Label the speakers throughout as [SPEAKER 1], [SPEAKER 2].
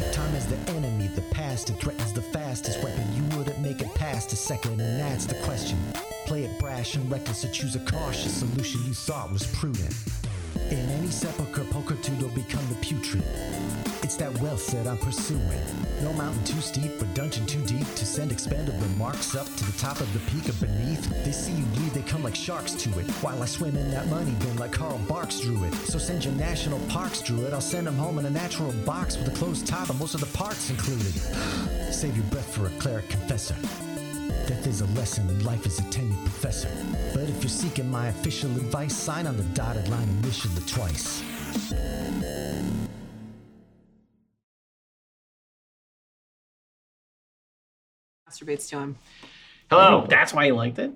[SPEAKER 1] as the enemy. The past it threatens the fastest weapon. You wouldn't make it past a second, and that's the question. Play it brash and reckless, or choose a cautious solution you thought was prudent. In any sepulchre, pulchritude will become the putrid. It's that wealth that I'm pursuing. No mountain too steep or dungeon too deep to send expanded remarks up to the top of the peak of beneath. They see you bleed, they come like sharks to it. While I swim in that money bin like Carl Barks drew it. So send your national parks drew it. I'll send them home in a natural box with a closed top and most of the parts included. Save your breath for a cleric confessor. Death is a lesson and life is a tenured professor. But if you're seeking my official advice, sign on the dotted line initially twice.
[SPEAKER 2] masturbates to him.
[SPEAKER 3] Hello,
[SPEAKER 4] That's why you liked it?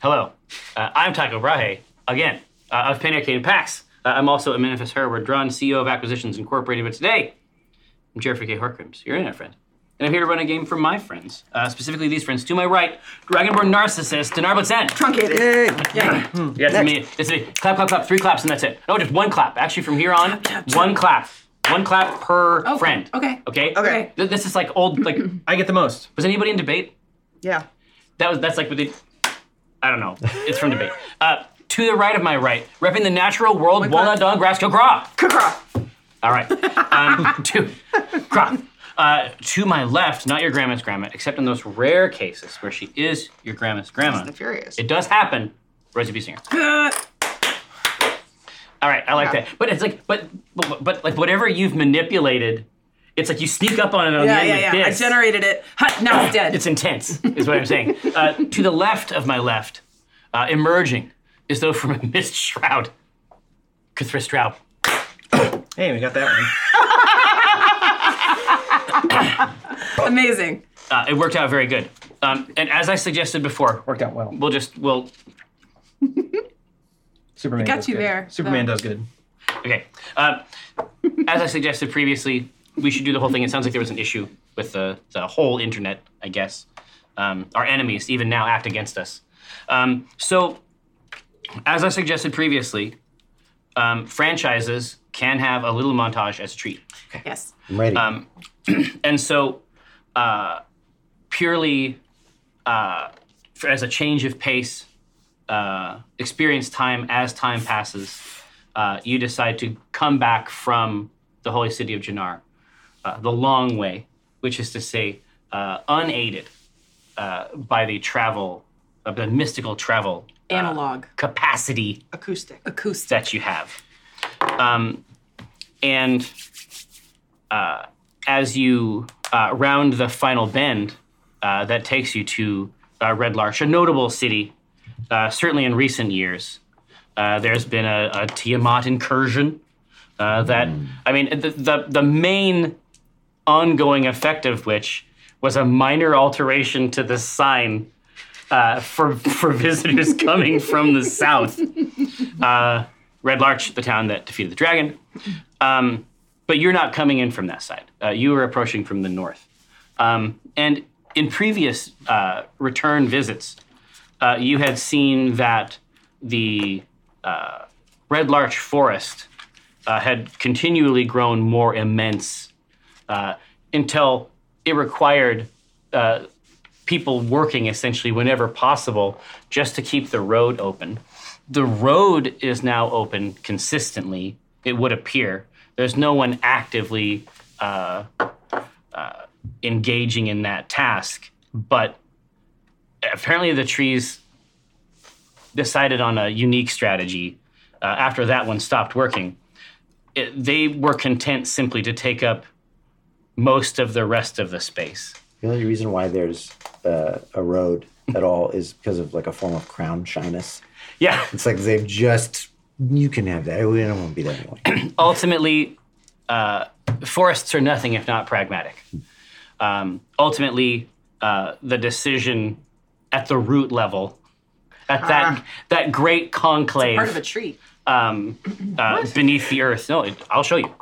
[SPEAKER 3] hello. Uh, I'm Taco Brahe again uh, of Pan Arcade PAX. Uh, I'm also Amenitas Herward Drun, CEO E of Acquisitions Incorporated. But today, I'm Jeffrey K. Horkrims, your internet friend, and I'm here to run a game for my friends, uh, specifically these friends. To my right, Dragonborn Narcissist Denarblitz Zen.
[SPEAKER 2] Truncated.
[SPEAKER 3] Yeah, that's me. That's me. Clap, clap, clap. Three claps, and that's it. No, just one clap. Actually, from here on, one clap. One clap per
[SPEAKER 2] Oh,
[SPEAKER 3] friend.
[SPEAKER 2] okay.
[SPEAKER 3] Okay.
[SPEAKER 2] Okay.
[SPEAKER 3] Th- This is like old. Like,
[SPEAKER 4] I get the most.
[SPEAKER 3] was anybody in debate?
[SPEAKER 2] Yeah.
[SPEAKER 3] That was. That's like what they. I don't know. It's from debate. Uh, to the right of my right, repping the natural world, walnut, dog, grass, go, grah.
[SPEAKER 2] Kakra.
[SPEAKER 3] All right. Um, to, crop. Uh, to my left, not your grandma's grandma, except in those rare cases where she is your grandma's grandma.
[SPEAKER 2] and the Furious.
[SPEAKER 3] It does happen, Rosie B. Singer. All right, I like
[SPEAKER 2] Yeah.
[SPEAKER 3] that. But it's like, but, but, but like whatever you've manipulated, it's like you sneak up on it on
[SPEAKER 2] Yeah,
[SPEAKER 3] the end
[SPEAKER 2] yeah,
[SPEAKER 3] with
[SPEAKER 2] yeah. I
[SPEAKER 3] this.
[SPEAKER 2] generated it. Ha, now it's dead.
[SPEAKER 3] It's intense, is what I'm saying. Uh, to the left of my left, uh, emerging as though from a mist shroud, Cthulhu Shroud.
[SPEAKER 4] Hey, we got that one.
[SPEAKER 2] amazing.
[SPEAKER 3] Uh, it worked out very good. Um, and as I suggested before,
[SPEAKER 4] Worked out well.
[SPEAKER 3] we'll just we'll
[SPEAKER 4] Superman
[SPEAKER 2] got
[SPEAKER 4] does
[SPEAKER 2] you
[SPEAKER 4] good.
[SPEAKER 2] there,
[SPEAKER 4] Superman
[SPEAKER 2] though.
[SPEAKER 4] does good.
[SPEAKER 3] okay. Uh, as I suggested previously, we should do the whole thing. It sounds like there was an issue with the the whole internet. I guess um, our enemies even now act against us. Um, so, as I suggested previously, um, franchises can have a little montage as a treat.
[SPEAKER 2] Yes.
[SPEAKER 1] I'm ready.
[SPEAKER 3] and so uh, purely uh, for, as a change of pace uh, experience time as time passes uh, you decide to come back from the holy city of jannar uh, the long way which is to say uh, unaided uh, by the travel of the mystical travel uh,
[SPEAKER 2] Analog.
[SPEAKER 3] capacity
[SPEAKER 2] Acoustic. Acoustic.
[SPEAKER 3] that you have. Um, and uh, as you uh, round the final bend, uh, that takes you to uh, Red Larch, a notable city, uh, certainly in recent years. Uh, there's been a, a Tiamat incursion uh, that, I mean, the, the, the main ongoing effect of which was a minor alteration to the sign uh, for, for visitors coming from the south. Red Larch, the town that defeated the dragon. Um, but you're not coming in from that side. Uh, you are approaching from the north. Um, and in previous uh, return visits, uh, you had seen that the uh, Red Larch forest uh, had continually grown more immense uh, until it required uh, people working essentially whenever possible just to keep the road open. The road is now open consistently, it would appear. There's no one actively uh, uh, engaging in that task, but apparently the trees decided on a unique strategy uh, after that one stopped working. It, they were content simply to take up most of the rest of the space.
[SPEAKER 5] The only reason why there's uh, a road at all is because of like a form of crown shyness.
[SPEAKER 3] Yeah.
[SPEAKER 5] It's like they've just you can have that. We don't want to be that anyway.
[SPEAKER 3] ultimately, uh, forests are nothing if not pragmatic. Um, ultimately, uh, the decision at the root level, at that that great conclave
[SPEAKER 2] Part of Ah. a tree.
[SPEAKER 3] um, uh, beneath the earth. No, it, I'll show you.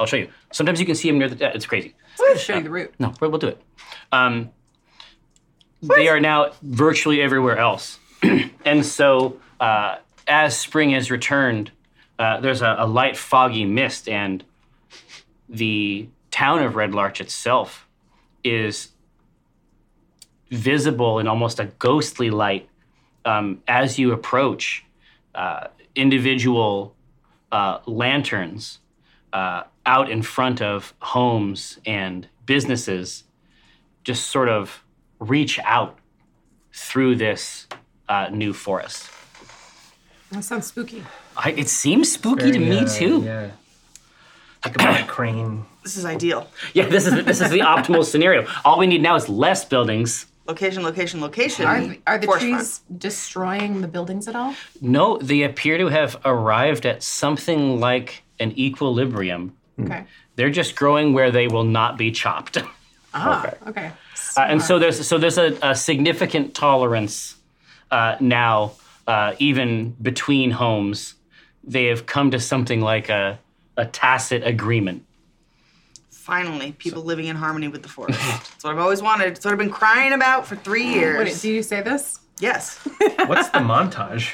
[SPEAKER 3] I'll show you. Sometimes you can see them near the. It's crazy.
[SPEAKER 2] I'll show you the root.
[SPEAKER 3] No, we'll, we'll do it. Um, they are now virtually everywhere else. and so, uh, as spring has returned, uh, there's a, a light, foggy mist, and the town of Red Larch itself is visible in almost a ghostly light um, as you approach. Uh, individual uh, lanterns uh, out in front of homes and businesses just sort of reach out through this uh, new forest.
[SPEAKER 2] That sounds spooky.
[SPEAKER 3] I, it seems spooky to me
[SPEAKER 4] Yeah,
[SPEAKER 3] too.
[SPEAKER 4] Yeah. Think about a crane.
[SPEAKER 6] This is ideal.
[SPEAKER 3] Yeah, this is this is the optimal scenario. All we need now is less buildings.
[SPEAKER 6] Location, location, location.
[SPEAKER 2] Are, the- are the
[SPEAKER 6] Forest front.
[SPEAKER 2] trees destroying the buildings at all?
[SPEAKER 3] No, they appear to have arrived at something like an equilibrium.
[SPEAKER 2] Okay.
[SPEAKER 3] They're just growing where they will not be chopped.
[SPEAKER 2] Ah,
[SPEAKER 5] Okay.
[SPEAKER 2] okay.
[SPEAKER 3] Uh, and so there's so there's a, a significant tolerance uh, now, uh, even between homes. They have come to something like a, a tacit agreement.
[SPEAKER 6] Finally, people living in harmony with the forest. That's what I've always wanted. It's what I've been crying about for three years.
[SPEAKER 2] Wait, do you say this?
[SPEAKER 6] yes.
[SPEAKER 4] What's the montage?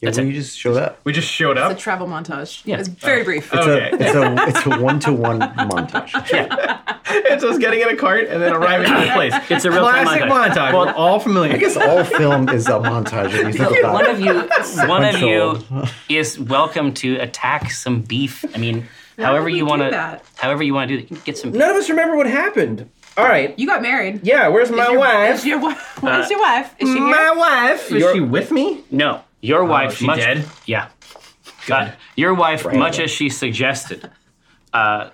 [SPEAKER 5] Yeah, well, you just showed up.
[SPEAKER 4] We just showed
[SPEAKER 2] It's a
[SPEAKER 4] up.
[SPEAKER 2] travel montage.
[SPEAKER 3] Yeah.
[SPEAKER 2] It's very brief.
[SPEAKER 5] It's
[SPEAKER 4] Okay.
[SPEAKER 5] a it's a it's a one to one montage.
[SPEAKER 4] it's us getting in a cart and then arriving at the place.
[SPEAKER 3] It's a real time
[SPEAKER 4] classic
[SPEAKER 3] montage.
[SPEAKER 4] montage. We're all familiar.
[SPEAKER 5] It's all film is a montage. If you think about
[SPEAKER 3] One
[SPEAKER 5] it.
[SPEAKER 3] of you, one of you
[SPEAKER 5] Control.
[SPEAKER 3] is welcome to attack some beef. I mean, however
[SPEAKER 2] would
[SPEAKER 3] you
[SPEAKER 2] we
[SPEAKER 3] want
[SPEAKER 2] do
[SPEAKER 3] to,
[SPEAKER 2] that?
[SPEAKER 3] however you want to do that, you can get some.
[SPEAKER 4] None of us remember what happened. All right.
[SPEAKER 2] You got married.
[SPEAKER 4] Yeah, where's my
[SPEAKER 2] Your-
[SPEAKER 4] wife?
[SPEAKER 2] Is your wife? Where's your wife? Is she here?
[SPEAKER 4] my wife. Is she with me?
[SPEAKER 3] No, your wife.
[SPEAKER 4] Oh, she
[SPEAKER 3] much,
[SPEAKER 4] dead?
[SPEAKER 3] Yeah. God, your wife,
[SPEAKER 5] Random.
[SPEAKER 3] much as she suggested, uh,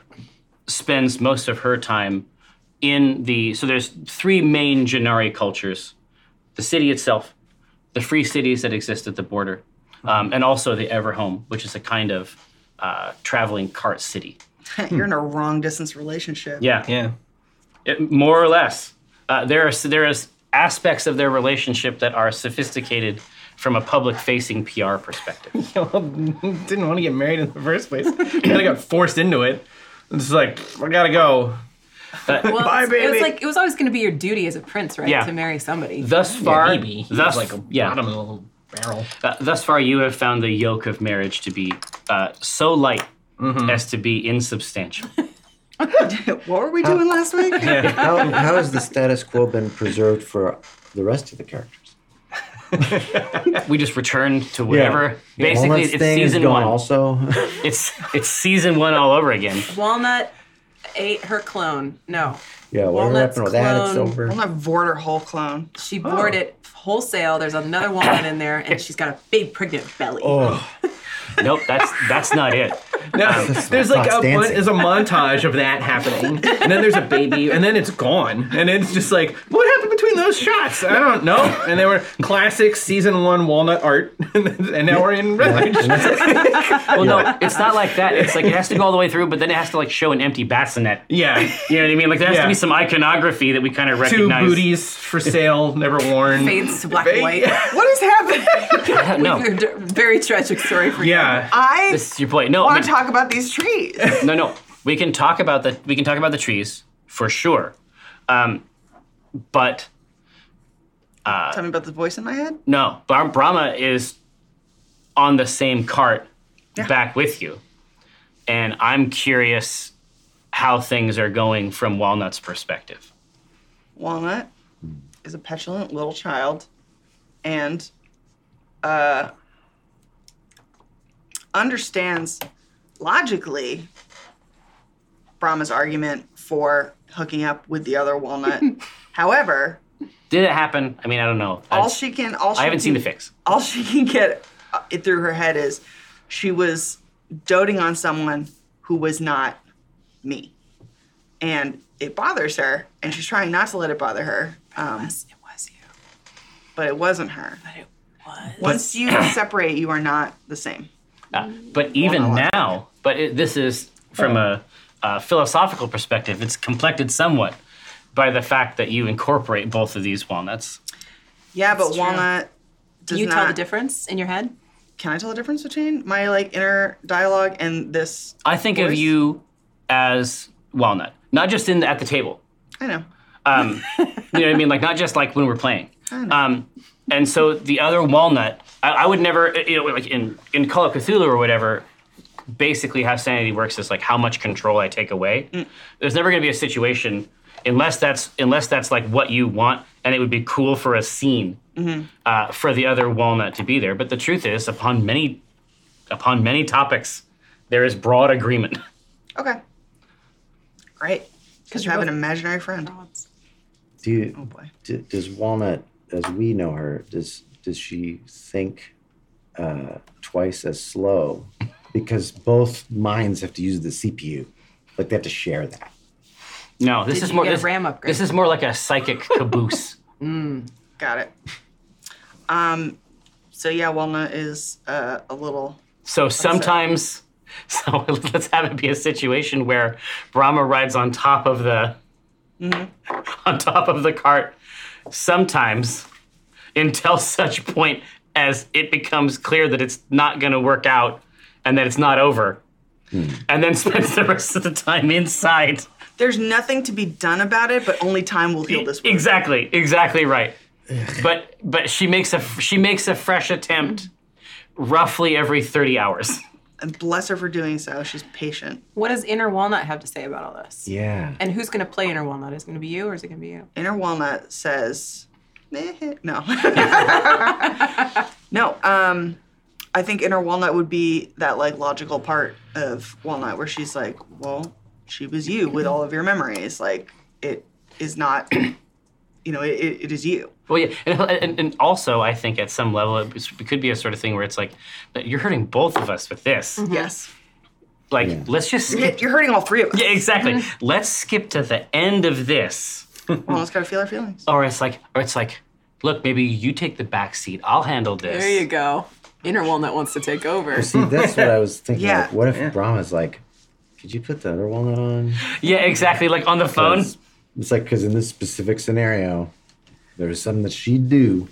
[SPEAKER 3] spends most of her time in the. So there's three main Janari cultures: the city itself, the free cities that exist at the border, um, and also the Everhome, which is a kind of uh, traveling cart city.
[SPEAKER 6] You're in a wrong distance relationship.
[SPEAKER 3] Yeah,
[SPEAKER 4] Yeah.
[SPEAKER 3] It- more or less. Uh, there are there is aspects of their relationship that are sophisticated from a public-facing PR perspective.
[SPEAKER 4] Didn't want to get married in the first place. kind of got forced into it. It's just like, I gotta go.
[SPEAKER 2] Well,
[SPEAKER 4] Bye,
[SPEAKER 2] it's- It was
[SPEAKER 4] baby.
[SPEAKER 2] like it was always going to be your duty as a prince, right?
[SPEAKER 3] Yeah.
[SPEAKER 2] To marry somebody.
[SPEAKER 3] Thus far,
[SPEAKER 4] Maybe. He
[SPEAKER 3] thus
[SPEAKER 4] was like a
[SPEAKER 3] yeah,
[SPEAKER 4] bottom of the little barrel.
[SPEAKER 3] uh, thus far, you have found the yoke of marriage to be uh, so light
[SPEAKER 4] Mm-hmm.
[SPEAKER 3] as to be insubstantial.
[SPEAKER 6] What were
[SPEAKER 3] Uh,
[SPEAKER 6] we doing last week?
[SPEAKER 5] How how has the status quo been preserved for the rest of the characters?
[SPEAKER 3] we just return to whatever. Basically,
[SPEAKER 5] Walnut's
[SPEAKER 3] it's
[SPEAKER 5] thing is
[SPEAKER 3] season
[SPEAKER 5] gone
[SPEAKER 3] one.
[SPEAKER 5] also.
[SPEAKER 3] It's it's season one all over again.
[SPEAKER 2] Walnut ate her clone. No,
[SPEAKER 5] yeah, whatever
[SPEAKER 2] Walnut's
[SPEAKER 5] happened with that, it's
[SPEAKER 2] clone-
[SPEAKER 5] over. Oh.
[SPEAKER 6] I'm not Vorder whole clone.
[SPEAKER 2] she bored it wholesale. There's another walnut in there, and she's got a big pregnant belly.
[SPEAKER 5] Oh,
[SPEAKER 3] Nope, that's that's not it.
[SPEAKER 4] No, there's like a,
[SPEAKER 5] Fox dancing.
[SPEAKER 4] there's a montage of that happening, and then there's a baby, and then it's gone, and it's just like, what happened between those shots? I don't know. And they were classic season one walnut art, and now we're in Red Light.
[SPEAKER 3] Well, no, it's not like that. It's like it has to go all the way through, but then it has to like show an empty bassinet.
[SPEAKER 4] Yeah,
[SPEAKER 3] You know what I mean? Like there has to
[SPEAKER 4] Yeah.
[SPEAKER 3] be some iconography that we kind of
[SPEAKER 4] two
[SPEAKER 3] recognize.
[SPEAKER 4] booties for sale, never worn.
[SPEAKER 2] Fades to black
[SPEAKER 4] Fade-
[SPEAKER 2] and white.
[SPEAKER 6] What is happening?
[SPEAKER 3] no,
[SPEAKER 2] Very tragic story for you.
[SPEAKER 4] Yeah,
[SPEAKER 6] I
[SPEAKER 3] this is your point. No, I
[SPEAKER 6] want
[SPEAKER 3] mean-
[SPEAKER 6] to talk about these trees.
[SPEAKER 3] No, no. We can talk about the we can talk about the trees for sure, um, but
[SPEAKER 6] Tell me about the voice in my head.
[SPEAKER 3] no. Bra- Brahma is on the same cart back with you, and I'm curious how things are going from Walnut's perspective.
[SPEAKER 6] Walnut is a petulant little child and uh, understands logically Brahma's argument for hooking up with the other walnut. However,
[SPEAKER 3] Did it happen? I mean, I don't know. I,
[SPEAKER 6] all she can all she
[SPEAKER 3] I haven't
[SPEAKER 6] can-
[SPEAKER 3] seen the fix.
[SPEAKER 6] all she can get uh, it through her head is she was doting on someone who was not me and it bothers her and she's trying not to let it bother her um,
[SPEAKER 2] Yes, it was you.
[SPEAKER 6] but it wasn't her
[SPEAKER 2] But it was.
[SPEAKER 6] once you separate you are not the same
[SPEAKER 3] Uh, but even now, but it, this is from a, a philosophical perspective. It's complected somewhat by the fact that you incorporate both of these walnuts.
[SPEAKER 6] yeah but
[SPEAKER 2] true.
[SPEAKER 6] walnut does
[SPEAKER 2] Can you
[SPEAKER 6] not
[SPEAKER 2] tell the difference in your head?
[SPEAKER 6] can i tell the difference between my like inner dialogue and this
[SPEAKER 3] I think of
[SPEAKER 6] Voice?
[SPEAKER 3] you as Walnut, not just in the, at the table.
[SPEAKER 6] i know
[SPEAKER 3] Um, you know what I mean? Like not just like when we're playing. Um, and so the other Walnut, I, I would never, you know, like in in Call of Cthulhu or whatever. basically how sanity works is like how much control I take away. There's never going to be a situation unless that's unless that's like what you want, and it would be cool for a scene uh, for the other walnut to be there. But the truth is, upon many upon many topics, there is broad agreement.
[SPEAKER 6] Okay. Great. Because you have an imaginary friend.
[SPEAKER 5] Do you,
[SPEAKER 6] Oh boy.
[SPEAKER 5] d- does Walnut, as we know her, does does she think uh, twice as slow? Because both minds have to use the CPU, like they have to share that.
[SPEAKER 3] No, this
[SPEAKER 2] Did
[SPEAKER 3] is
[SPEAKER 2] you
[SPEAKER 3] more
[SPEAKER 2] get a
[SPEAKER 3] this,
[SPEAKER 2] RAM upgrade?
[SPEAKER 3] this is more like a psychic caboose.
[SPEAKER 6] Got it. Um. So yeah, Walnut is uh, a little.
[SPEAKER 3] So sometimes, so let's have it be a situation where Brahma rides on top of the
[SPEAKER 2] Mm-hmm.
[SPEAKER 3] on top of the cart. Sometimes, until such point as it becomes clear that it's not going to work out and that it's not over,
[SPEAKER 2] Hmm.
[SPEAKER 3] and then spends the rest of the time inside.
[SPEAKER 6] There's nothing to be done about it, but only time will
[SPEAKER 2] E,
[SPEAKER 6] heal this. wound.
[SPEAKER 3] E, Exactly, exactly right. But but she makes a she makes a fresh attempt, roughly every thirty hours.
[SPEAKER 6] And bless her for doing so. She's patient.
[SPEAKER 2] What does Inner Walnut have to say about all this?
[SPEAKER 5] Yeah.
[SPEAKER 2] And who's going to play Inner Walnut? Is it going to be you or is it going to be you?
[SPEAKER 6] Inner Walnut says, "Meh." no. no, um, I think Inner Walnut would be that like logical part of Walnut where she's like, well, she was you with all of your memories. Like it is not, you know, it, it, it is you.
[SPEAKER 3] Well, yeah, and, and, and also I think at some level it, was- it could be a sort of thing where it's like "But you're hurting both of us with this.
[SPEAKER 6] Yes.
[SPEAKER 3] Like, let's just
[SPEAKER 6] You're,
[SPEAKER 3] skip.
[SPEAKER 6] hit- you're hurting all three of us.
[SPEAKER 3] Yeah, exactly. Let's skip to the end of this,
[SPEAKER 6] Walnut's got to feel her feelings.
[SPEAKER 3] or it's like, or it's like, look, maybe you take the back seat. I'll handle this.
[SPEAKER 2] There you go. Inner Walnut wants to take over.
[SPEAKER 5] See, that's what I was thinking.
[SPEAKER 6] Yeah.
[SPEAKER 5] Like, what if Brahma's like, could you put the other walnut on?
[SPEAKER 3] Yeah, exactly. Like on the phone.
[SPEAKER 5] It's, it's like because in this specific scenario, there's something that she'd do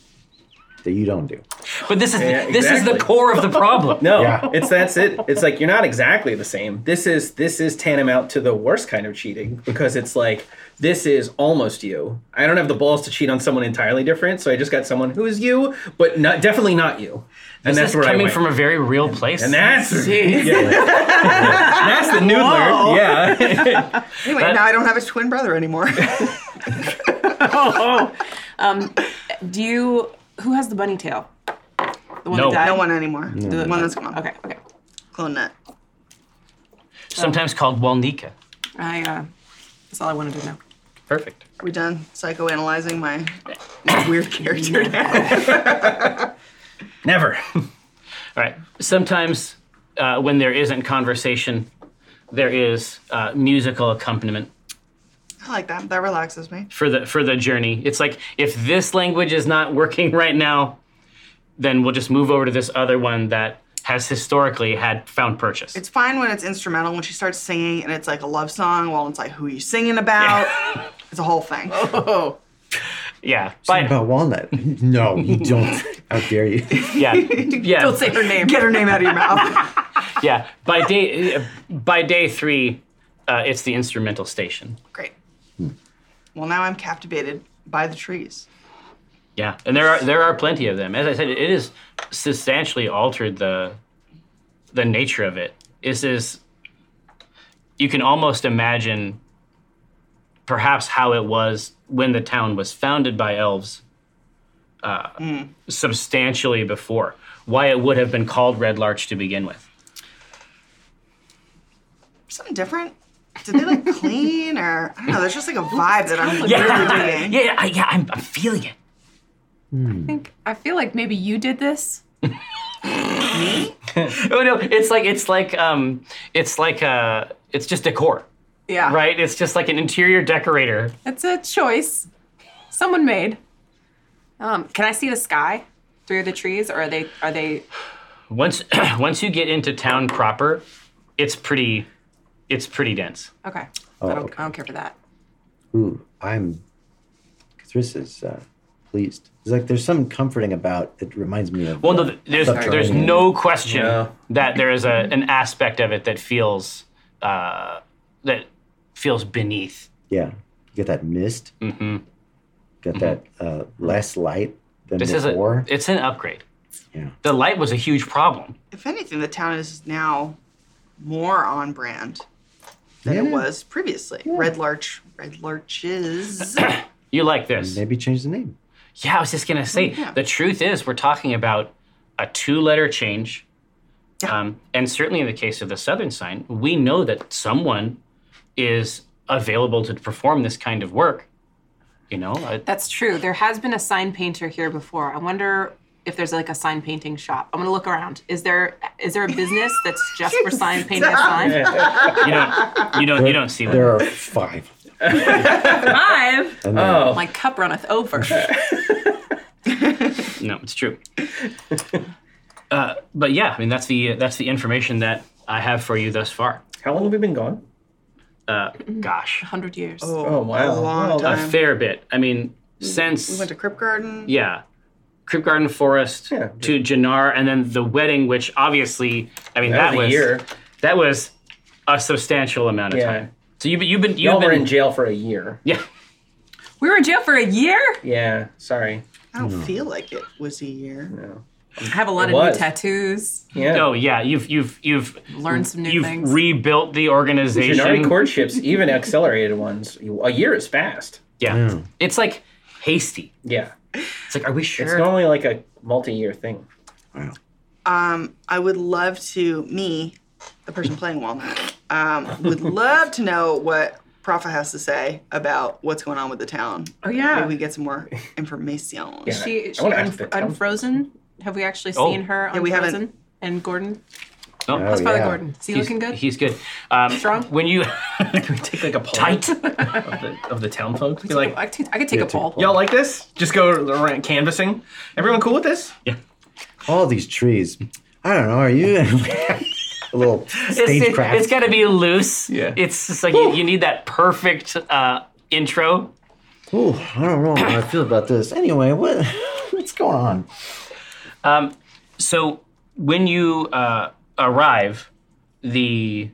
[SPEAKER 5] that you don't do.
[SPEAKER 3] But this is
[SPEAKER 4] Yeah,
[SPEAKER 3] this is the
[SPEAKER 4] exactly.
[SPEAKER 3] core of the problem.
[SPEAKER 4] No,
[SPEAKER 5] Yeah.
[SPEAKER 4] it's that's it. It's like you're not exactly the same. This is this is tantamount to the worst kind of cheating because it's like this is almost you. I don't have the balls to cheat on someone entirely different, so I just got someone who is you, but not definitely not you.
[SPEAKER 3] This
[SPEAKER 4] And that's
[SPEAKER 3] is
[SPEAKER 4] where I
[SPEAKER 3] coming
[SPEAKER 4] went.
[SPEAKER 3] from a very real place.
[SPEAKER 4] and that's yeah. that's the noodler. Yeah.
[SPEAKER 6] Anyway, now I don't have a twin brother anymore.
[SPEAKER 2] Do you? Who has the bunny tail? The one
[SPEAKER 3] No.
[SPEAKER 2] that died.
[SPEAKER 6] no one anymore. The one that's gone.
[SPEAKER 2] Okay. Okay.
[SPEAKER 6] Clone nut.
[SPEAKER 3] sometimes
[SPEAKER 4] Oh.
[SPEAKER 3] called Walnica.
[SPEAKER 2] I. Uh, that's all I wanted to know.
[SPEAKER 3] Perfect.
[SPEAKER 6] Are we done psychoanalyzing my weird character now?
[SPEAKER 4] Never.
[SPEAKER 3] All right. Sometimes uh, when there isn't conversation, there is uh, musical accompaniment
[SPEAKER 6] I like that. That relaxes me.
[SPEAKER 3] for the for the journey. It's like if this language is not working right now, then we'll just move over to this other one that has historically had found purchase.
[SPEAKER 6] It's fine when it's instrumental when she starts singing and it's like a love song. While it's like, who are you singing about? It's a whole thing.
[SPEAKER 3] yeah. But,
[SPEAKER 5] About walnut? No, you don't. How dare you?
[SPEAKER 3] yeah. Yeah.
[SPEAKER 2] Don't say her name.
[SPEAKER 6] Get her name out of your mouth.
[SPEAKER 3] yeah. By day uh, by day 3, uh, it's the instrumental station.
[SPEAKER 6] Great. Well, now I'm captivated by the trees.
[SPEAKER 3] Yeah, and there are there are plenty of them. As I said, it has substantially altered the the nature of it. This is you can almost imagine perhaps how it was when the town was founded by elves uh, substantially before why it would have been called red larch to begin with
[SPEAKER 6] Something different. Did they like clean or I don't know? There's just like a vibe that I'm really
[SPEAKER 3] yeah
[SPEAKER 6] digging.
[SPEAKER 3] yeah I, yeah I'm, I'm feeling it
[SPEAKER 2] I think. I feel like maybe you did this.
[SPEAKER 3] oh no it's like it's like um it's like uh it's just decor
[SPEAKER 2] Yeah.
[SPEAKER 3] right it's just like an interior decorator
[SPEAKER 2] It's a choice someone made. Um, can I see the sky through the trees, or are they? Are they?
[SPEAKER 3] once once you get into town proper, it's pretty it's pretty dense.
[SPEAKER 2] Okay. I, don't,
[SPEAKER 5] okay.
[SPEAKER 2] I don't care for that.
[SPEAKER 5] Ooh, I'm. Cathris is uh, pleased. It's like there's something comforting about. It reminds me of.
[SPEAKER 3] Well, no, th- there's there's
[SPEAKER 5] Subterranean.
[SPEAKER 3] no question
[SPEAKER 4] Yeah.
[SPEAKER 3] that there is a, an aspect of it that feels uh, that feels beneath.
[SPEAKER 5] Yeah, get that mist. Mm-hmm. Get that uh, less light
[SPEAKER 3] Mm-hmm.
[SPEAKER 5] than
[SPEAKER 3] This
[SPEAKER 5] before.
[SPEAKER 3] is a it's an upgrade.
[SPEAKER 5] yeah.
[SPEAKER 3] The light was a huge problem.
[SPEAKER 6] If anything, the town is now more on brand than it
[SPEAKER 5] Yeah.
[SPEAKER 6] was previously. Red Larch, Red Larches.
[SPEAKER 3] You like this?
[SPEAKER 5] Maybe change the name.
[SPEAKER 3] Yeah, I was just gonna say. The truth is, we're talking about a two-letter change, um, and certainly in the case of the Southern Sign, we know that someone is available to perform this kind of work. You know, uh,
[SPEAKER 2] That's true. There has been a sign painter here before. I wonder if there's like a sign painting shop. I'm gonna look around. Is there is there a business that's just for sign painting a sign?
[SPEAKER 3] you don't, you don't, you don't see
[SPEAKER 5] There
[SPEAKER 3] one.
[SPEAKER 5] are five.
[SPEAKER 2] Five.
[SPEAKER 5] And then
[SPEAKER 3] Oh.
[SPEAKER 2] My cup runneth over.
[SPEAKER 3] No, it's true. Uh, but yeah, I mean that's the that's the information that I have for you thus far.
[SPEAKER 4] How long have we been gone?
[SPEAKER 3] Uh, gosh,
[SPEAKER 2] Hundred years.
[SPEAKER 4] Oh, wow.
[SPEAKER 6] A long
[SPEAKER 4] Well,
[SPEAKER 3] a
[SPEAKER 6] time.
[SPEAKER 3] fair bit. I mean, since
[SPEAKER 6] We went to Crypt Garden.
[SPEAKER 3] Yeah. Crypt Garden Forest
[SPEAKER 4] Yeah.
[SPEAKER 3] to Jannar, and then the wedding, which obviously, I mean,
[SPEAKER 4] That
[SPEAKER 3] that,
[SPEAKER 4] was a
[SPEAKER 3] was
[SPEAKER 4] year.
[SPEAKER 3] that was a substantial amount of
[SPEAKER 4] Yeah.
[SPEAKER 3] time. So you've been you've been you've
[SPEAKER 4] Y'all
[SPEAKER 3] been
[SPEAKER 4] were in jail for a year.
[SPEAKER 3] yeah
[SPEAKER 2] We were in jail for a year.
[SPEAKER 4] Yeah, sorry.
[SPEAKER 6] I don't feel like it was a year.
[SPEAKER 2] I have a lot
[SPEAKER 4] It
[SPEAKER 2] of
[SPEAKER 4] was.
[SPEAKER 2] new tattoos.
[SPEAKER 4] Yeah.
[SPEAKER 3] oh yeah you've you've you've
[SPEAKER 2] Learned some new
[SPEAKER 3] you've
[SPEAKER 2] things.
[SPEAKER 3] rebuilt the organization.
[SPEAKER 4] Generic courtships, even accelerated ones, a year is fast.
[SPEAKER 3] yeah. it's like hasty.
[SPEAKER 4] Yeah.
[SPEAKER 3] It's like, are we
[SPEAKER 4] It's
[SPEAKER 3] sure?
[SPEAKER 4] normally like a multi year thing.
[SPEAKER 5] wow.
[SPEAKER 6] Um, I would love to, me, the person playing Walnut, um, would love to know what Prophet has to say about what's going on with the town.
[SPEAKER 2] Oh yeah.
[SPEAKER 6] Maybe we get some more information.
[SPEAKER 4] Yeah.
[SPEAKER 2] She,
[SPEAKER 4] I
[SPEAKER 2] she
[SPEAKER 4] wanna
[SPEAKER 2] un-
[SPEAKER 4] ask the town.
[SPEAKER 2] unfrozen. Have we actually
[SPEAKER 3] Oh.
[SPEAKER 2] seen her
[SPEAKER 6] Yeah, we haven't.
[SPEAKER 2] unfrozen? And Gordon.
[SPEAKER 3] No,
[SPEAKER 5] Oh,
[SPEAKER 2] That's probably
[SPEAKER 5] yeah.
[SPEAKER 2] Gordon. Is he
[SPEAKER 3] he's,
[SPEAKER 2] looking good?
[SPEAKER 3] He's good. Um,
[SPEAKER 2] Strong?
[SPEAKER 3] When you
[SPEAKER 4] Can we take like a poll
[SPEAKER 3] tight,
[SPEAKER 4] of the, of the town folks? Be
[SPEAKER 2] Oh, I
[SPEAKER 4] like,
[SPEAKER 2] could take- I could take a
[SPEAKER 5] take a
[SPEAKER 2] poll.
[SPEAKER 5] poll.
[SPEAKER 4] y'all like this? Just go around canvassing. Everyone cool with this?
[SPEAKER 5] All these trees. I don't know. Are you a little
[SPEAKER 3] it's, it,
[SPEAKER 5] stagecraft?
[SPEAKER 3] has got to be loose.
[SPEAKER 4] Yeah.
[SPEAKER 3] it's just like you, you need that perfect uh, intro.
[SPEAKER 5] Ooh, I don't know how I feel about this. Anyway, what what's going on?
[SPEAKER 3] So when you uh, arrive, the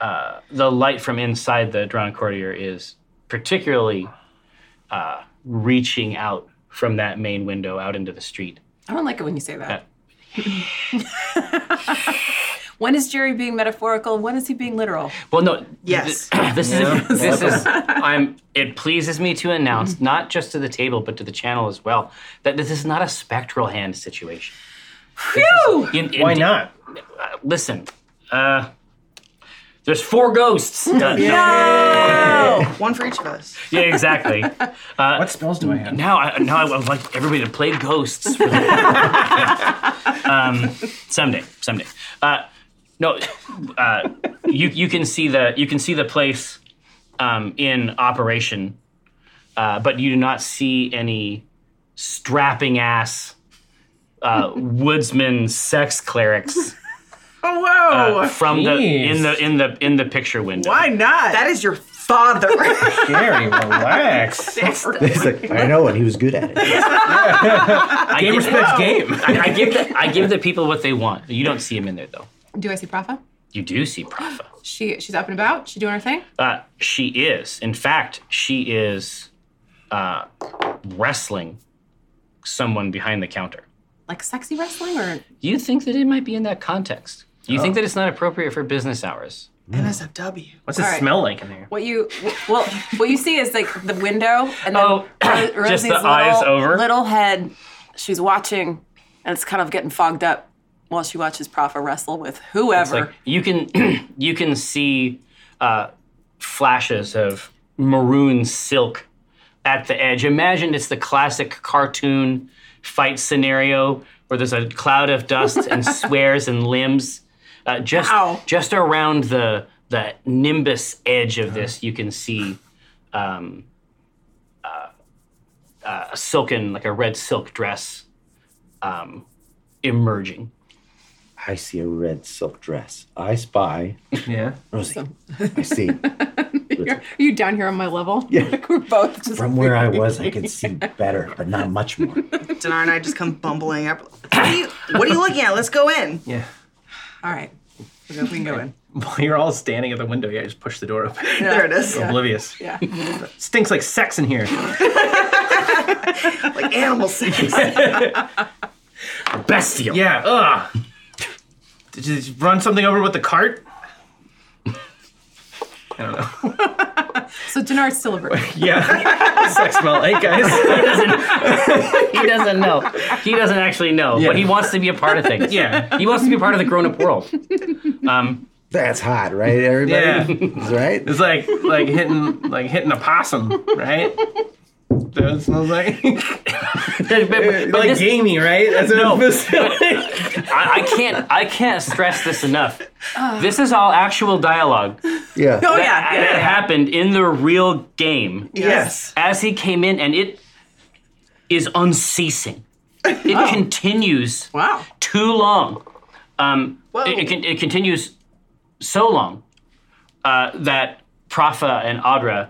[SPEAKER 3] uh, the light from inside the drawn courtier is particularly uh, reaching out from that main window out into the street.
[SPEAKER 2] I don't like it when you say that. when is Jerry being metaphorical? When is he being literal?
[SPEAKER 3] Well, no.
[SPEAKER 6] Yes.
[SPEAKER 3] th- this
[SPEAKER 4] Yeah. Mm-hmm.
[SPEAKER 3] is this is. I'm. It pleases me to announce, not just to the table but to the channel as well, that this is not a spectral hand situation.
[SPEAKER 2] Phew!
[SPEAKER 3] In- in-
[SPEAKER 4] Why not?
[SPEAKER 3] Listen, uh, there's four ghosts. No.
[SPEAKER 2] No!
[SPEAKER 6] One for each of us.
[SPEAKER 3] Yeah, exactly.
[SPEAKER 4] What spells do I have?
[SPEAKER 3] Now, I, now I would like everybody to play ghosts. For um, someday, someday. Uh, no, uh, you you can see the you can see the place um, in operation, uh, but you do not see any strapping ass uh, woodsman sex clerics
[SPEAKER 6] Oh, whoa.
[SPEAKER 3] uh, from the in
[SPEAKER 4] Jeez.
[SPEAKER 3] the in the in the picture window.
[SPEAKER 6] not? That is your father.
[SPEAKER 4] Gary, relax.
[SPEAKER 5] It's like, I know, and he was good at it.
[SPEAKER 3] I
[SPEAKER 4] game
[SPEAKER 3] give,
[SPEAKER 4] respects game.
[SPEAKER 3] I, I give the, I give the people what they want. You don't see him in there though.
[SPEAKER 2] Do I see Prafa?
[SPEAKER 3] You do see Prophet.
[SPEAKER 2] She she's up and about. She doing her thing.
[SPEAKER 3] Uh, she is. In fact, she is uh, wrestling someone behind the counter.
[SPEAKER 2] Like sexy wrestling or
[SPEAKER 3] You think that it might be in that context. You
[SPEAKER 4] Oh.
[SPEAKER 3] think that it's not appropriate for business hours.
[SPEAKER 6] NSFW.
[SPEAKER 4] What's it
[SPEAKER 2] All right.
[SPEAKER 4] smell like in there?
[SPEAKER 2] what you well what you see is like the window and then
[SPEAKER 3] Oh, just the
[SPEAKER 2] Rosie's little,
[SPEAKER 3] eyes over?
[SPEAKER 2] little head she's watching and it's kind of getting fogged up while she watches Prafa wrestle with whoever.
[SPEAKER 3] Like you can you can see uh, flashes of maroon silk at the edge. Imagine it's the classic cartoon fight scenario where there's a cloud of dust and swears and limbs. Uh, just
[SPEAKER 2] Wow.
[SPEAKER 3] just around the the nimbus edge of this, you can see um, uh, uh, a silken, like a red silk dress, um, emerging.
[SPEAKER 5] I see a red silk dress. I spy
[SPEAKER 4] Yeah.
[SPEAKER 5] Rosie. I see.
[SPEAKER 2] You're- are you down here on my level? Yeah. like we're both just
[SPEAKER 5] From where I was, I could see better, but not much more.
[SPEAKER 6] Dinar and I just come bumbling up. What are you, what are you looking at? Let's go in.
[SPEAKER 4] Yeah.
[SPEAKER 2] All right. We go- we can go in.
[SPEAKER 4] While you're all standing at the window, yeah, just push the door open.
[SPEAKER 6] There it is.
[SPEAKER 4] Oblivious.
[SPEAKER 2] Yeah.
[SPEAKER 4] Stinks like sex in here.
[SPEAKER 6] Like animal sex.
[SPEAKER 3] Bestial.
[SPEAKER 4] Yeah. Ugh. Did you just run something over with the cart? I don't know.
[SPEAKER 2] So Dinar's still a bird.
[SPEAKER 4] yeah. Sex smell. Hey, guys.
[SPEAKER 3] he doesn't know. He doesn't actually know,
[SPEAKER 4] Yeah.
[SPEAKER 3] but he wants to be a part of things.
[SPEAKER 4] Yeah.
[SPEAKER 3] He wants to be a part of the grown up world. Um,
[SPEAKER 5] That's hot, right, everybody? Right?
[SPEAKER 4] It's like like hitting like hitting a possum, right? That's what it smells like.
[SPEAKER 3] but but
[SPEAKER 4] Uh, like
[SPEAKER 3] this,
[SPEAKER 4] gamey, right? That's
[SPEAKER 3] No.
[SPEAKER 4] what it feels like.
[SPEAKER 3] I, I can't I can't stress this enough. This is all actual dialogue that,
[SPEAKER 5] Yeah.
[SPEAKER 6] Oh yeah. yeah,
[SPEAKER 3] that
[SPEAKER 6] yeah.
[SPEAKER 3] happened in the real game
[SPEAKER 6] Yes.
[SPEAKER 3] as he came in, and it is unceasing. It continues
[SPEAKER 6] Wow.
[SPEAKER 3] too long. Um,
[SPEAKER 6] Whoa.
[SPEAKER 3] it, it, con- it continues so long uh, that Propha and Audra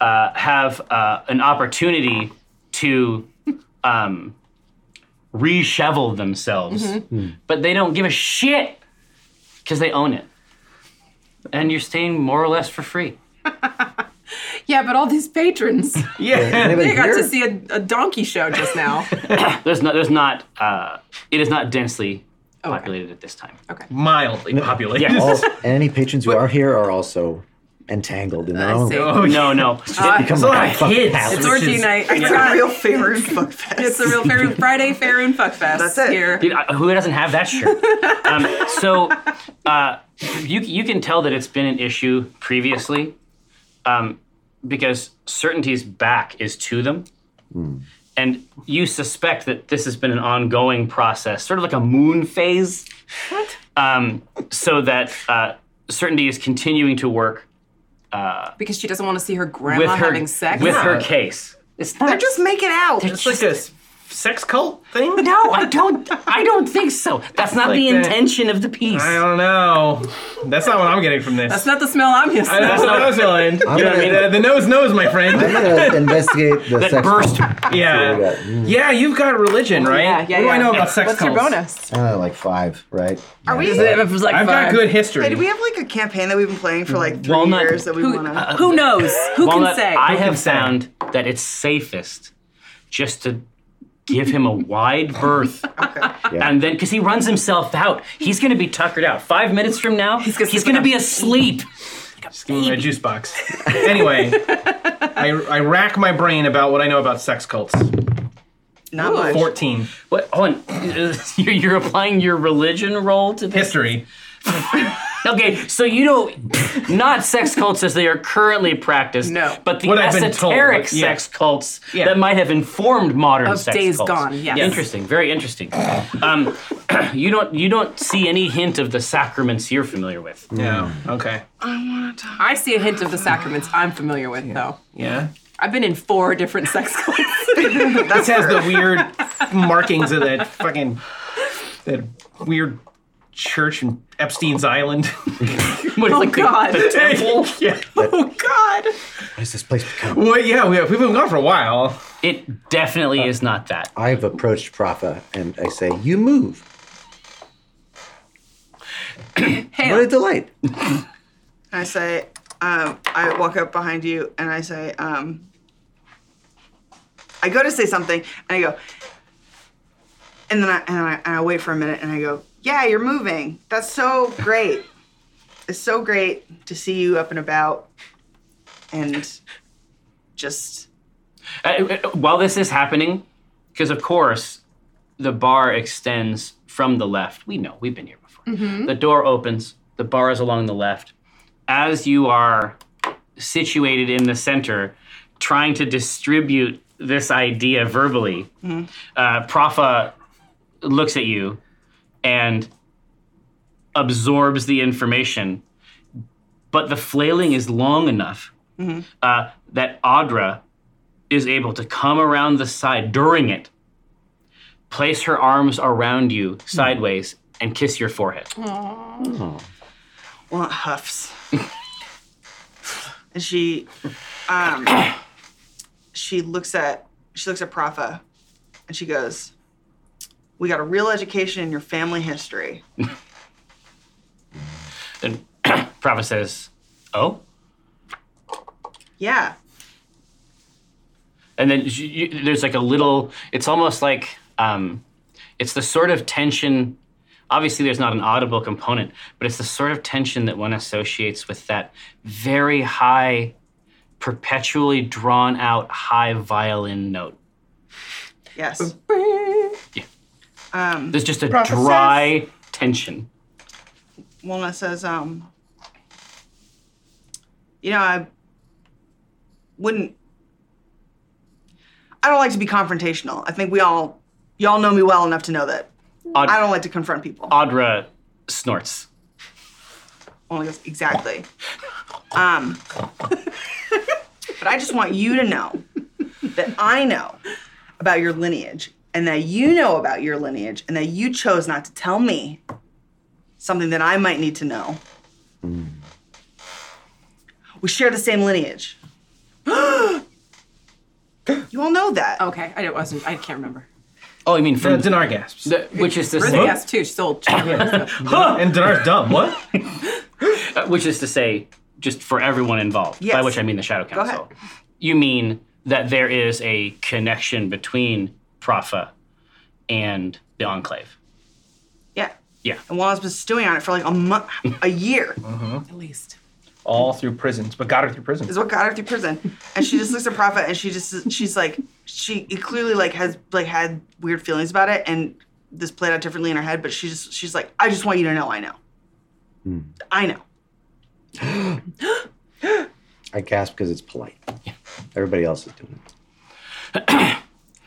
[SPEAKER 3] uh, have uh, an opportunity to um, reshovel themselves, but they don't give a shit because they own it. And you're staying more or less for free.
[SPEAKER 2] Yeah, but all these patrons.
[SPEAKER 4] Yeah.
[SPEAKER 5] Anybody
[SPEAKER 2] They got to
[SPEAKER 5] here?
[SPEAKER 2] see a, a donkey show just now.
[SPEAKER 3] There's not. There's not. Uh, it is not densely populated at this time.
[SPEAKER 4] Mildly populated.
[SPEAKER 3] Yeah.
[SPEAKER 5] All- and any patrons who are here are also entangled in their
[SPEAKER 2] I
[SPEAKER 5] own.
[SPEAKER 2] see.
[SPEAKER 4] Oh,
[SPEAKER 3] No,
[SPEAKER 4] yeah.
[SPEAKER 3] no.
[SPEAKER 5] Become
[SPEAKER 4] So
[SPEAKER 5] like a
[SPEAKER 4] like
[SPEAKER 5] fucking
[SPEAKER 4] kids.
[SPEAKER 5] palace.
[SPEAKER 2] It's
[SPEAKER 4] Which
[SPEAKER 2] orgy
[SPEAKER 4] is-
[SPEAKER 2] night.
[SPEAKER 6] It's a real fair and fuck fest.
[SPEAKER 2] It's a real fair, Friday fair and fuck fest.
[SPEAKER 6] That's it.
[SPEAKER 2] Here.
[SPEAKER 3] Dude, I- who doesn't have that shirt? um, so uh, you you can tell that it's been an issue previously, um, because certainty's back is to them, Hmm. and you suspect that this has been an ongoing process, sort of like a moon phase. What? Um, so that uh, certainty is continuing to work
[SPEAKER 2] Because she doesn't want to see her grandma
[SPEAKER 3] with her
[SPEAKER 2] having sex.
[SPEAKER 3] with her
[SPEAKER 4] Yeah.
[SPEAKER 3] case. It's not
[SPEAKER 6] They're just making out.
[SPEAKER 4] It's like a s- sex cult thing.
[SPEAKER 3] no. I don't. I don't think so. That's not
[SPEAKER 4] like
[SPEAKER 3] the
[SPEAKER 4] that.
[SPEAKER 3] intention of the piece.
[SPEAKER 4] I don't know. That's not what I'm getting from this.
[SPEAKER 2] That's not the smell I'm used to.
[SPEAKER 4] That's not what I was feeling. You know what I mean? The, the nose knows, my
[SPEAKER 5] I'm
[SPEAKER 4] friend.
[SPEAKER 5] going to uh, investigate the
[SPEAKER 3] That
[SPEAKER 5] sex.
[SPEAKER 3] burst.
[SPEAKER 5] Yeah.
[SPEAKER 4] Yeah. Yeah, you've got religion, right?
[SPEAKER 2] Yeah, yeah,
[SPEAKER 4] what do I
[SPEAKER 2] yeah.
[SPEAKER 4] know about sex
[SPEAKER 2] What's your
[SPEAKER 4] cults?
[SPEAKER 2] bonus?
[SPEAKER 5] Uh, like five, right?
[SPEAKER 6] Are we?
[SPEAKER 2] It was like
[SPEAKER 4] I've got
[SPEAKER 2] five.
[SPEAKER 4] good history.
[SPEAKER 6] Hey, do we have like a campaign that we've been playing for like three
[SPEAKER 3] Walnut.
[SPEAKER 6] years that we
[SPEAKER 2] Who,
[SPEAKER 6] want to?
[SPEAKER 2] Uh, who knows? Who
[SPEAKER 3] Walnut,
[SPEAKER 2] can say?
[SPEAKER 3] I
[SPEAKER 4] Who can
[SPEAKER 3] have
[SPEAKER 4] say?
[SPEAKER 3] found that it's safest just to give him a wide berth. And then, because he runs himself out, he's going to be tuckered out. Five minutes from now, he's
[SPEAKER 2] gonna sleep
[SPEAKER 3] going to
[SPEAKER 2] like
[SPEAKER 3] be asleep.
[SPEAKER 4] Just give me my juice box. anyway, I, I rack my brain about what I know about sex cults.
[SPEAKER 6] Not much.
[SPEAKER 4] 14.
[SPEAKER 3] What? Hold on. You're, you're applying your religion role to this?
[SPEAKER 4] History.
[SPEAKER 3] Okay, so you don't, not sex cults as they are currently practiced,
[SPEAKER 2] No.
[SPEAKER 3] but the
[SPEAKER 4] What I've been told,
[SPEAKER 3] esoteric
[SPEAKER 4] but- yeah.
[SPEAKER 3] sex cults
[SPEAKER 4] Yeah.
[SPEAKER 3] that might have informed modern
[SPEAKER 2] Of
[SPEAKER 3] sex
[SPEAKER 2] days
[SPEAKER 3] cults.
[SPEAKER 2] gone, yes.
[SPEAKER 3] Interesting, very interesting. Um, you don't you don't see any hint of the sacraments you're familiar with.
[SPEAKER 4] Yeah. Okay.
[SPEAKER 2] I see a hint of the sacraments I'm familiar with, though.
[SPEAKER 4] Yeah.
[SPEAKER 2] I've been in four different sex cults.
[SPEAKER 4] This has the weird markings of that fucking that weird church in Epstein's Island.
[SPEAKER 3] What,
[SPEAKER 2] oh,
[SPEAKER 3] like the-
[SPEAKER 2] God.
[SPEAKER 4] Temple. yeah.
[SPEAKER 2] Oh, God.
[SPEAKER 5] What has this place become?
[SPEAKER 4] Well, yeah, we have, we've been gone for a while.
[SPEAKER 3] it definitely is not that.
[SPEAKER 5] I've approached Propha and I say, You move.
[SPEAKER 2] Hey,
[SPEAKER 5] What a delight.
[SPEAKER 6] And I say, um, I walk up behind you and I say, um, I go to say something and I go, and then I, and I, and I wait for a minute and I go, yeah, you're moving. That's so great. It's so great to see you up and about and just,
[SPEAKER 3] Uh, uh, while this is happening, because of course the bar extends from the left. We know, we've been here before. The door opens, the bar is along the left. As you are situated in the center, trying to distribute this idea verbally, uh, Propha looks at you and absorbs the information, but the flailing is long enough uh, that Audra is able to come around the side during it, place her arms around you sideways, and kiss your forehead.
[SPEAKER 6] well, it huffs. and she, um, she looks at, she looks at Propha and she goes, we got a real education in your family history.
[SPEAKER 3] And Prava says, "Oh,"
[SPEAKER 6] Yeah.
[SPEAKER 3] and then she, you, there's like a little. It's almost like um, it's the sort of tension Obviously, there's not an audible component, but it's the sort of tension that one associates with that very high, perpetually drawn out high violin note.
[SPEAKER 6] Yes. Um,
[SPEAKER 3] There's just a dry tension.
[SPEAKER 6] Walnut says, um, you know, I wouldn't. I don't like to be confrontational. I think we all, y'all know me well enough to know that
[SPEAKER 3] Aud-
[SPEAKER 6] I don't like to confront people.
[SPEAKER 3] Audra snorts.
[SPEAKER 6] Only goes, exactly. Um, but I just want you to know that I know about your lineage and that you know about your lineage and that you chose not to tell me something that I might need to know. We share the same lineage. you all know that.
[SPEAKER 2] Okay, I wasn't. I can't remember.
[SPEAKER 3] Oh, you mean from
[SPEAKER 4] That's in our gasps.
[SPEAKER 3] the- which is to
[SPEAKER 2] Ruth
[SPEAKER 3] say,
[SPEAKER 2] yes too. She's old. She can't remember stuff.
[SPEAKER 4] Huh, and Dinar's dumb. What?
[SPEAKER 3] uh, which is to say, just for everyone involved. By
[SPEAKER 6] Yes.
[SPEAKER 3] which I mean the Shadow
[SPEAKER 6] ahead.
[SPEAKER 3] Council. You mean that there is a connection between Profa and the Enclave?
[SPEAKER 6] Yeah.
[SPEAKER 3] Yeah.
[SPEAKER 6] And Wallace was stewing on it for like a month, a year.
[SPEAKER 2] At least.
[SPEAKER 4] All through prisons, but got her through prison.
[SPEAKER 6] is what got her through prison. And she just looks at Prophet and she just she's like she clearly like has like had weird feelings about it and this played out differently in her head, but she just she's like, I just want you to know I know.
[SPEAKER 3] Hmm.
[SPEAKER 6] I know.
[SPEAKER 5] I gasp because it's polite. Everybody else is doing it.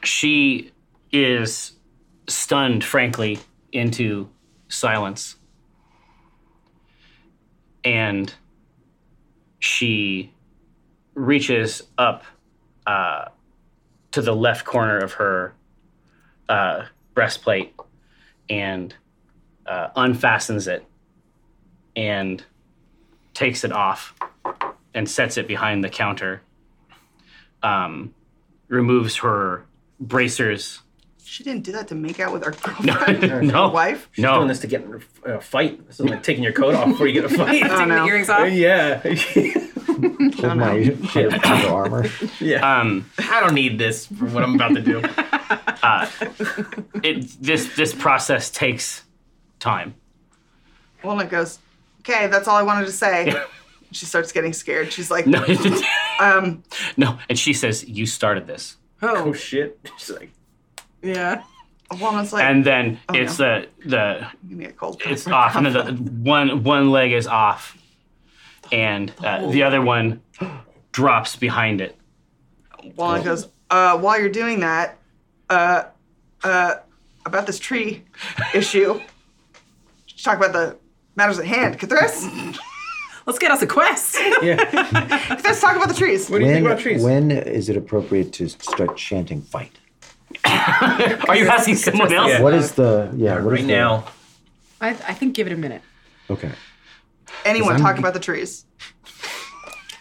[SPEAKER 3] She is stunned, frankly, into silence. And she reaches up uh, to the left corner of her uh, breastplate and uh, unfastens it and takes it off and sets it behind the counter. Um, removes her bracers.
[SPEAKER 6] She didn't do that to make out with her
[SPEAKER 3] No,
[SPEAKER 6] girlfriend,
[SPEAKER 3] no,
[SPEAKER 6] her wife.
[SPEAKER 4] She's doing
[SPEAKER 3] no.
[SPEAKER 4] this to get in a uh, fight. This is like taking your coat off before you get in a
[SPEAKER 6] Oh,
[SPEAKER 4] fight.
[SPEAKER 2] Taking
[SPEAKER 6] no.
[SPEAKER 2] the earrings off.
[SPEAKER 4] yeah.
[SPEAKER 5] Hold Oh my shit of under armor.
[SPEAKER 3] Um,
[SPEAKER 4] I don't need this for what I'm about to do.
[SPEAKER 3] it, this this process takes time.
[SPEAKER 6] Walnut goes, Okay, that's all I wanted to say. She starts getting scared. She's like,
[SPEAKER 3] No,
[SPEAKER 6] um,
[SPEAKER 3] no. And she says, "You started this,"
[SPEAKER 4] Oh
[SPEAKER 2] Oh,
[SPEAKER 4] shit. She's like,
[SPEAKER 2] yeah.
[SPEAKER 6] Walnut's like,
[SPEAKER 3] and then
[SPEAKER 6] no.
[SPEAKER 3] it's the the
[SPEAKER 6] give me a cold.
[SPEAKER 3] it's off, and then the, one one leg is off, and uh, the other one drops behind it.
[SPEAKER 6] Walnut goes, uh, while you're doing that, uh, uh, about this tree issue, let's talk about the matters at hand. Cthulhu,
[SPEAKER 2] Let's get us a quest.
[SPEAKER 4] yeah.
[SPEAKER 6] let's talk about the trees.
[SPEAKER 4] What do you
[SPEAKER 5] When,
[SPEAKER 4] think about trees?
[SPEAKER 5] when is it appropriate to start chanting fight?
[SPEAKER 3] Are you asking someone else?
[SPEAKER 4] Yeah.
[SPEAKER 5] What is the yeah? What is
[SPEAKER 4] right
[SPEAKER 5] the-
[SPEAKER 4] now.
[SPEAKER 2] I, I think give it a minute.
[SPEAKER 5] Okay.
[SPEAKER 6] Anyone
[SPEAKER 5] I'm-
[SPEAKER 6] talk about the trees?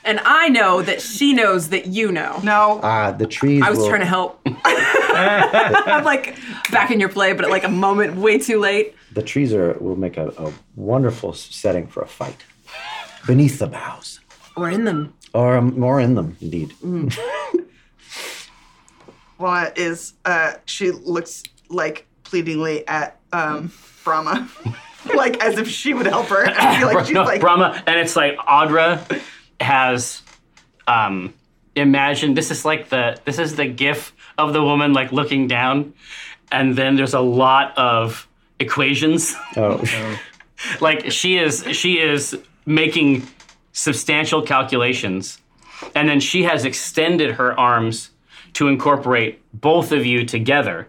[SPEAKER 2] And I know that she knows that you know.
[SPEAKER 6] No.
[SPEAKER 5] Ah, the trees.
[SPEAKER 2] I was
[SPEAKER 5] will,
[SPEAKER 2] trying to help. I'm like back in your play, but at like a moment way too late.
[SPEAKER 5] The trees are will make a, a wonderful s- setting for a fight. Beneath the boughs,
[SPEAKER 2] We're in them.
[SPEAKER 5] or um, more in them, indeed.
[SPEAKER 2] Mm.
[SPEAKER 6] Walnut is, uh, she looks like pleadingly at um, Brahma, like as if she would help her. And I feel like she's
[SPEAKER 3] no,
[SPEAKER 6] like,
[SPEAKER 3] Brahma, and it's like Audra has um, imagined. This is like the this is the gif of the woman like looking down, and then there's a lot of equations.
[SPEAKER 5] Oh,
[SPEAKER 3] like she is she is making substantial calculations, and then she has extended her arms to incorporate both of you together.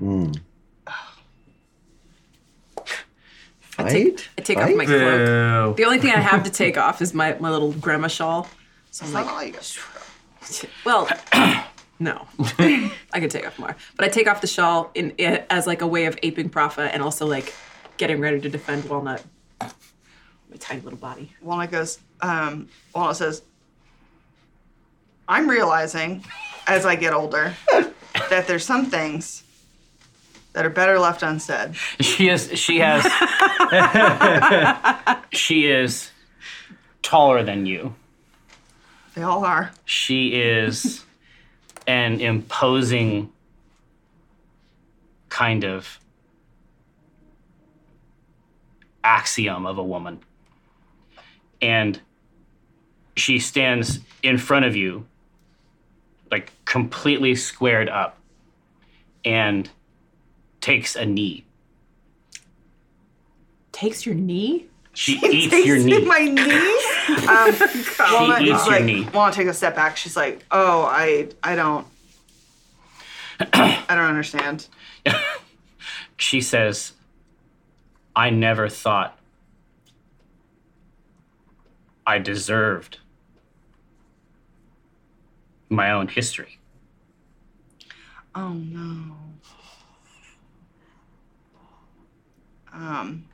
[SPEAKER 5] fight.
[SPEAKER 2] I take off my
[SPEAKER 5] Fight?
[SPEAKER 2] cloak.
[SPEAKER 4] Boo.
[SPEAKER 2] The only thing I have to take off is my, my little grandma shawl. So I'm
[SPEAKER 6] "That's
[SPEAKER 2] like,
[SPEAKER 6] all "Oh, you got."
[SPEAKER 2] well, no, I could take off more, but I take off the shawl in, i as like a way of aping Profa and also like getting ready to defend Walnut. My tiny little body.
[SPEAKER 6] Walnut goes, um, Walnut says, I'm realizing as I get older that there's some things that are better left unsaid.
[SPEAKER 3] She is. She has. she is taller than you.
[SPEAKER 6] They all are.
[SPEAKER 3] She is an imposing kind of axiom of a woman. And she stands in front of you, like completely squared up, and takes a knee.
[SPEAKER 2] Takes your knee?
[SPEAKER 3] She eats your knee.
[SPEAKER 6] My knee. Um, Walnut
[SPEAKER 3] eats
[SPEAKER 6] is
[SPEAKER 3] your
[SPEAKER 6] like,
[SPEAKER 3] knee.
[SPEAKER 6] Walnut takes a step back. She's like, "Oh, I, I don't, I don't understand."
[SPEAKER 3] she says, I never thought I deserved my own history.
[SPEAKER 6] Oh no. Um,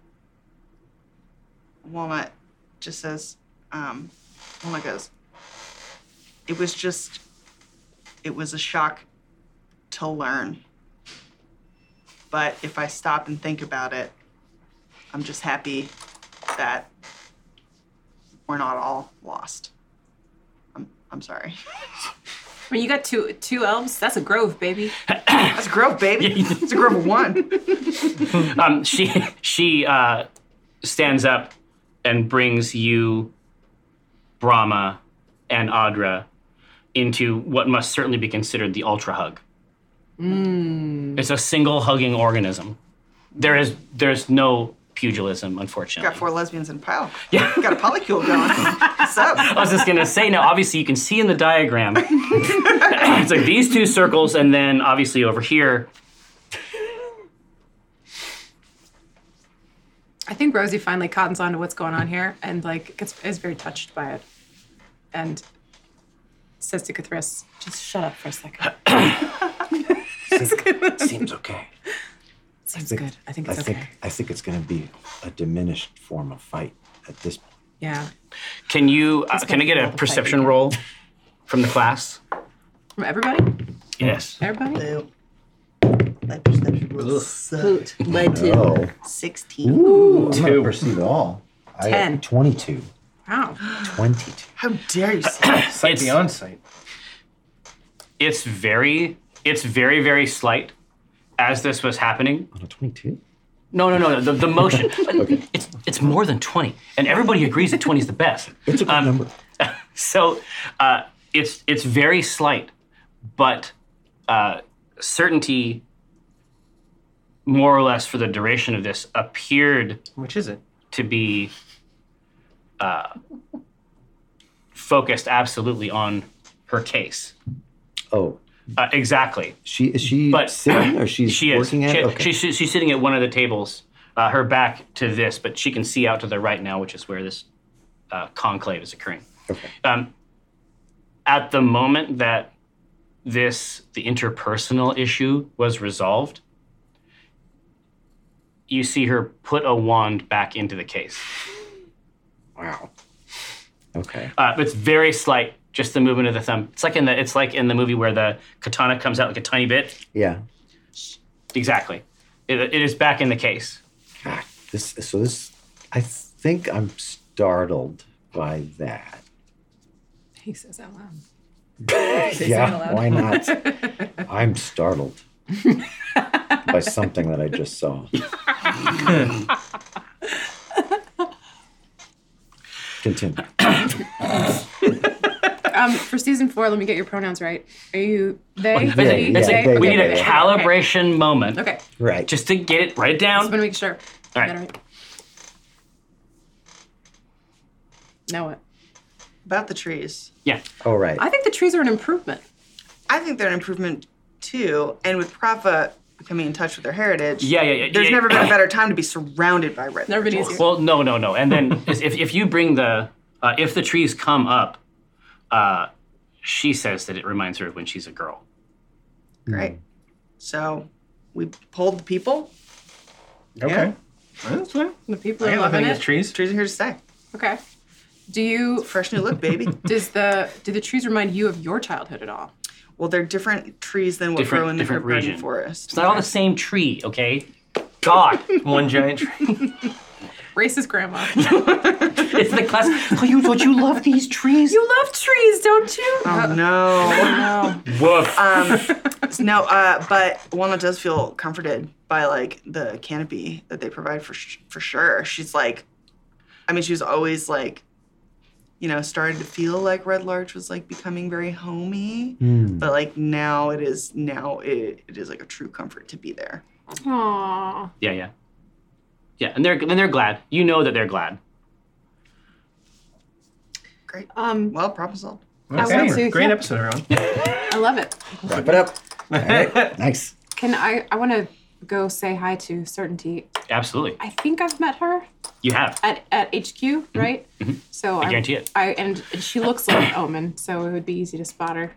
[SPEAKER 6] Walnut just says, um, Walnut goes, it was just, it was a shock to learn. But if I stop and think about it, I'm just happy that we're not all lost. I'm, I'm sorry.
[SPEAKER 2] When you got two two elves, that's a grove, baby.
[SPEAKER 6] That's a grove, baby. It's a grove of one.
[SPEAKER 3] Um, she she uh, stands up and brings you, Brahma, and Adra into what must certainly be considered the ultra hug. It's a single hugging organism. There is there's no pugilism, unfortunately.
[SPEAKER 6] Got four lesbians in a pile. Yeah. Got a polycule going. What's up?
[SPEAKER 3] I was just gonna say now. Obviously, you can see in the diagram. it's like these two circles, and then obviously over here.
[SPEAKER 2] I think Rosie finally cottons on to what's going on here and like gets is very touched by it. And says to Cathris, just shut up for a second.
[SPEAKER 5] Seems okay.
[SPEAKER 2] Sounds
[SPEAKER 5] think-
[SPEAKER 2] good. I think
[SPEAKER 5] I
[SPEAKER 2] it's
[SPEAKER 5] think
[SPEAKER 2] okay.
[SPEAKER 5] I think it's going to be a diminished form of fight at this point.
[SPEAKER 2] Yeah.
[SPEAKER 3] Can you? Uh, can I get a perception roll from the class?
[SPEAKER 2] From everybody?
[SPEAKER 3] Yes.
[SPEAKER 2] Everybody?
[SPEAKER 6] My perception was sucked.
[SPEAKER 7] My two.
[SPEAKER 5] Oh,
[SPEAKER 6] 16.
[SPEAKER 5] Ooh, I'm not perceive at all. I-
[SPEAKER 2] Ten.
[SPEAKER 5] 22.
[SPEAKER 2] Wow.
[SPEAKER 5] 22.
[SPEAKER 6] How dare you say
[SPEAKER 4] Sight
[SPEAKER 3] It's-
[SPEAKER 4] beyond sight.
[SPEAKER 3] It's very. It's very very slight. As this was happening.
[SPEAKER 5] On a 22?
[SPEAKER 3] No, no, no, no. The, the motion. It's it's more than twenty, and everybody agrees that twenty is the best.
[SPEAKER 5] It's a good number.
[SPEAKER 3] So uh, it's it's very slight, but uh, certainty, more or less for the duration of this, appeared
[SPEAKER 4] Which is it?
[SPEAKER 3] to be uh, focused absolutely on her case.
[SPEAKER 5] Oh,
[SPEAKER 3] Uh, exactly.
[SPEAKER 5] she is she
[SPEAKER 3] But-
[SPEAKER 5] sitting or she's
[SPEAKER 3] She is.
[SPEAKER 5] working at
[SPEAKER 3] she,
[SPEAKER 5] it? Okay.
[SPEAKER 3] she- she- she's sitting at one of the tables, uh, her back to this, but she can see out to the right now, which is where this uh, conclave is occurring.
[SPEAKER 5] Okay.
[SPEAKER 3] Um, at the moment that this the interpersonal issue was resolved, you see her put a wand back into the case.
[SPEAKER 5] Wow. Okay.
[SPEAKER 3] Uh, it's very slight, just the movement of the thumb. It's like in the it's like in the movie where the katana comes out like a tiny bit.
[SPEAKER 5] Yeah.
[SPEAKER 3] Exactly. It, it is back in the case.
[SPEAKER 5] God, this so this I think I'm startled by that.
[SPEAKER 2] He says out loud.
[SPEAKER 5] yeah, why not? I'm startled by something that I just saw. Continue.
[SPEAKER 2] Um, for season four, let me get your pronouns right. Are you they?
[SPEAKER 3] That's
[SPEAKER 2] they,
[SPEAKER 3] it. That's
[SPEAKER 5] yeah,
[SPEAKER 3] it.
[SPEAKER 2] they?
[SPEAKER 5] yeah,
[SPEAKER 3] we need
[SPEAKER 5] yeah,
[SPEAKER 3] a
[SPEAKER 5] yeah.
[SPEAKER 3] calibration moment
[SPEAKER 2] Okay. okay.
[SPEAKER 5] Right.
[SPEAKER 3] just to get it right
[SPEAKER 2] Just want
[SPEAKER 3] down.
[SPEAKER 2] to make sure.
[SPEAKER 3] All right.
[SPEAKER 2] Got it right. Now what?
[SPEAKER 6] About the trees.
[SPEAKER 3] Yeah.
[SPEAKER 5] all right.
[SPEAKER 2] I think the trees are an improvement.
[SPEAKER 6] I think they're an improvement too. And with Prava becoming in touch with their heritage,
[SPEAKER 3] Yeah, yeah, yeah,
[SPEAKER 6] there's
[SPEAKER 3] yeah.
[SPEAKER 6] never been a better time to be surrounded by red.
[SPEAKER 2] Never been easier.
[SPEAKER 3] Well, no, no, no. And then if, if you bring the uh, if the trees come up, uh, she says that it reminds her of when she's a girl.
[SPEAKER 6] Right. So we polled the people.
[SPEAKER 4] Okay. Well, that's fine.
[SPEAKER 2] The people are
[SPEAKER 4] I got nothing
[SPEAKER 2] loving
[SPEAKER 4] against
[SPEAKER 2] it.
[SPEAKER 4] trees.
[SPEAKER 6] Trees are here to stay.
[SPEAKER 2] Okay. Do you?
[SPEAKER 6] Fresh new look, baby.
[SPEAKER 2] Does the do the trees remind you of your childhood at all?
[SPEAKER 6] well, they're different trees than what
[SPEAKER 3] Different-
[SPEAKER 6] grow in the
[SPEAKER 3] different
[SPEAKER 6] Herb Garden
[SPEAKER 3] region.
[SPEAKER 6] forest.
[SPEAKER 3] It's not all the same tree, okay? God.
[SPEAKER 4] One giant tree.
[SPEAKER 2] Racist grandma.
[SPEAKER 3] It's the class. Oh, you don't you love these trees?
[SPEAKER 2] you love trees, don't you?
[SPEAKER 6] Oh
[SPEAKER 2] no.
[SPEAKER 6] no.
[SPEAKER 3] Woof.
[SPEAKER 6] no, uh, but Walnut does feel comforted by like the canopy that they provide for sh- for sure. She's like, I mean, she was always like, you know, started to feel like Red Larch was like becoming very homey, but like now it is now it, it is like a true comfort to be there.
[SPEAKER 2] Aww.
[SPEAKER 3] yeah, yeah, yeah. And they're and they're glad. You know that they're glad.
[SPEAKER 6] Great.
[SPEAKER 2] Um,
[SPEAKER 6] Well, problem solved.
[SPEAKER 2] I want to-
[SPEAKER 4] Great
[SPEAKER 2] yeah.
[SPEAKER 4] episode, everyone.
[SPEAKER 2] I love it.
[SPEAKER 5] Wrap it up. All right. Nice.
[SPEAKER 2] Can I? I want to go say hi to Certainty.
[SPEAKER 3] Absolutely.
[SPEAKER 2] I think I've met her
[SPEAKER 3] You have.
[SPEAKER 2] at, at HQ, right? So I
[SPEAKER 3] Mm-hmm. guarantee it.
[SPEAKER 2] I and and she looks like Omen, so it would be easy to spot her.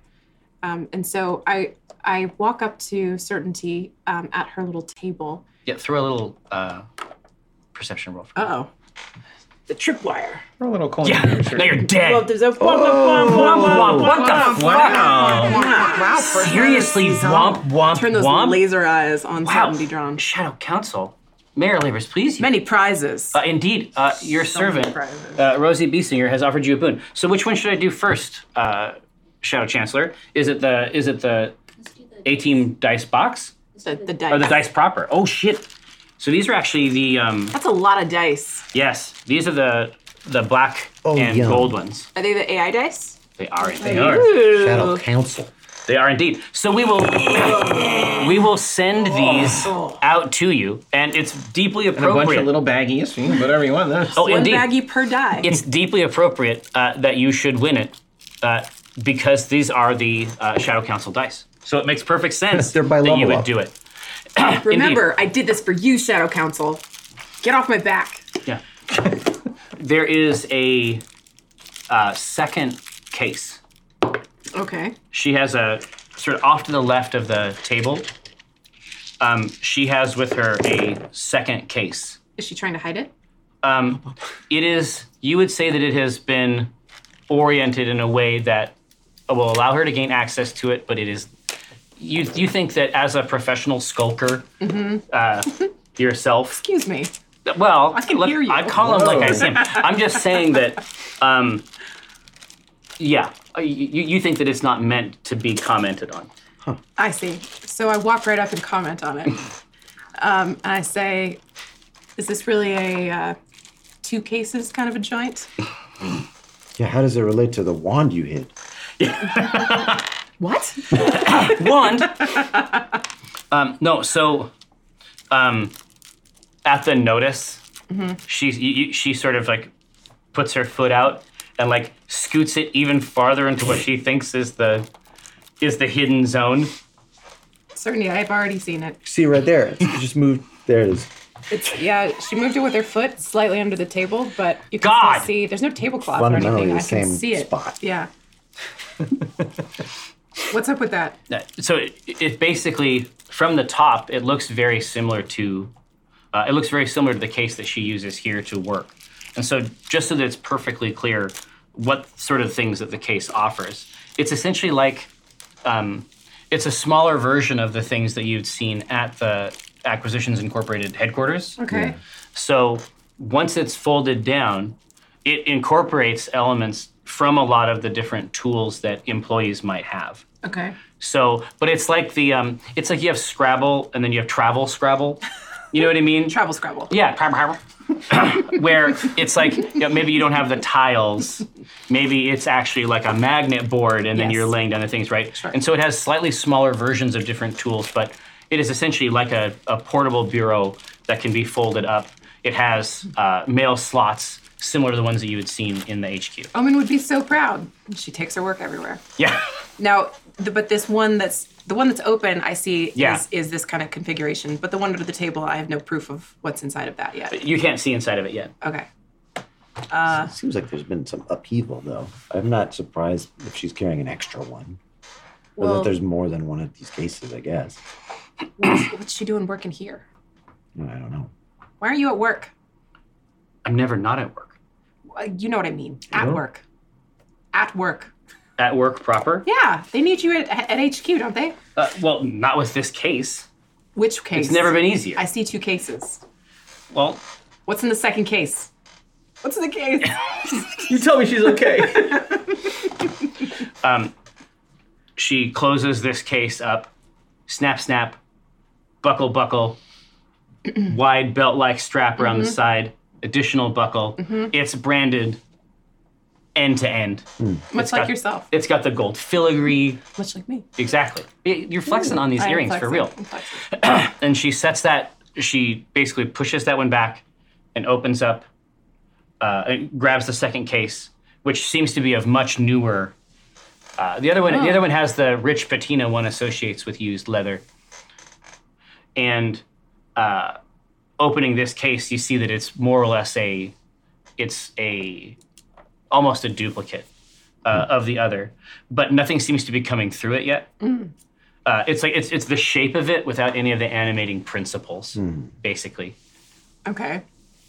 [SPEAKER 2] Um, and so I I walk up to Certainty um, at her little table.
[SPEAKER 3] Yeah. Throw a little uh, perception roll. For me.
[SPEAKER 2] Uh oh, the tripwire. Oh.
[SPEAKER 4] We're a little cold.
[SPEAKER 3] yeah. Now you're dead.
[SPEAKER 2] there's a
[SPEAKER 3] What the
[SPEAKER 4] Wow.
[SPEAKER 6] Wow, first time
[SPEAKER 3] Seriously,
[SPEAKER 6] this season.
[SPEAKER 3] womp womp
[SPEAKER 2] Turn those
[SPEAKER 3] womp.
[SPEAKER 2] laser eyes on
[SPEAKER 3] wow.
[SPEAKER 2] Certainty drawn.
[SPEAKER 3] Shadow Council, Mayor Labors, please. you.
[SPEAKER 2] Many prizes.
[SPEAKER 3] Uh, indeed, uh, your servant,
[SPEAKER 2] prizes.
[SPEAKER 3] uh, Rosie Biesinger, has offered you a boon. So, which one should I do first, uh, Shadow Chancellor? Is it the is it the A team dice box
[SPEAKER 2] the, the
[SPEAKER 3] or the
[SPEAKER 2] dice.
[SPEAKER 3] dice proper? Oh shit! So these are actually the um,
[SPEAKER 2] That's a lot of dice.
[SPEAKER 3] yes, these are the the black
[SPEAKER 5] Oh,
[SPEAKER 3] and
[SPEAKER 5] yum.
[SPEAKER 3] gold ones.
[SPEAKER 2] Are they the AI dice?
[SPEAKER 3] They are
[SPEAKER 4] They
[SPEAKER 3] indeed.
[SPEAKER 4] are.
[SPEAKER 5] Shadow Council.
[SPEAKER 3] They are indeed. So we will we will send these out to you, and it's deeply
[SPEAKER 4] And a
[SPEAKER 3] appropriate.
[SPEAKER 4] bunch of little baggies, you can put whatever you want. That's
[SPEAKER 3] oh,
[SPEAKER 2] One
[SPEAKER 3] indeed.
[SPEAKER 2] baggie per die.
[SPEAKER 3] it's deeply appropriate uh, that you should win it uh, because these are the uh, Shadow Council dice. So it makes perfect sense
[SPEAKER 5] They're by
[SPEAKER 3] that you
[SPEAKER 5] level
[SPEAKER 3] would
[SPEAKER 5] up.
[SPEAKER 3] do it.
[SPEAKER 2] Remember, I did this for you, Shadow Council. Get off my back.
[SPEAKER 3] Yeah. there is a uh, second case.
[SPEAKER 2] Okay.
[SPEAKER 3] She has a sort of off to the left of the table. Um, she has with her a second case.
[SPEAKER 2] Is she trying to hide it?
[SPEAKER 3] Um, it is, you would say that it has been oriented in a way that uh, will allow her to gain access to it, but it is, you, you think that as a professional skulker uh, yourself,
[SPEAKER 2] Mm-hmm. Excuse me.
[SPEAKER 3] well, I
[SPEAKER 2] can
[SPEAKER 3] look,
[SPEAKER 2] hear you.
[SPEAKER 3] I call him like I see him. I'm just saying that, um, yeah, you, you you think that it's not meant to be commented on.
[SPEAKER 2] I see. So I walk right up and comment on it. Um, and I say, is this really a uh, two cases kind of a joint?
[SPEAKER 5] Yeah, how does it relate to the wand you hid?
[SPEAKER 2] What?
[SPEAKER 3] wand. um, no, so um, at the notice, she you, you- she sort of like puts her foot out and like scoots it even farther into what she thinks is the is the hidden zone.
[SPEAKER 2] Certainly, I've already seen it.
[SPEAKER 5] See right there. It's it just moved. There it is.
[SPEAKER 2] It's yeah. She moved it with her foot slightly under the table, but you can
[SPEAKER 3] God!
[SPEAKER 2] still see. There's no tablecloth or
[SPEAKER 5] Fundamentally
[SPEAKER 2] anything. I
[SPEAKER 5] the
[SPEAKER 2] can
[SPEAKER 5] same
[SPEAKER 2] see it.
[SPEAKER 5] spot.
[SPEAKER 2] Yeah. What's up with that?
[SPEAKER 3] Uh, So it, it basically from the top, it looks very similar to uh, it looks very similar to the case that she uses here to work. And so just so that it's perfectly clear what sort of things that the case offers, it's essentially like um, it's a smaller version of the things that you'd seen at the Acquisitions Incorporated headquarters.
[SPEAKER 2] Okay.
[SPEAKER 3] So once it's folded down, it incorporates elements from a lot of the different tools that employees might have.
[SPEAKER 2] Okay.
[SPEAKER 3] So, but it's like the um, it's like you have Scrabble and then you have Travel Scrabble. You know what I mean?
[SPEAKER 2] Travel Scrabble.
[SPEAKER 3] yeah, Travel Scrabble. Where it's like you know, maybe you don't have the tiles, maybe it's actually like a magnet board, and then
[SPEAKER 2] Yes.
[SPEAKER 3] you're laying down the things right. And so it has slightly smaller versions of different tools, but it is essentially like a, a portable bureau that can be folded up. It has uh, mail slots similar to the ones that you had seen in the HQ.
[SPEAKER 2] Omen would be so proud. She takes her work everywhere.
[SPEAKER 3] Yeah.
[SPEAKER 2] Now, the, but this one that's the one that's open, I see
[SPEAKER 3] Yeah.
[SPEAKER 2] is, is this kind of configuration. But the one under the table, I have no proof of what's inside of that yet.
[SPEAKER 3] You can't see inside of it yet.
[SPEAKER 2] Okay.
[SPEAKER 5] Seems like there's been some upheaval, though. I'm not surprised if she's carrying an extra one. or
[SPEAKER 2] Well-
[SPEAKER 5] that there's more than one of these cases, I guess.
[SPEAKER 2] What's she doing working here?
[SPEAKER 5] I don't know.
[SPEAKER 2] Why are you at work?
[SPEAKER 3] I'm never not at work.
[SPEAKER 2] Uh, You know what I mean. At work. At work.
[SPEAKER 3] At work proper?
[SPEAKER 2] Yeah, they need you at, at HQ, don't they?
[SPEAKER 3] Uh, well, not with this case.
[SPEAKER 2] Which case?
[SPEAKER 3] It's never been easier.
[SPEAKER 2] I see two cases.
[SPEAKER 3] well,
[SPEAKER 2] What's in the second case? What's in the case?
[SPEAKER 4] You tell me she's okay.
[SPEAKER 3] She closes this case up. Snap, snap. Buckle, buckle. wide belt like strap around the
[SPEAKER 2] Mm-hmm.
[SPEAKER 3] side. Additional buckle. It's branded end to end.
[SPEAKER 2] Much like
[SPEAKER 3] got-
[SPEAKER 2] yourself.
[SPEAKER 3] It's got the gold filigree.
[SPEAKER 2] Much like me.
[SPEAKER 3] Exactly. Y- You're flexing on these
[SPEAKER 2] I am
[SPEAKER 3] earrings for
[SPEAKER 2] flexing.
[SPEAKER 3] real.
[SPEAKER 2] I'm flexing.
[SPEAKER 3] and she sets that she basically pushes that one back and opens up uh, and grabs the second case which seems to be of much newer uh, the other one the other one has the rich patina one associates with used leather and uh, opening this case you see that it's more or less a it's a almost a duplicate uh, of the other but nothing seems to be coming through it yet uh, it's like it's it's the shape of it without any of the animating principles, basically.
[SPEAKER 2] Okay.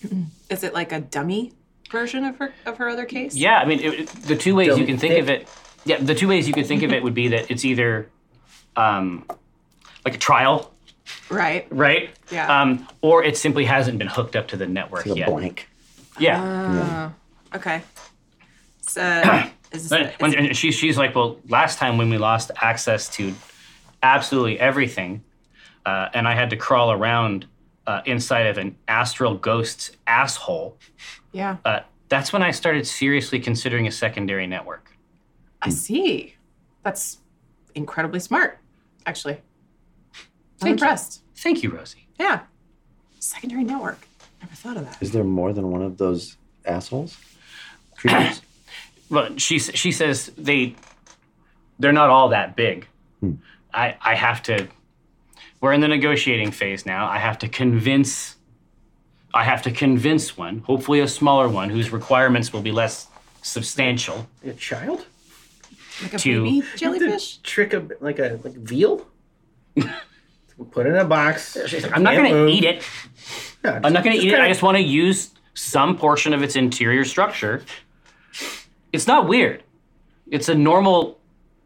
[SPEAKER 2] Is it like a dummy version of her of her other case?
[SPEAKER 3] Yeah, I mean, it, it- the two ways you
[SPEAKER 4] Dummy
[SPEAKER 3] can think of it. Yeah, the two ways you could think of it would be that it's either, um, like a trial,
[SPEAKER 2] Right.
[SPEAKER 3] right?
[SPEAKER 2] Yeah.
[SPEAKER 3] Um, or it simply hasn't been hooked up to the network
[SPEAKER 5] The
[SPEAKER 3] yet.
[SPEAKER 5] blank.
[SPEAKER 3] Yeah.
[SPEAKER 2] Okay. So is this,
[SPEAKER 3] And-
[SPEAKER 2] is-
[SPEAKER 3] and- and she, she's like, well, last time when we lost access to absolutely everything, uh, and I had to crawl around uh, inside of an astral ghost's asshole.
[SPEAKER 2] yeah.
[SPEAKER 3] uh, that's when I started seriously considering a secondary network. Hmm.
[SPEAKER 2] I see. That's incredibly smart, actually. I'm impressed.
[SPEAKER 3] Thank you, Rosie.
[SPEAKER 2] Yeah. Secondary network. Never thought of that.
[SPEAKER 5] Is there more than one of those assholes? Creatures?
[SPEAKER 3] Well, she s- she says they they're not all that big. I I have to. We're in the negotiating phase now. I have to convince. I have to convince one, hopefully a smaller one, whose requirements will be less substantial.
[SPEAKER 4] a child?
[SPEAKER 2] Like a
[SPEAKER 3] Two.
[SPEAKER 2] baby jellyfish?
[SPEAKER 4] Trick a like a like veal? Put it in a box.
[SPEAKER 3] I'm not going to eat it.
[SPEAKER 4] Yeah,
[SPEAKER 3] I'm not going to
[SPEAKER 4] just
[SPEAKER 3] eat it.
[SPEAKER 4] kinda-
[SPEAKER 3] I just want to use some portion of its interior structure. It's not weird. It's a normal.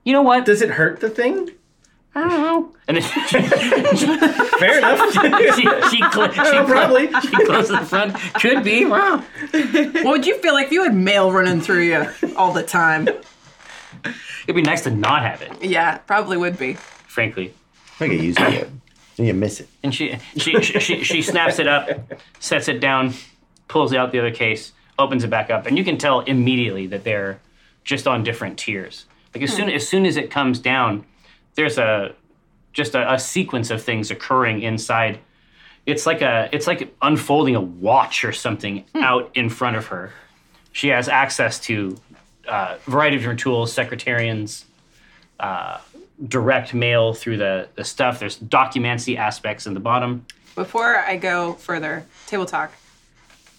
[SPEAKER 3] You know what?
[SPEAKER 4] Does it hurt the thing?
[SPEAKER 3] I don't know. And then she,
[SPEAKER 4] Fair enough.
[SPEAKER 3] she, she, cl- she
[SPEAKER 4] Oh,
[SPEAKER 3] cl-
[SPEAKER 4] probably.
[SPEAKER 3] she closes the front. Could be. Wow.
[SPEAKER 2] What would you feel like if you had mail running through you all the time?
[SPEAKER 3] It'd be nice to not have it,
[SPEAKER 2] Yeah, probably would be.
[SPEAKER 3] frankly.
[SPEAKER 5] I get used to it. And you miss it.
[SPEAKER 3] And she she, she, she she snaps it up, sets it down, pulls out the other case, opens it back up, and you can tell immediately that they're just on different tiers. Like as soon as soon as it comes down, there's a just a, a sequence of things occurring inside. It's like a it's like unfolding a watch or something out in front of her. She has access to uh, a variety of different tools, secretarians, direct mail through the, the stuff. There's documancy aspects in the bottom.
[SPEAKER 2] Before I go further, table talk.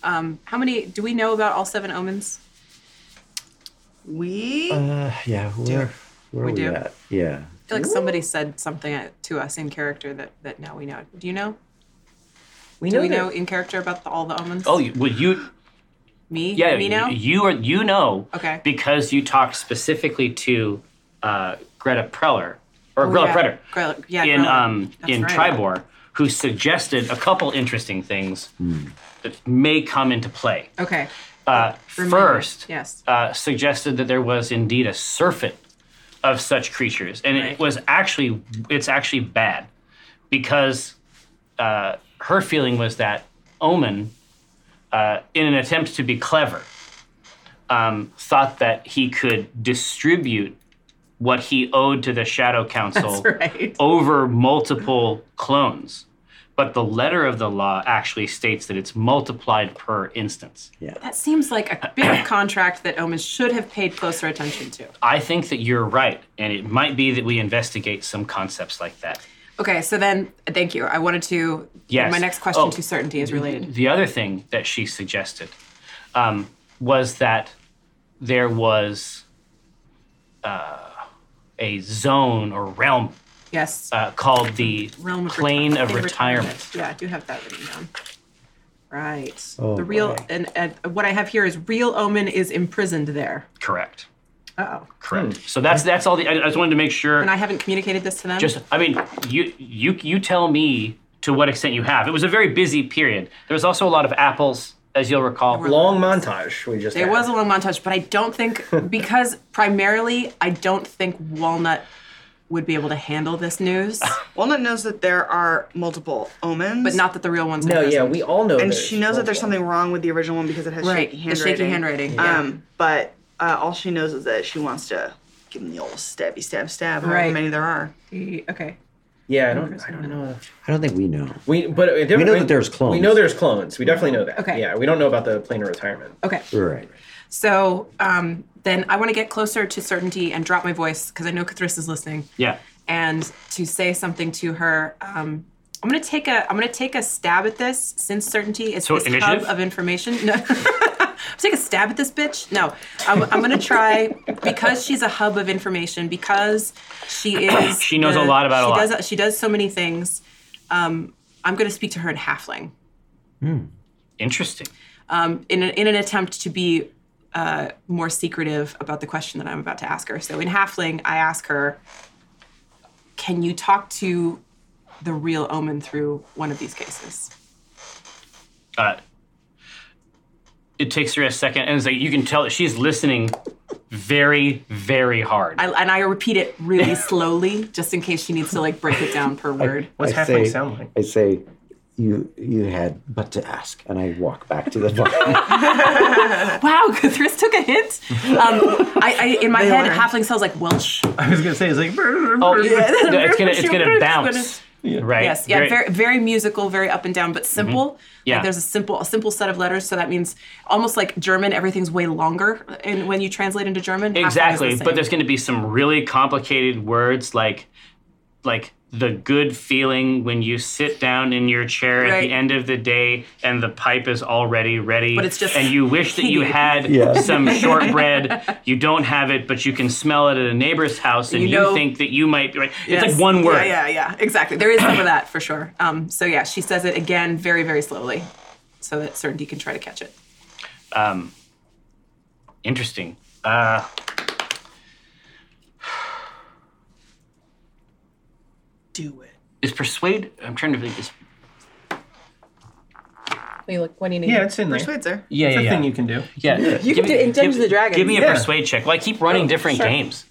[SPEAKER 2] Um, how many do we know about all seven omens?
[SPEAKER 6] We
[SPEAKER 5] Uh, yeah, where, where
[SPEAKER 2] We
[SPEAKER 5] are we
[SPEAKER 2] do.
[SPEAKER 5] at? Yeah.
[SPEAKER 2] I feel like somebody said something to us in character that, that now we know. Do you know?
[SPEAKER 4] we
[SPEAKER 2] Do
[SPEAKER 4] know,
[SPEAKER 2] we
[SPEAKER 4] that-
[SPEAKER 2] know in character about the, all the omens?
[SPEAKER 3] Oh, you, well, you
[SPEAKER 2] me?
[SPEAKER 3] yeah,
[SPEAKER 2] me now.
[SPEAKER 3] y- you are you know
[SPEAKER 2] Okay.
[SPEAKER 3] because you talked specifically to uh, Greta Preller or Greta Preller
[SPEAKER 2] Grella, Oh, yeah,
[SPEAKER 3] in
[SPEAKER 2] Grella.
[SPEAKER 3] um,
[SPEAKER 2] That's
[SPEAKER 3] in
[SPEAKER 2] right.
[SPEAKER 3] Tribor, who suggested a couple interesting things that may come into play.
[SPEAKER 2] Okay.
[SPEAKER 3] Uh,
[SPEAKER 2] Remind me.
[SPEAKER 3] first,
[SPEAKER 2] Yes.
[SPEAKER 3] uh, suggested that there was indeed a surfeit of such creatures, and it
[SPEAKER 2] Right.
[SPEAKER 3] was actually it's actually bad because uh, her feeling was that Omen, uh, in an attempt to be clever, um, thought that he could distribute what he owed to the Shadow Council
[SPEAKER 2] right.
[SPEAKER 3] over multiple clones. But the letter of the law actually states that it's multiplied per instance.
[SPEAKER 2] That seems like a bit of contract that omens should have paid closer attention to.
[SPEAKER 3] I think that you're right, and it might be that we investigate some concepts like that.
[SPEAKER 2] Okay, so then thank you. I wanted to.
[SPEAKER 3] Yes.
[SPEAKER 2] My next question
[SPEAKER 3] Oh.
[SPEAKER 2] to certainty is related.
[SPEAKER 3] The other thing that she suggested um, was that there was uh, a zone or realm
[SPEAKER 2] Yes.
[SPEAKER 3] uh, called the
[SPEAKER 2] Realm of
[SPEAKER 3] plane
[SPEAKER 2] reti-
[SPEAKER 3] of
[SPEAKER 2] in
[SPEAKER 3] retirement.
[SPEAKER 2] Yeah, I do have that written down. Right.
[SPEAKER 5] Oh,
[SPEAKER 2] the real
[SPEAKER 5] boy.
[SPEAKER 2] and, and what I have here is real omen is imprisoned there.
[SPEAKER 3] Correct.
[SPEAKER 2] Oh.
[SPEAKER 3] Correct. So that's that's all. The, I, I just wanted to make sure.
[SPEAKER 2] And I havenn't communicated this to them.
[SPEAKER 3] just I mean, you you you tell me to what extent you have. It was a very busy period. There was also a lot of apples, as you'll recall.
[SPEAKER 4] Long montage we just
[SPEAKER 8] There
[SPEAKER 4] had.
[SPEAKER 8] was a long montage, but I don't think because primarily I don't think Walnut would be able to handle this news.
[SPEAKER 6] Walnut knows that there are multiple omens,
[SPEAKER 8] But not that the real ones.
[SPEAKER 9] No,
[SPEAKER 8] are
[SPEAKER 9] yeah, we all know.
[SPEAKER 6] And she knows that there's something wrong with the original one because it has
[SPEAKER 8] Right,
[SPEAKER 6] shaky
[SPEAKER 8] the
[SPEAKER 6] handwriting.
[SPEAKER 8] shaky handwriting, yeah.
[SPEAKER 6] Um, but uh, all she knows is that she wants to give him the old stabby stab stab. However
[SPEAKER 8] Right.
[SPEAKER 6] many there are.
[SPEAKER 8] Okay.
[SPEAKER 9] Yeah, I don't. I don't know.
[SPEAKER 5] I don't think we know.
[SPEAKER 4] We but it
[SPEAKER 5] We know
[SPEAKER 4] definitely-
[SPEAKER 5] that there's
[SPEAKER 4] We
[SPEAKER 5] clones.
[SPEAKER 4] know there's clones. We definitely know that.
[SPEAKER 8] Okay.
[SPEAKER 4] Yeah, we don't know about the plane of retirement.
[SPEAKER 8] Okay.
[SPEAKER 5] Right.
[SPEAKER 8] So um, then I want to get closer to certainty and drop my voice because I know Cathris is listening.
[SPEAKER 3] Yeah.
[SPEAKER 8] and to say something to her. Um, I'm gonna take a I'm gonna take a stab at this since certainty is
[SPEAKER 3] So
[SPEAKER 8] this hub
[SPEAKER 3] initiative?
[SPEAKER 8] of information. No. Take a stab at this bitch. No, I'm, I'm gonna try because she's a hub of information. Because she is.
[SPEAKER 3] She knows a lot about a
[SPEAKER 8] she
[SPEAKER 3] lot.
[SPEAKER 8] Does, she does so many things. Um, I'm gonna speak to her in halfling
[SPEAKER 3] Interesting.
[SPEAKER 8] um, in, an, in an attempt to be uh, more secretive about the question that I'm about to ask her. So in Halfling, I ask her, "Can you talk to the real Omen through one of these cases?"
[SPEAKER 3] Uh, it takes her a second, and it's like you can tell that she's listening very, very hard.
[SPEAKER 8] I, and I repeat it really slowly, just in case she needs to like break it down per word.
[SPEAKER 4] What's
[SPEAKER 5] I
[SPEAKER 4] halfling
[SPEAKER 5] say-
[SPEAKER 4] sound like?
[SPEAKER 5] I say, you you had but to ask, and I walk back to the bar.
[SPEAKER 8] Wow, Guthris took a hint. Um, I, I, in my head,
[SPEAKER 6] learn.
[SPEAKER 8] Halfling sounds like Welsh.
[SPEAKER 4] I was gonna say it's like.
[SPEAKER 3] Oh, it's gonna, it's gonna
[SPEAKER 8] It's
[SPEAKER 3] bounce, right?
[SPEAKER 8] Yes, yeah, very, very, musical, very up and down, but simple.
[SPEAKER 3] Mm-hmm. Yeah.
[SPEAKER 8] like there's a simple, a simple set of letters, so that means almost like German, everything's way longer. And when you translate into German, half of it is
[SPEAKER 3] exactly.
[SPEAKER 8] the
[SPEAKER 3] but
[SPEAKER 8] same.
[SPEAKER 3] there's gonna be some really complicated words like, like the good feeling when you sit down in your chair at
[SPEAKER 8] Right.
[SPEAKER 3] the end of the day and the pipe is already ready.
[SPEAKER 8] But it's just
[SPEAKER 3] and you wish that you
[SPEAKER 8] heated.
[SPEAKER 3] had
[SPEAKER 5] Yeah.
[SPEAKER 3] some shortbread. You don't have it, but you can smell it at a neighbor's house, and you,
[SPEAKER 8] You know-
[SPEAKER 3] think that you might. Right? It's
[SPEAKER 8] Yes.
[SPEAKER 3] like one word.
[SPEAKER 8] Yeah, yeah, yeah. Exactly. There is some of that for sure. Um, so yeah, she says it again, very, very slowly, so that certainty can try to catch it.
[SPEAKER 3] Interesting. Uh,
[SPEAKER 6] Do it.
[SPEAKER 3] is persuade? I'm trying to think. Is,
[SPEAKER 2] Wait, look, what do you need?
[SPEAKER 4] Yeah, it's in there.
[SPEAKER 6] Persuades her.
[SPEAKER 3] yeah,
[SPEAKER 4] It's a thing you can do.
[SPEAKER 3] Yeah,
[SPEAKER 2] You can do in Dungeons and Dragons.
[SPEAKER 3] Give me a
[SPEAKER 4] Yeah.
[SPEAKER 3] persuade check. Well, I keep
[SPEAKER 8] Oh,
[SPEAKER 3] running different games.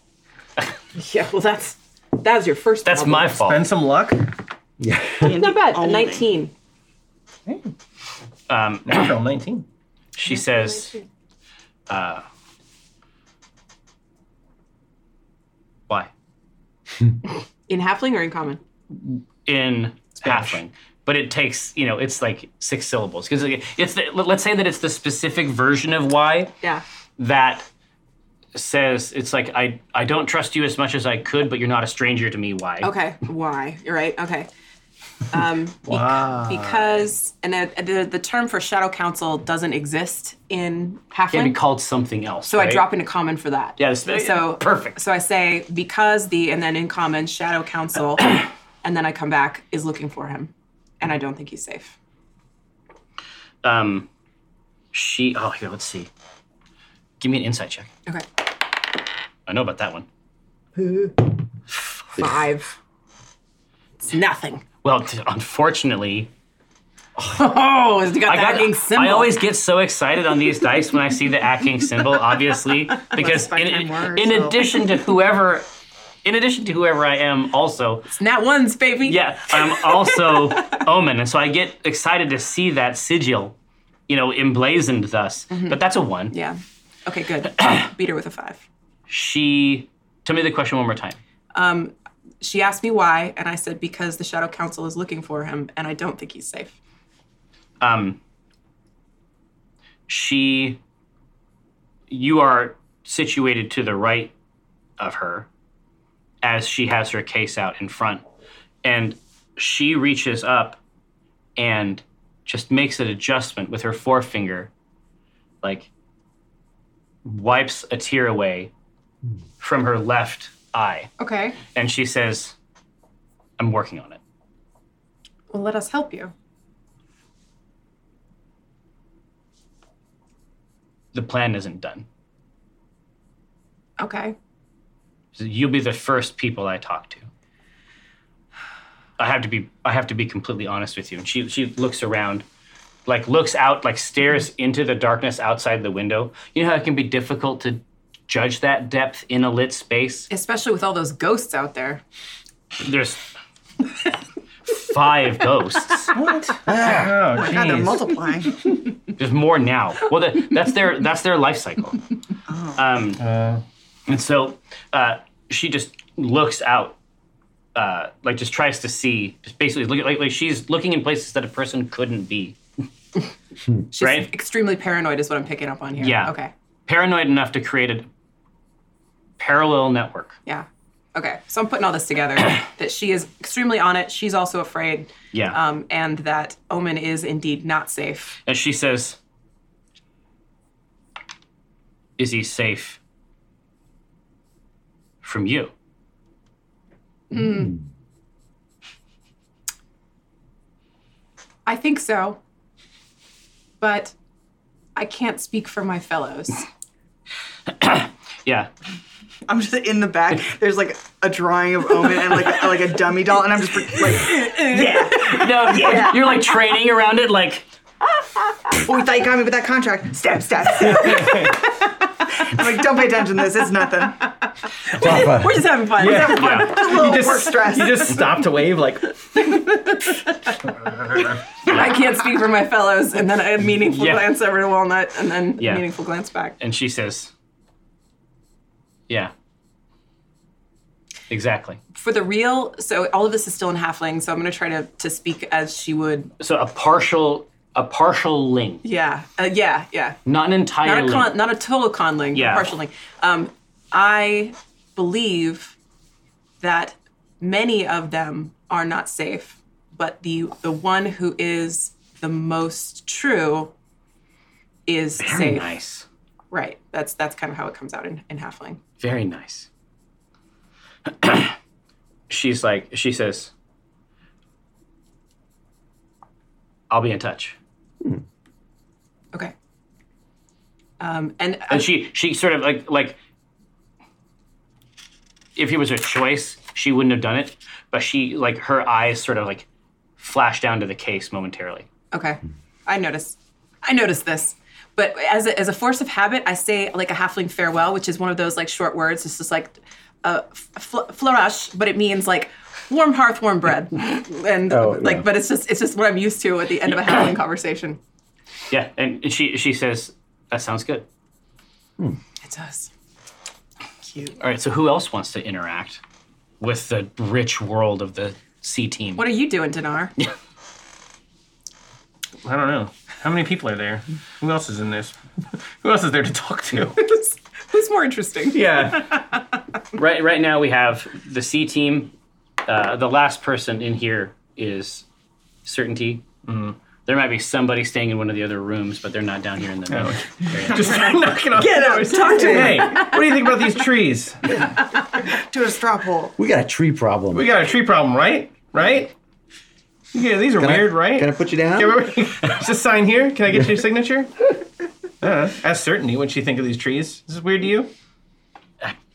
[SPEAKER 2] Yeah, well, that's that was your first.
[SPEAKER 3] That's
[SPEAKER 2] problem.
[SPEAKER 3] my fault.
[SPEAKER 4] Spend some luck.
[SPEAKER 2] Not bad. A
[SPEAKER 6] Only.
[SPEAKER 2] Nineteen.
[SPEAKER 3] Um,
[SPEAKER 4] Natural nineteen.
[SPEAKER 3] she says, uh, "Why?"
[SPEAKER 8] In halfling or in common?
[SPEAKER 3] in halfling. But it takes, you know, it's like six syllables because it's. The, let's say that it's the specific version of why
[SPEAKER 8] Yeah.
[SPEAKER 3] that says it's like I I don't trust you as much as I could, but you're not a stranger to me. Why?
[SPEAKER 8] Okay. Why? You're right. Okay. Um, bec-
[SPEAKER 4] Why?
[SPEAKER 8] Because and uh, the the term for shadow council doesn't exist in
[SPEAKER 3] Can be
[SPEAKER 8] halfling.
[SPEAKER 3] called something else.
[SPEAKER 8] So I
[SPEAKER 3] right?
[SPEAKER 8] drop into common for that.
[SPEAKER 3] Yeah, this-
[SPEAKER 8] So
[SPEAKER 3] perfect.
[SPEAKER 8] So I say because the and then in common shadow council, and then I come back is looking for him, and I don't think he's safe.
[SPEAKER 3] Um, she. Oh, here. Let's see. Give me an insight check.
[SPEAKER 8] Okay.
[SPEAKER 3] I know about that one.
[SPEAKER 8] Five. It's nothing.
[SPEAKER 3] Well, t- unfortunately,
[SPEAKER 8] Oh, it's got
[SPEAKER 3] I
[SPEAKER 8] the hacking symbol.
[SPEAKER 3] I always get so excited on these dice when I see the acting symbol, obviously, because in,
[SPEAKER 6] time word,
[SPEAKER 3] in
[SPEAKER 6] so-
[SPEAKER 3] addition to whoever, in addition to whoever I am, also
[SPEAKER 8] Nat ones, baby.
[SPEAKER 3] yeah, I'm also omen, and so I get excited to see that sigil, you know, emblazoned thus. But that's a one.
[SPEAKER 8] Yeah. Okay. Good. Beat her with a five.
[SPEAKER 3] She. Tell me the question one more time.
[SPEAKER 8] She asked me why, and I said because the shadow council is looking for him, and I don't think he's safe.
[SPEAKER 3] um, she you are situated to the right of her as she has her case out in front and she reaches up and just makes an adjustment with her forefinger like wipes a tear away from her left eye
[SPEAKER 8] Okay.
[SPEAKER 3] and she says i'm working on it
[SPEAKER 8] Well, let us help you.
[SPEAKER 3] the plan isn't done
[SPEAKER 8] Okay.
[SPEAKER 3] So you'll be the first people I talk to. I have to be I have to be completely honest with you. And she she looks around, like looks out, like stares into the darkness outside the window. You know how it can be difficult to judge that depth in a lit space.
[SPEAKER 8] Especially with all those ghosts out there.
[SPEAKER 3] There's five ghosts.
[SPEAKER 6] What?
[SPEAKER 4] Oh,
[SPEAKER 6] my God, they're
[SPEAKER 4] jeez.
[SPEAKER 6] multiplying.
[SPEAKER 3] There's more now. Well, that, that's their that's their life cycle. Um,
[SPEAKER 4] Uh.
[SPEAKER 3] and so uh, she just looks out, uh, like just tries to see, just basically look, like, like she's looking in places that a person couldn't be.
[SPEAKER 8] She's
[SPEAKER 3] Right.
[SPEAKER 8] extremely paranoid, is what I'm picking up on here.
[SPEAKER 3] Yeah.
[SPEAKER 8] Okay.
[SPEAKER 3] Paranoid enough to create a parallel network.
[SPEAKER 8] Yeah. Okay. So I'm putting all this together that she is extremely on it. She's also afraid.
[SPEAKER 3] Yeah.
[SPEAKER 8] Um, and that Omen is indeed not safe.
[SPEAKER 3] And she says, Is he safe from you?
[SPEAKER 8] I think so. But I can't speak for my fellows.
[SPEAKER 3] Yeah.
[SPEAKER 6] I'm just in the back. There's like a drawing of Omen and like a, like a dummy doll, and I'm just like,
[SPEAKER 3] Yeah. No, you're like training around it, like,
[SPEAKER 6] "Oh, you thought you got me with that contract? Stab, stab, stab." I'm like, "Don't pay attention to this. It's nothing. It's
[SPEAKER 5] Papa.
[SPEAKER 8] We're just having fun.
[SPEAKER 4] Yeah.
[SPEAKER 3] yeah.
[SPEAKER 6] a little
[SPEAKER 4] just-
[SPEAKER 6] work stress."
[SPEAKER 4] You just stopped to wave like
[SPEAKER 8] I can't speak for my fellows. And then a meaningful
[SPEAKER 3] Yeah.
[SPEAKER 8] glance over to Walnut and then
[SPEAKER 3] Yeah.
[SPEAKER 8] a meaningful glance back.
[SPEAKER 3] And she says, Yeah. Exactly.
[SPEAKER 8] For the real, so all of this is still in halfling, so I'm going to try to, to speak as she would.
[SPEAKER 3] So a partial a partial link,
[SPEAKER 8] Yeah. Uh, yeah. Yeah.
[SPEAKER 3] not an entire
[SPEAKER 8] not a con,
[SPEAKER 3] link.
[SPEAKER 8] not a total conling,
[SPEAKER 3] Yeah.
[SPEAKER 8] yeah. partial link. Um, I believe that many of them are not safe, but the the one who is the most true is
[SPEAKER 3] Very
[SPEAKER 8] safe.
[SPEAKER 3] nice.
[SPEAKER 8] Right. That's that's kind of how it comes out in, in halfling.
[SPEAKER 3] Very nice. She's like, she says, I'll be in touch.
[SPEAKER 8] Okay. Um, and
[SPEAKER 3] And she, she sort of like, like, if it was her choice, she wouldn't have done it. But she, like, her eyes sort of like flash down to the case momentarily.
[SPEAKER 8] Okay. I notice. I notice this. But as a, as a force of habit, I say like a halfling farewell, which is one of those like short words. It's just like a fl- flourish, but it means like warm hearth, warm bread, and
[SPEAKER 5] Oh,
[SPEAKER 8] like.
[SPEAKER 5] yeah.
[SPEAKER 8] But it's just it's just what I'm used to at the end of a halfling conversation.
[SPEAKER 3] Yeah. And she, she says, that sounds good.
[SPEAKER 8] It does.
[SPEAKER 3] All right. So who else wants to interact with the rich world of the C team?
[SPEAKER 8] What are you doing, Dinar?
[SPEAKER 4] I don't know. How many people are there? Who else is in this? Who else is there to talk to?
[SPEAKER 8] who's, who's more interesting?
[SPEAKER 4] yeah.
[SPEAKER 3] Right, right now we have the C team. Uh, the last person in here is certainty.
[SPEAKER 4] Mm-hmm.
[SPEAKER 3] There might be somebody staying in one of the other rooms, but they're not down here in the middle.
[SPEAKER 4] Just knocking on Get
[SPEAKER 6] up, talk to
[SPEAKER 4] Hey, what do you think about these trees?
[SPEAKER 6] Do a straw poll.
[SPEAKER 5] We got a tree problem.
[SPEAKER 4] We got a tree problem, right? Right? Yeah, these are
[SPEAKER 5] Can I-
[SPEAKER 4] weird, right?
[SPEAKER 5] Can I put you down?
[SPEAKER 4] Yeah, wait, wait. Just a sign here. Can I get your signature? Uh, ask certainty what you think of these trees. Is this weird to you?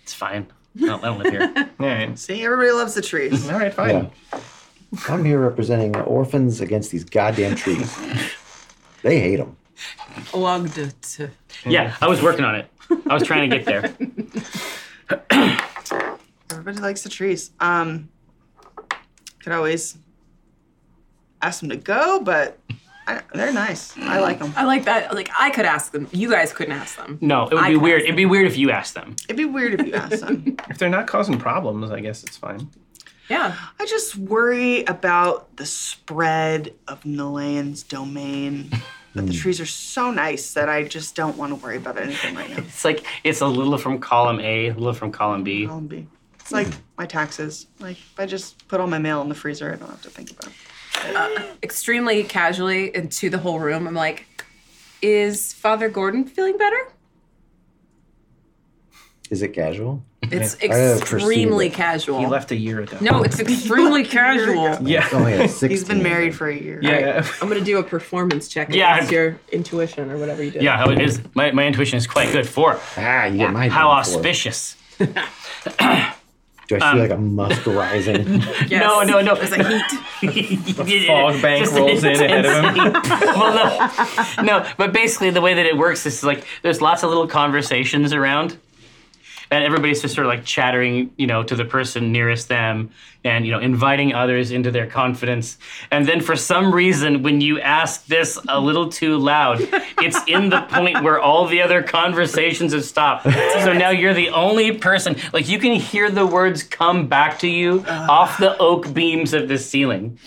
[SPEAKER 3] It's fine. I don't, I don't live here.
[SPEAKER 4] All right.
[SPEAKER 6] See, everybody loves the trees.
[SPEAKER 4] All right, fine.
[SPEAKER 5] Yeah. I'm here representing orphans against these goddamn trees. they hate them.
[SPEAKER 3] Yeah, I was working on it. I was trying to get there.
[SPEAKER 6] Everybody likes the trees. Um, could always ask them to go, but I, they're nice. I like them.
[SPEAKER 8] I like that. Like I could ask them. You guys couldn't ask them.
[SPEAKER 3] No, it would
[SPEAKER 8] I
[SPEAKER 3] be
[SPEAKER 8] can
[SPEAKER 3] weird.
[SPEAKER 8] ask
[SPEAKER 3] It'd be weird if you asked them.
[SPEAKER 6] It'd be weird if you asked them.
[SPEAKER 4] If they're not causing problems, I guess it's fine.
[SPEAKER 8] Yeah.
[SPEAKER 6] I just worry about the spread of Nilayan's domain. But the trees are so nice that I just don't want to worry about anything right now.
[SPEAKER 3] It's like it's a little from column A, a little from column
[SPEAKER 8] Oh.
[SPEAKER 3] B.
[SPEAKER 6] Column B. It's like my taxes. Like if I just put all my mail in the freezer, I don't have to think about it.
[SPEAKER 8] extremely casually into the whole room. I'm like, is Father Gordon feeling better?
[SPEAKER 5] Is it casual?
[SPEAKER 8] It's
[SPEAKER 5] I have perceived
[SPEAKER 8] extremely
[SPEAKER 5] it.
[SPEAKER 8] casual.
[SPEAKER 4] He left a year ago.
[SPEAKER 8] No, it's extremely casual.
[SPEAKER 5] It's only a 16.
[SPEAKER 6] He's been married for a year.
[SPEAKER 4] Yeah.
[SPEAKER 10] I'm gonna do a performance check
[SPEAKER 3] Yeah,
[SPEAKER 10] against
[SPEAKER 3] I'm-
[SPEAKER 10] your intuition or whatever you did.
[SPEAKER 3] Yeah, how it is. My, my intuition is quite good for
[SPEAKER 5] Ah, you get my
[SPEAKER 3] how
[SPEAKER 5] down for it.
[SPEAKER 3] auspicious.
[SPEAKER 5] Do I see like a musk rising?
[SPEAKER 2] Yes.
[SPEAKER 3] No, no, no.
[SPEAKER 2] There's a heat.
[SPEAKER 3] the
[SPEAKER 4] fog bank rolls in ahead of him.
[SPEAKER 3] well, no, no, but basically the way that it works is like there's lots of little conversations around, and everybody's just sort of like chattering, you know, to the person nearest them, and you know, inviting others into their confidence. And then for some reason, when you ask this a little too loud, it's in the point where all the other conversations have stopped. So now you're the only person. Like you can hear the words come back to you off the oak beams of the ceiling.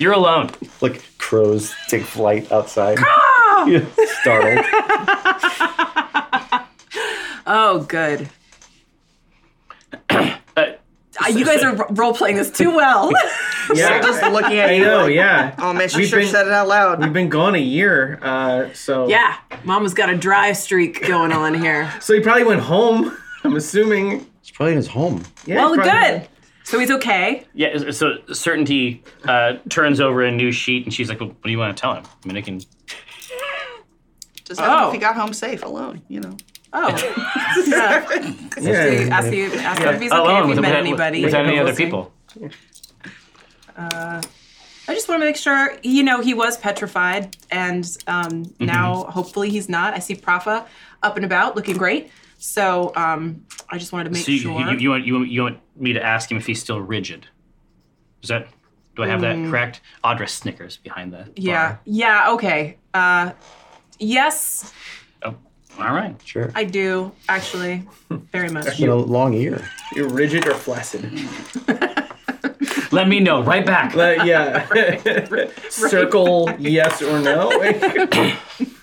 [SPEAKER 3] You're alone.
[SPEAKER 5] like crows take flight outside. Yeah, Startled.
[SPEAKER 2] Oh, good. Uh, you guys are role playing this too well.
[SPEAKER 4] Yeah,
[SPEAKER 6] Just looking at
[SPEAKER 4] I
[SPEAKER 6] you.
[SPEAKER 4] know.
[SPEAKER 6] like,
[SPEAKER 4] Yeah,
[SPEAKER 6] Oh man, she
[SPEAKER 4] We've
[SPEAKER 6] should have
[SPEAKER 4] been-
[SPEAKER 6] said it out
[SPEAKER 4] we've
[SPEAKER 6] loud.
[SPEAKER 4] been gone a year, uh, so
[SPEAKER 2] yeah, Mama's got a dry streak going on here.
[SPEAKER 4] So he probably went home. I'm assuming.
[SPEAKER 5] It's probably in his home.
[SPEAKER 4] Yeah,
[SPEAKER 2] Well,
[SPEAKER 4] he probably-
[SPEAKER 2] good. So he's okay.
[SPEAKER 3] Yeah, so certainty uh, turns over a new sheet, and she's like, well, "What do you want to tell him?" I mean, I can.
[SPEAKER 6] Just ask
[SPEAKER 2] Oh.
[SPEAKER 6] if he got home safe alone. You know.
[SPEAKER 2] Oh, yeah.
[SPEAKER 4] Yeah.
[SPEAKER 2] ask you, ask him if he's okay.
[SPEAKER 3] Oh,
[SPEAKER 2] if
[SPEAKER 3] with-
[SPEAKER 2] you met
[SPEAKER 3] with-
[SPEAKER 2] anybody,
[SPEAKER 3] without any other
[SPEAKER 2] We'll see.
[SPEAKER 3] people.
[SPEAKER 2] I just want to make sure, you know, he was petrified, and um,
[SPEAKER 3] Mm-hmm.
[SPEAKER 2] now hopefully he's not. I see Prafa up and about, looking great. So um, I just wanted to make
[SPEAKER 3] So you,
[SPEAKER 2] sure.
[SPEAKER 3] you, you want you, want- you want me to ask him if he's still rigid? Is that? Do I have that correct? Audra snickers behind the.
[SPEAKER 2] Mm. yeah, yeah, okay. Uh, yes,
[SPEAKER 3] bar. Oh, all right.
[SPEAKER 5] Sure.
[SPEAKER 2] I do actually, very much.
[SPEAKER 5] you know, long ear.
[SPEAKER 4] You're rigid or flaccid.
[SPEAKER 3] Let me know right back.
[SPEAKER 4] But yeah. Circle yes or no.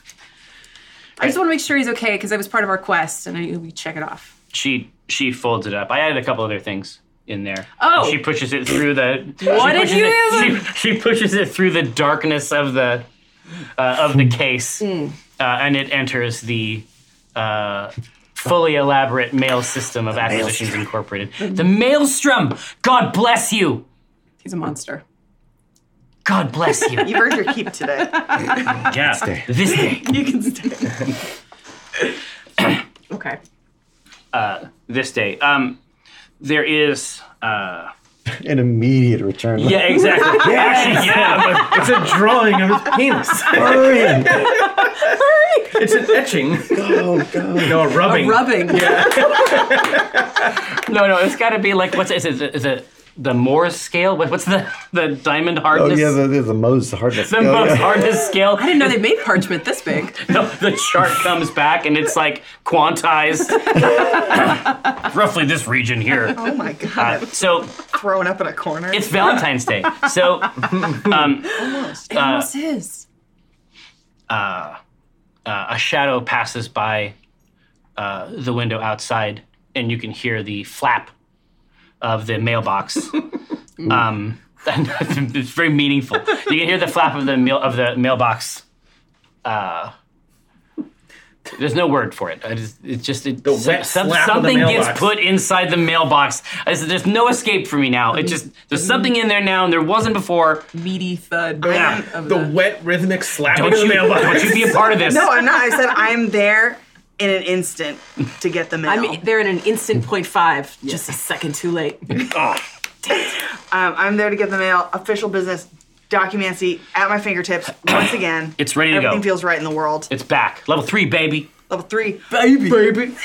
[SPEAKER 2] I just want to make sure he's okay because I was part of our quest, and I, we check it off.
[SPEAKER 3] she she folds it up. I added a couple other things in there.
[SPEAKER 2] Oh.
[SPEAKER 3] she pushes it through the.
[SPEAKER 2] What
[SPEAKER 3] she
[SPEAKER 2] did
[SPEAKER 3] pushes
[SPEAKER 2] you
[SPEAKER 3] it- She, she pushes it through the darkness of the uh, of the case,
[SPEAKER 2] Hmm.
[SPEAKER 3] uh, and it enters the. Uh, Fully elaborate mail system of Acquisitions Incorporated. The maelstrom! God bless you!
[SPEAKER 2] He's a monster.
[SPEAKER 3] God bless you.
[SPEAKER 6] You've earned your keep today.
[SPEAKER 3] yeah. This day.
[SPEAKER 2] You can stay. okay.
[SPEAKER 3] This day. Um, there is. Uh,
[SPEAKER 5] An immediate return.
[SPEAKER 3] yeah, exactly. Actually, yeah, but
[SPEAKER 4] It's a drawing of his penis.
[SPEAKER 5] Hurry!
[SPEAKER 4] It's an etching.
[SPEAKER 5] Oh god.
[SPEAKER 4] No, a rubbing.
[SPEAKER 2] Rubbing.
[SPEAKER 3] No, no, it's got to be like what's is it is it the Morse scale? What, what's the the diamond
[SPEAKER 5] Oh
[SPEAKER 3] hardness?
[SPEAKER 5] yeah, the, the, the Mose hardness.
[SPEAKER 3] the
[SPEAKER 5] Oh,
[SPEAKER 3] most
[SPEAKER 5] yeah.
[SPEAKER 3] hardness scale.
[SPEAKER 2] I didn't know they made parchment this big.
[SPEAKER 3] No, the chart comes back and it's like quantized, roughly this region here.
[SPEAKER 6] Oh my god.
[SPEAKER 3] So
[SPEAKER 6] Throwing up in a corner.
[SPEAKER 3] it's Valentine's Day. So
[SPEAKER 2] It almost is.
[SPEAKER 3] uh, a shadow passes by uh, the window outside, and you can hear the flap of the mailbox. um, and it's very meaningful. You can hear the flap of the mail of the mailbox. Uh, there's no word for it. I just, it's just it,
[SPEAKER 4] The wet slap of the
[SPEAKER 3] something gets
[SPEAKER 4] mailbox.
[SPEAKER 3] put inside the mailbox. I said, there's no escape for me now. It just there's something in there now, and there wasn't before.
[SPEAKER 2] Meaty thud. Of
[SPEAKER 4] The wet rhythmic slap
[SPEAKER 3] Don't
[SPEAKER 4] of the
[SPEAKER 3] you,
[SPEAKER 4] mailbox.
[SPEAKER 3] don't you be a part of this?
[SPEAKER 6] no, I'm not. I said I'm there in an instant to get the mail.
[SPEAKER 2] I mean, they're in an
[SPEAKER 3] Mm.
[SPEAKER 2] instant point five, just a second too late.
[SPEAKER 6] Um, I'm there to get the mail. Official business, documancy at my fingertips once again.
[SPEAKER 3] It's ready to go.
[SPEAKER 6] Everything feels right in the world.
[SPEAKER 3] it's back, level three, baby.
[SPEAKER 6] Level three.
[SPEAKER 4] baby. Baby.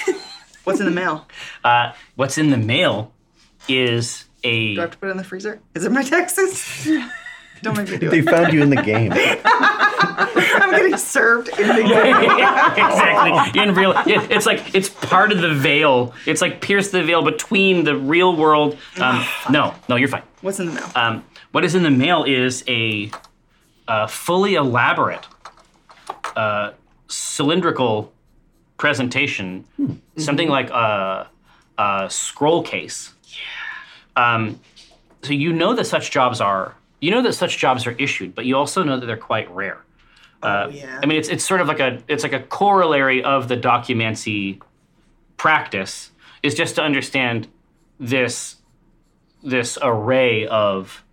[SPEAKER 6] What's in the mail?
[SPEAKER 3] Uh, what's in the mail is a
[SPEAKER 6] Do I have to put it in the freezer? Is it my taxes? Don't make me do
[SPEAKER 5] They
[SPEAKER 6] it.
[SPEAKER 5] found you in the game.
[SPEAKER 6] I'm getting served in the game.
[SPEAKER 3] exactly in real. it- It's like it's part of the veil. It's like pierce the veil between the real world. Um, no, no, you're fine.
[SPEAKER 6] What's in the mail?
[SPEAKER 3] Um, what is in the mail is a, uh fully elaborate uh, cylindrical presentation, something like a, a scroll case. Yeah. Um, so you know that such jobs are you know that such jobs are issued, but you also know that they're quite rare.
[SPEAKER 6] oh, yeah.
[SPEAKER 3] I mean, it's it's sort of like a it's like a corollary of the documancy practice is just to understand this this array of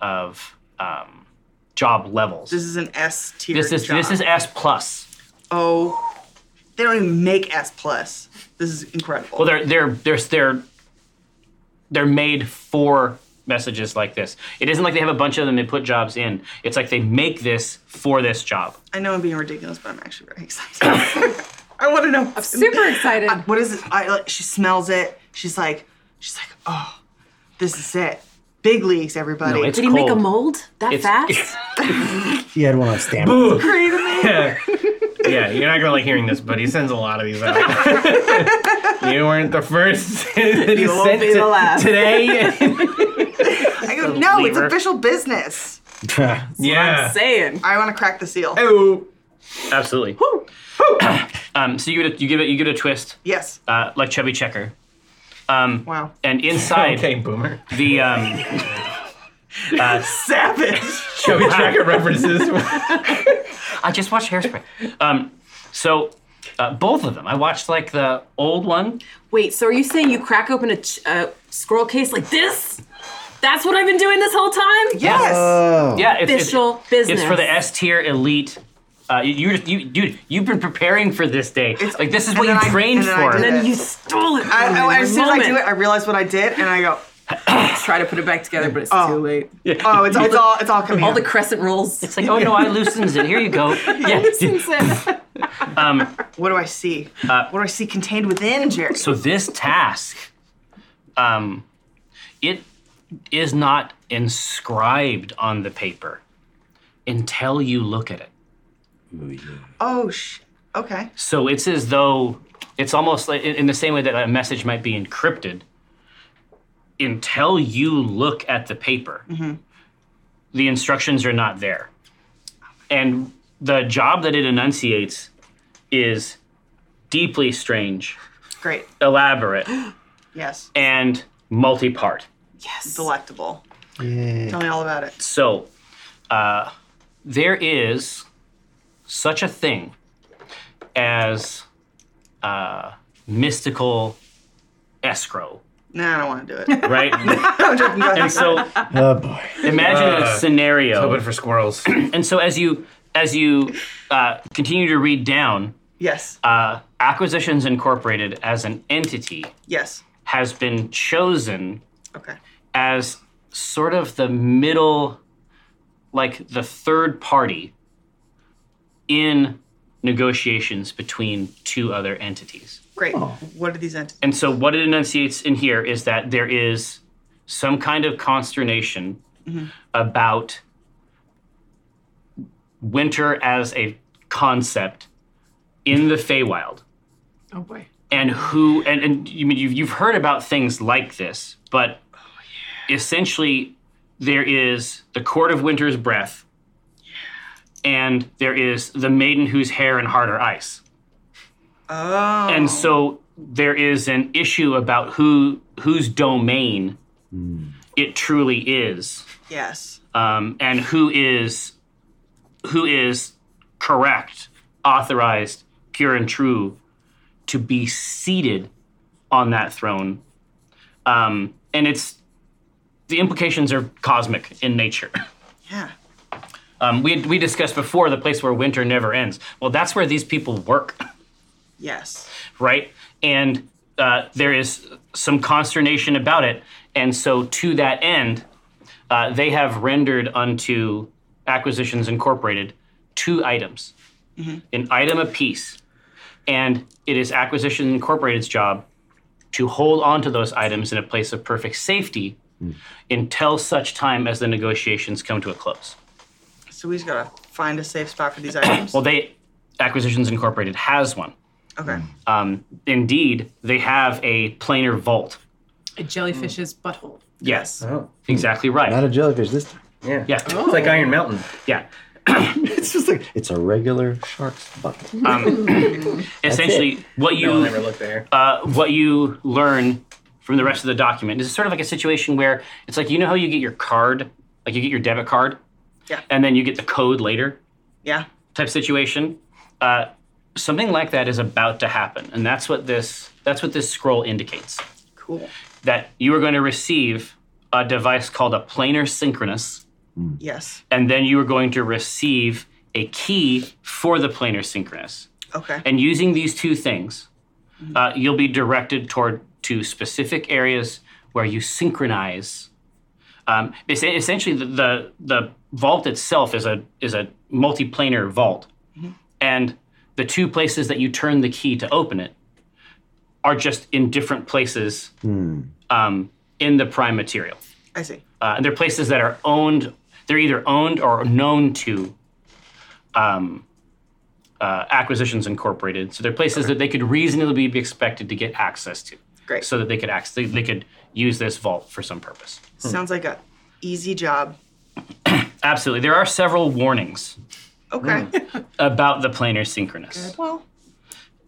[SPEAKER 3] of um, job levels.
[SPEAKER 6] this is an S tier.
[SPEAKER 3] this is
[SPEAKER 6] job.
[SPEAKER 3] this is S plus.
[SPEAKER 6] Oh, they don't even make S plus. This is incredible.
[SPEAKER 3] Well, they're they're they're they're they're made for messages like this. It isn't like they have a bunch of them. They put jobs in. It's like they make this for this job.
[SPEAKER 6] I know I'm being ridiculous, but I'm actually very excited. I want to know. I'm
[SPEAKER 2] super excited.
[SPEAKER 6] what is it? I, like, she smells it. She's like, she's like, oh, this is it. Big leagues, everybody.
[SPEAKER 3] No, it's
[SPEAKER 2] Did he make a
[SPEAKER 3] cold.
[SPEAKER 2] mold that
[SPEAKER 3] It's-
[SPEAKER 2] fast?
[SPEAKER 5] He had one on standby.
[SPEAKER 4] yeah, you're not gonna like hearing this, but he sends a lot of these out. you weren't the first that he
[SPEAKER 2] You won't
[SPEAKER 4] sent
[SPEAKER 2] be the
[SPEAKER 4] to-
[SPEAKER 2] last.
[SPEAKER 4] today.
[SPEAKER 6] I go, no, it's
[SPEAKER 4] lever.
[SPEAKER 6] official business.
[SPEAKER 4] yeah.
[SPEAKER 2] I'm saying.
[SPEAKER 6] I want to crack the seal.
[SPEAKER 4] Oh,
[SPEAKER 3] Absolutely. um, so you give it, you give it, you give it a twist,
[SPEAKER 6] Yes.
[SPEAKER 3] uh, like Chubby Checker,
[SPEAKER 6] Wow.
[SPEAKER 3] and inside
[SPEAKER 4] okay, boomer.
[SPEAKER 3] the um, uh,
[SPEAKER 6] Savage.
[SPEAKER 4] Chubby Checker references.
[SPEAKER 3] I just watched Hairspray. Um, so uh, both of them, I watched like the old one.
[SPEAKER 2] Wait, so are you saying you crack open a, ch- a scroll case like this? That's what I've been doing this whole time?
[SPEAKER 6] Yes.
[SPEAKER 5] Oh,
[SPEAKER 3] Yeah, it's, it's,
[SPEAKER 2] Official business.
[SPEAKER 3] it's for the S tier elite. Uh, you, you, dude, you've been preparing for this day. like this is
[SPEAKER 6] and
[SPEAKER 3] what you
[SPEAKER 6] then I-
[SPEAKER 3] trained
[SPEAKER 6] and then I
[SPEAKER 3] for.
[SPEAKER 6] did
[SPEAKER 2] And you stole it. From
[SPEAKER 6] I,
[SPEAKER 2] me
[SPEAKER 6] oh,
[SPEAKER 2] in
[SPEAKER 6] as
[SPEAKER 2] the
[SPEAKER 6] soon as I do it,
[SPEAKER 2] moment.
[SPEAKER 6] I realize what I did, and I go,
[SPEAKER 2] try to put it back together, but it's too late.
[SPEAKER 6] oh, it's, it's all it's all coming.
[SPEAKER 2] All
[SPEAKER 6] out.
[SPEAKER 2] the crescent rolls.
[SPEAKER 3] It's like, oh no, I loosens it. Here you go. Yeah.
[SPEAKER 6] what do I see?
[SPEAKER 2] Uh,
[SPEAKER 6] what do I see contained within, Jerry?
[SPEAKER 3] So this task, um, it is not inscribed on the paper until you look at it.
[SPEAKER 6] oh, sh- okay.
[SPEAKER 3] So it's as though it's almost like in in the same way that a message might be encrypted. Until you look at the paper, the instructions are not there. And the job that it enunciates is deeply strange,
[SPEAKER 6] Great.
[SPEAKER 3] elaborate,
[SPEAKER 6] Yes.
[SPEAKER 3] and multi part.
[SPEAKER 6] Delectable.
[SPEAKER 5] yeah.
[SPEAKER 6] Tell me all about it.
[SPEAKER 3] So, uh, there is such a thing as uh, mystical escrow,
[SPEAKER 6] No, I don't want to do it.
[SPEAKER 3] right?
[SPEAKER 6] I'm joking. Go ahead.
[SPEAKER 3] and so,
[SPEAKER 5] Oh boy.
[SPEAKER 3] imagine
[SPEAKER 4] Uh,
[SPEAKER 3] a scenario.
[SPEAKER 4] Open for squirrels.
[SPEAKER 3] And so, as you as you uh, continue to read down,
[SPEAKER 6] yes.
[SPEAKER 3] uh, Acquisitions Incorporated as an entity
[SPEAKER 6] yes.
[SPEAKER 3] has been chosen
[SPEAKER 6] Okay.
[SPEAKER 3] as sort of the middle, like the third party in negotiations between two other entities.
[SPEAKER 6] Great. What are these entities?
[SPEAKER 3] And so, what it enunciates in here is that there is some kind of consternation about winter as a concept in the Feywild
[SPEAKER 2] Oh boy.
[SPEAKER 3] and who and, and you mean you've, you've heard about things like this but essentially there is the court of winter's breath and there is the maiden whose hair and heart are ice
[SPEAKER 6] Oh.
[SPEAKER 3] and so there is an issue about who whose domain it truly is
[SPEAKER 6] yes.
[SPEAKER 3] um, and who is who is correct, authorized, pure and true to be seated on that throne. Um, and it's the implications are cosmic in nature.
[SPEAKER 6] Yeah.
[SPEAKER 3] Um, we we discussed before the place where winter never ends. Well, that's where these people work,
[SPEAKER 6] Yes.
[SPEAKER 3] right? And uh, there is some consternation about it, and so to that end, uh, they have rendered unto Acquisitions Incorporated two items, an item apiece. And it is Acquisitions Incorporated's job to hold onto those items in a place of perfect safety until such time as the negotiations come to a close.
[SPEAKER 6] So we just gotta find a safe spot for these items.
[SPEAKER 3] Well, they, Acquisitions Incorporated has one.
[SPEAKER 6] okay.
[SPEAKER 3] Um, indeed, they have a planar vault.
[SPEAKER 2] A jellyfish's butthole.
[SPEAKER 3] Yes,
[SPEAKER 7] Oh,
[SPEAKER 3] exactly right.
[SPEAKER 5] Not a jellyfish this time.
[SPEAKER 7] yeah.
[SPEAKER 3] yeah,
[SPEAKER 4] Oh.
[SPEAKER 7] It's like Iron Mountain.
[SPEAKER 3] yeah.
[SPEAKER 5] It's just like it's a regular shark's bucket.
[SPEAKER 3] Essentially, what you
[SPEAKER 7] I'll never look there.
[SPEAKER 3] uh, what you learn from the rest of the document is sort of like a situation where it's like you know how you get your card, like you get your debit card,
[SPEAKER 6] Yeah.
[SPEAKER 3] and then you get the code later
[SPEAKER 6] Yeah.
[SPEAKER 3] type situation. Uh, something like that is about to happen, and that's what this that's what this scroll indicates
[SPEAKER 6] Cool.
[SPEAKER 3] that you are going to receive a device called a planar synchronous,
[SPEAKER 6] Yes.
[SPEAKER 3] and then you are going to receive a key for the planar synchronous.
[SPEAKER 6] Okay.
[SPEAKER 3] And using these two things, uh, you'll be directed toward to specific areas where you synchronize. Um, es- essentially, the, the the vault itself is a is a multiplanar vault, and the two places that you turn the key to open it are just in different places um, in the prime material.
[SPEAKER 6] I see.
[SPEAKER 3] Uh, and they're places that are owned. They're either owned or known to um, uh, Acquisitions Incorporated. So they're places that they could reasonably be expected to get access to.
[SPEAKER 6] Great.
[SPEAKER 3] So that they could access, they, they could use this vault for some purpose.
[SPEAKER 6] Sounds like a easy job.
[SPEAKER 3] Absolutely. There are several warnings
[SPEAKER 6] Okay.
[SPEAKER 3] about the planar synchronous.
[SPEAKER 6] well,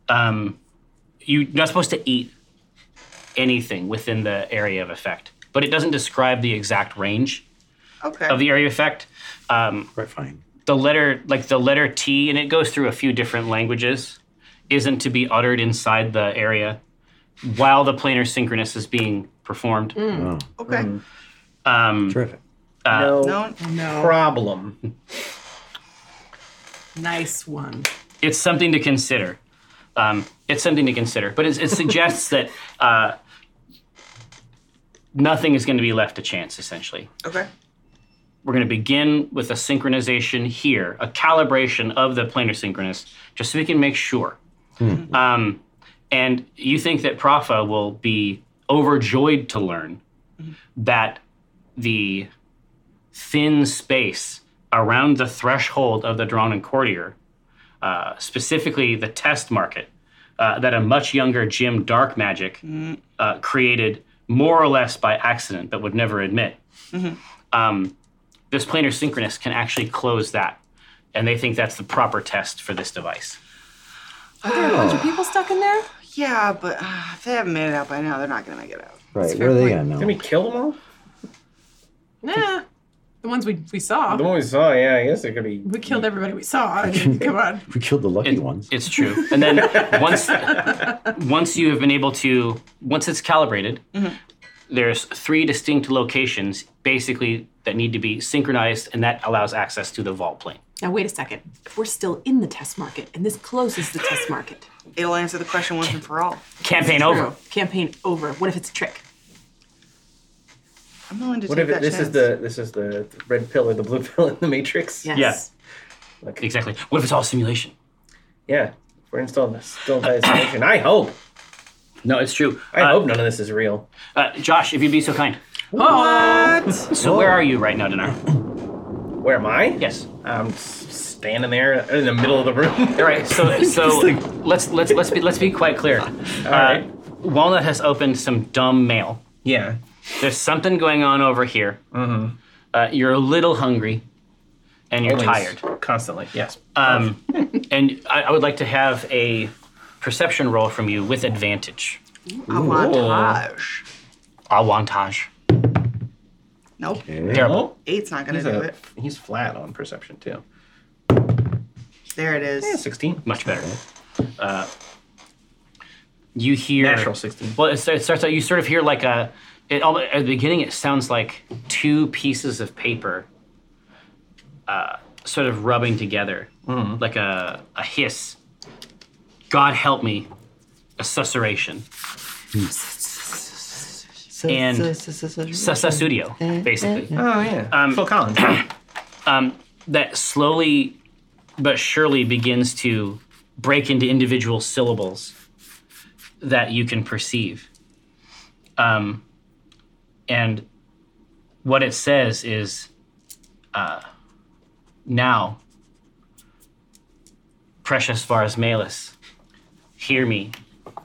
[SPEAKER 3] Um, you're not supposed to eat anything within the area of effect, but it doesn't describe the exact range
[SPEAKER 6] okay.
[SPEAKER 3] of the area of effect. Um,
[SPEAKER 5] Right, fine.
[SPEAKER 3] the letter like the letter T and it goes through a few different languages isn't to be uttered inside the area while the planar synchronous is being performed.
[SPEAKER 6] okay.
[SPEAKER 3] Um,
[SPEAKER 5] Terrific.
[SPEAKER 4] Uh,
[SPEAKER 7] no.
[SPEAKER 6] No,
[SPEAKER 4] Problem.
[SPEAKER 2] Nice one.
[SPEAKER 3] it's something to consider. Um, it's something to consider, but it, it suggests that uh, nothing is going to be left to chance. Essentially,
[SPEAKER 6] okay.
[SPEAKER 3] we're going to begin with a synchronization here, a calibration of the planar synchronous, just so we can make sure. Um, and you think that Profa will be overjoyed to learn that the thin space around the threshold of the drawn and courtier, uh, specifically the test market, uh, that a much younger Jim Dark Magic uh, created more or less by accident, but would never admit. Um, this planar synchronous can actually close that. And they think that's the proper test for this device.
[SPEAKER 2] People stuck in there?
[SPEAKER 6] Yeah, but uh, if they haven't made it out by now, they're not going to make it out.
[SPEAKER 5] Right, where are they at
[SPEAKER 4] Did we
[SPEAKER 5] now?
[SPEAKER 4] kill them all?
[SPEAKER 2] Nah. Eh, The ones we, we saw.
[SPEAKER 4] The one we saw, yeah, I guess it could be.
[SPEAKER 2] we killed everybody we saw. I mean, come on.
[SPEAKER 5] We killed the lucky
[SPEAKER 3] It-
[SPEAKER 5] ones.
[SPEAKER 3] It's true. And then once once you have been able to once it's calibrated, there's three distinct locations basically that need to be synchronized, and that allows access to the vault plane.
[SPEAKER 2] Now, wait a second. If we're still in the test market and this closes the test market,
[SPEAKER 6] It'll answer the question once and for all.
[SPEAKER 3] Campaign over.
[SPEAKER 2] True. campaign over. What if it's a trick?
[SPEAKER 6] I'm willing to
[SPEAKER 4] What
[SPEAKER 6] take
[SPEAKER 4] if it,
[SPEAKER 6] that
[SPEAKER 4] this
[SPEAKER 6] chance.
[SPEAKER 4] is the this is the red pill or the blue pill in the Matrix?
[SPEAKER 2] Yes.
[SPEAKER 3] Exactly. What if it's all simulation?
[SPEAKER 4] Yeah, we're installing this. Still in isolation. I hope.
[SPEAKER 3] No, it's true.
[SPEAKER 4] I
[SPEAKER 3] Uh,
[SPEAKER 4] hope none of this is real.
[SPEAKER 3] uh, Josh, if you'd be so kind.
[SPEAKER 6] What?
[SPEAKER 3] So where are you right now, Dinar?
[SPEAKER 4] Where am I?
[SPEAKER 3] Yes.
[SPEAKER 4] I'm s- standing there in the middle of the room.
[SPEAKER 3] All right. So so let's let's let's be let's be quite clear. Uh,
[SPEAKER 4] All right.
[SPEAKER 3] Walnut has opened some dumb mail.
[SPEAKER 4] Yeah.
[SPEAKER 3] There's something going on over here. Uh, you're a little hungry, and you're
[SPEAKER 4] Mm-hmm. Always.
[SPEAKER 3] tired.
[SPEAKER 4] Constantly. Yes.
[SPEAKER 3] Um, and I, I would like to have a perception roll from you with advantage.
[SPEAKER 6] Avantage.
[SPEAKER 3] Awantage.
[SPEAKER 6] Nope.
[SPEAKER 5] Okay.
[SPEAKER 3] Terrible.
[SPEAKER 6] Eight's not going
[SPEAKER 4] He's,
[SPEAKER 6] to do
[SPEAKER 4] a,
[SPEAKER 6] it.
[SPEAKER 4] he's flat on perception too.
[SPEAKER 6] There it
[SPEAKER 4] Yeah,
[SPEAKER 6] is.
[SPEAKER 4] sixteen.
[SPEAKER 3] Much better. Uh, you hear
[SPEAKER 4] Natural 16.
[SPEAKER 3] Well, it, sta- it starts out. You sort of hear like a. It, al- at the beginning, it sounds like two pieces of paper, uh, sort of rubbing together, like a a hiss. God help me, a susurration. and Sasasudio, basically.
[SPEAKER 4] Oh yeah. Um, Phil Collins.
[SPEAKER 3] that slowly but surely begins to break into individual syllables that you can perceive. Um, and what it says is uh, now, precious Vars Malus, hear me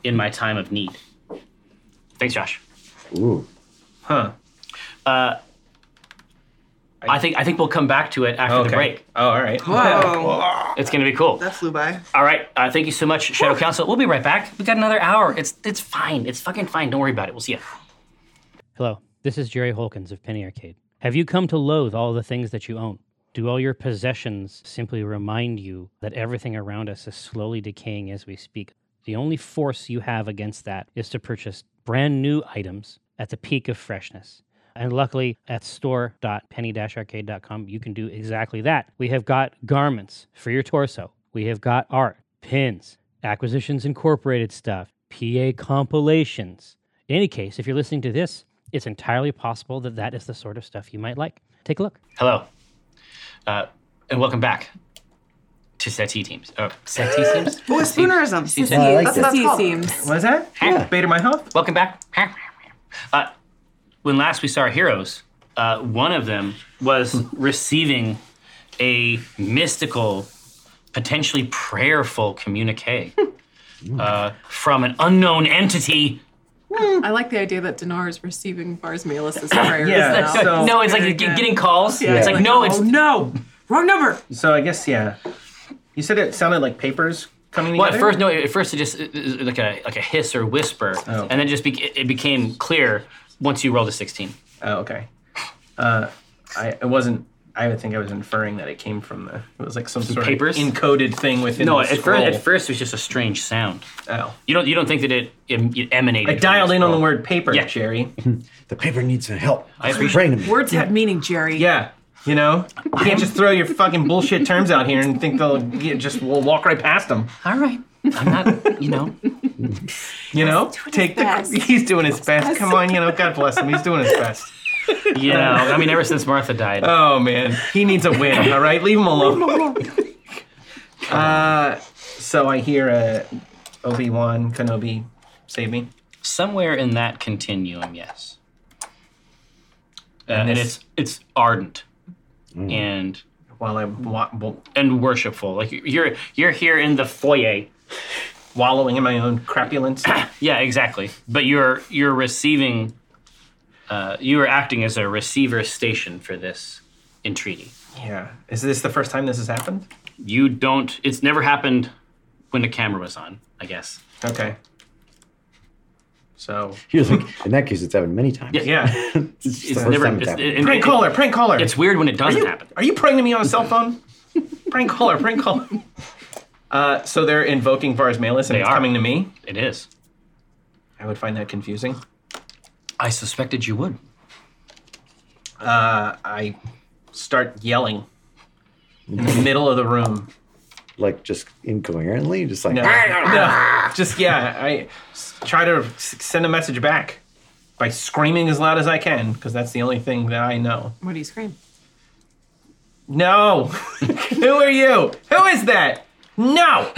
[SPEAKER 3] in my time of need. Thanks, Josh.
[SPEAKER 5] Ooh.
[SPEAKER 4] huh.
[SPEAKER 3] I think I think we'll come back to it after the break.
[SPEAKER 4] Oh, all right.
[SPEAKER 6] Whoa.
[SPEAKER 3] It's gonna be cool.
[SPEAKER 6] Oh, That flew by.
[SPEAKER 3] All right. Uh, thank you so much, Shadow Council. We'll be right back. We got another hour. It's it's fine. It's fucking fine. Don't worry about it. We'll see you.
[SPEAKER 11] Hello, this is Jerry Holkins of Penny Arcade. Have you come to loathe all the things that you own? Do all your possessions simply remind you that everything around us is slowly decaying as we speak? The only force you have against that is to purchase brand new items at the peak of freshness. And luckily, at store.penny arcade.com, you can do exactly that. We have got garments for your torso, we have got art, pins, acquisitions incorporated stuff, PA compilations. In any case, if you're listening to this, It's entirely possible that that is the sort of stuff you might like. Take a look.
[SPEAKER 3] Hello, uh, and welcome back to SETI teams. Oh, SETI teams.
[SPEAKER 6] Oh, it's spoonerism.
[SPEAKER 3] Seems-
[SPEAKER 2] Sissy-
[SPEAKER 5] like
[SPEAKER 2] that's
[SPEAKER 5] it.
[SPEAKER 2] what that's
[SPEAKER 6] Sissy
[SPEAKER 2] called.
[SPEAKER 6] seems-
[SPEAKER 4] What is that?
[SPEAKER 3] Yeah.
[SPEAKER 4] Beta my health?
[SPEAKER 3] Welcome back. Uh, when last we saw our heroes, uh, one of them was receiving a mystical, potentially prayerful communique uh, from an unknown entity.
[SPEAKER 2] I like the idea that Dinar is receiving Bars Melis's prayers.
[SPEAKER 4] Yeah,
[SPEAKER 2] now.
[SPEAKER 4] so-
[SPEAKER 3] no, it's like
[SPEAKER 2] very
[SPEAKER 3] you're get-
[SPEAKER 2] good.
[SPEAKER 3] getting calls.
[SPEAKER 2] Yeah,
[SPEAKER 3] It's like, no, it's
[SPEAKER 2] oh, no, wrong number.
[SPEAKER 4] So I guess yeah. You said it sounded like papers coming
[SPEAKER 3] Well, at
[SPEAKER 4] together.
[SPEAKER 3] first, no. At first, it just it- it- like a like a hiss or whisper,
[SPEAKER 4] Oh.
[SPEAKER 3] and then just be, it became clear once you rolled a sixteen.
[SPEAKER 4] Oh, okay. Uh, I it wasn't. I would think I was inferring that it came from the. It was like some, sort
[SPEAKER 3] papers?
[SPEAKER 4] of encoded thing within.
[SPEAKER 3] No,
[SPEAKER 4] the
[SPEAKER 3] at first,
[SPEAKER 4] scroll.
[SPEAKER 3] at first, it was just a strange sound.
[SPEAKER 4] Oh.
[SPEAKER 3] You don't you don't think that it, it, it emanated?
[SPEAKER 4] I
[SPEAKER 3] from
[SPEAKER 4] dialed in on the
[SPEAKER 3] scroll.
[SPEAKER 4] word paper,
[SPEAKER 3] Yeah.
[SPEAKER 4] Jerry.
[SPEAKER 5] The paper needs some help.
[SPEAKER 3] I
[SPEAKER 5] It's been raining.
[SPEAKER 2] Words have meaning, Jerry.
[SPEAKER 4] Yeah. You know, you can't just throw your fucking bullshit terms out here and think they'll you just will walk right past them.
[SPEAKER 3] All right, I'm not. You know,
[SPEAKER 4] You know, take the.
[SPEAKER 2] best.
[SPEAKER 4] He's doing his best. Come on, you know, God bless him. He's doing his best.
[SPEAKER 3] you know. I mean, ever since Martha died,
[SPEAKER 4] Oh man, he needs a win. all right, leave him alone. uh, so I hear uh, Obi Wan Kenobi save me.
[SPEAKER 3] somewhere in that continuum, yes. Uh, and
[SPEAKER 4] this- Mm-hmm.
[SPEAKER 3] it's it's ardent, and
[SPEAKER 4] while I'm wa- wa-
[SPEAKER 3] and worshipful. Like you're you're here in the foyer.
[SPEAKER 4] wallowing in my own crapulence.
[SPEAKER 3] Yeah, exactly. But you're you're receiving, uh, you are acting as a receiver station for this entreaty.
[SPEAKER 4] yeah. Is this the first time this has happened?
[SPEAKER 3] You don't. It's never happened when the camera was on. I guess.
[SPEAKER 4] Okay. So
[SPEAKER 5] He was like, in that case, it's happened many times.
[SPEAKER 4] yeah,
[SPEAKER 5] It's, the
[SPEAKER 3] It's
[SPEAKER 5] first
[SPEAKER 3] never.
[SPEAKER 5] time it's
[SPEAKER 3] It's,
[SPEAKER 5] happened.
[SPEAKER 3] it- it-
[SPEAKER 4] prank
[SPEAKER 3] it-
[SPEAKER 4] caller, prank caller.
[SPEAKER 3] it's weird when it
[SPEAKER 4] are
[SPEAKER 3] doesn't
[SPEAKER 4] you
[SPEAKER 3] happen.
[SPEAKER 4] are you praying to me on a cell phone? prank caller, prank caller. Uh, so they're invoking Vars Malus and
[SPEAKER 3] They
[SPEAKER 4] it's
[SPEAKER 3] are.
[SPEAKER 4] coming to me.
[SPEAKER 3] It is.
[SPEAKER 4] I would find that confusing.
[SPEAKER 3] I suspected you would.
[SPEAKER 4] Uh, I start yelling in the middle of the room.
[SPEAKER 5] like just incoherently, just like
[SPEAKER 4] No, no, just yeah. I s- try to s- send a message back by screaming as loud as I can because that's the only thing that I know.
[SPEAKER 2] What do you scream?
[SPEAKER 4] No, who are you? Who is that? No,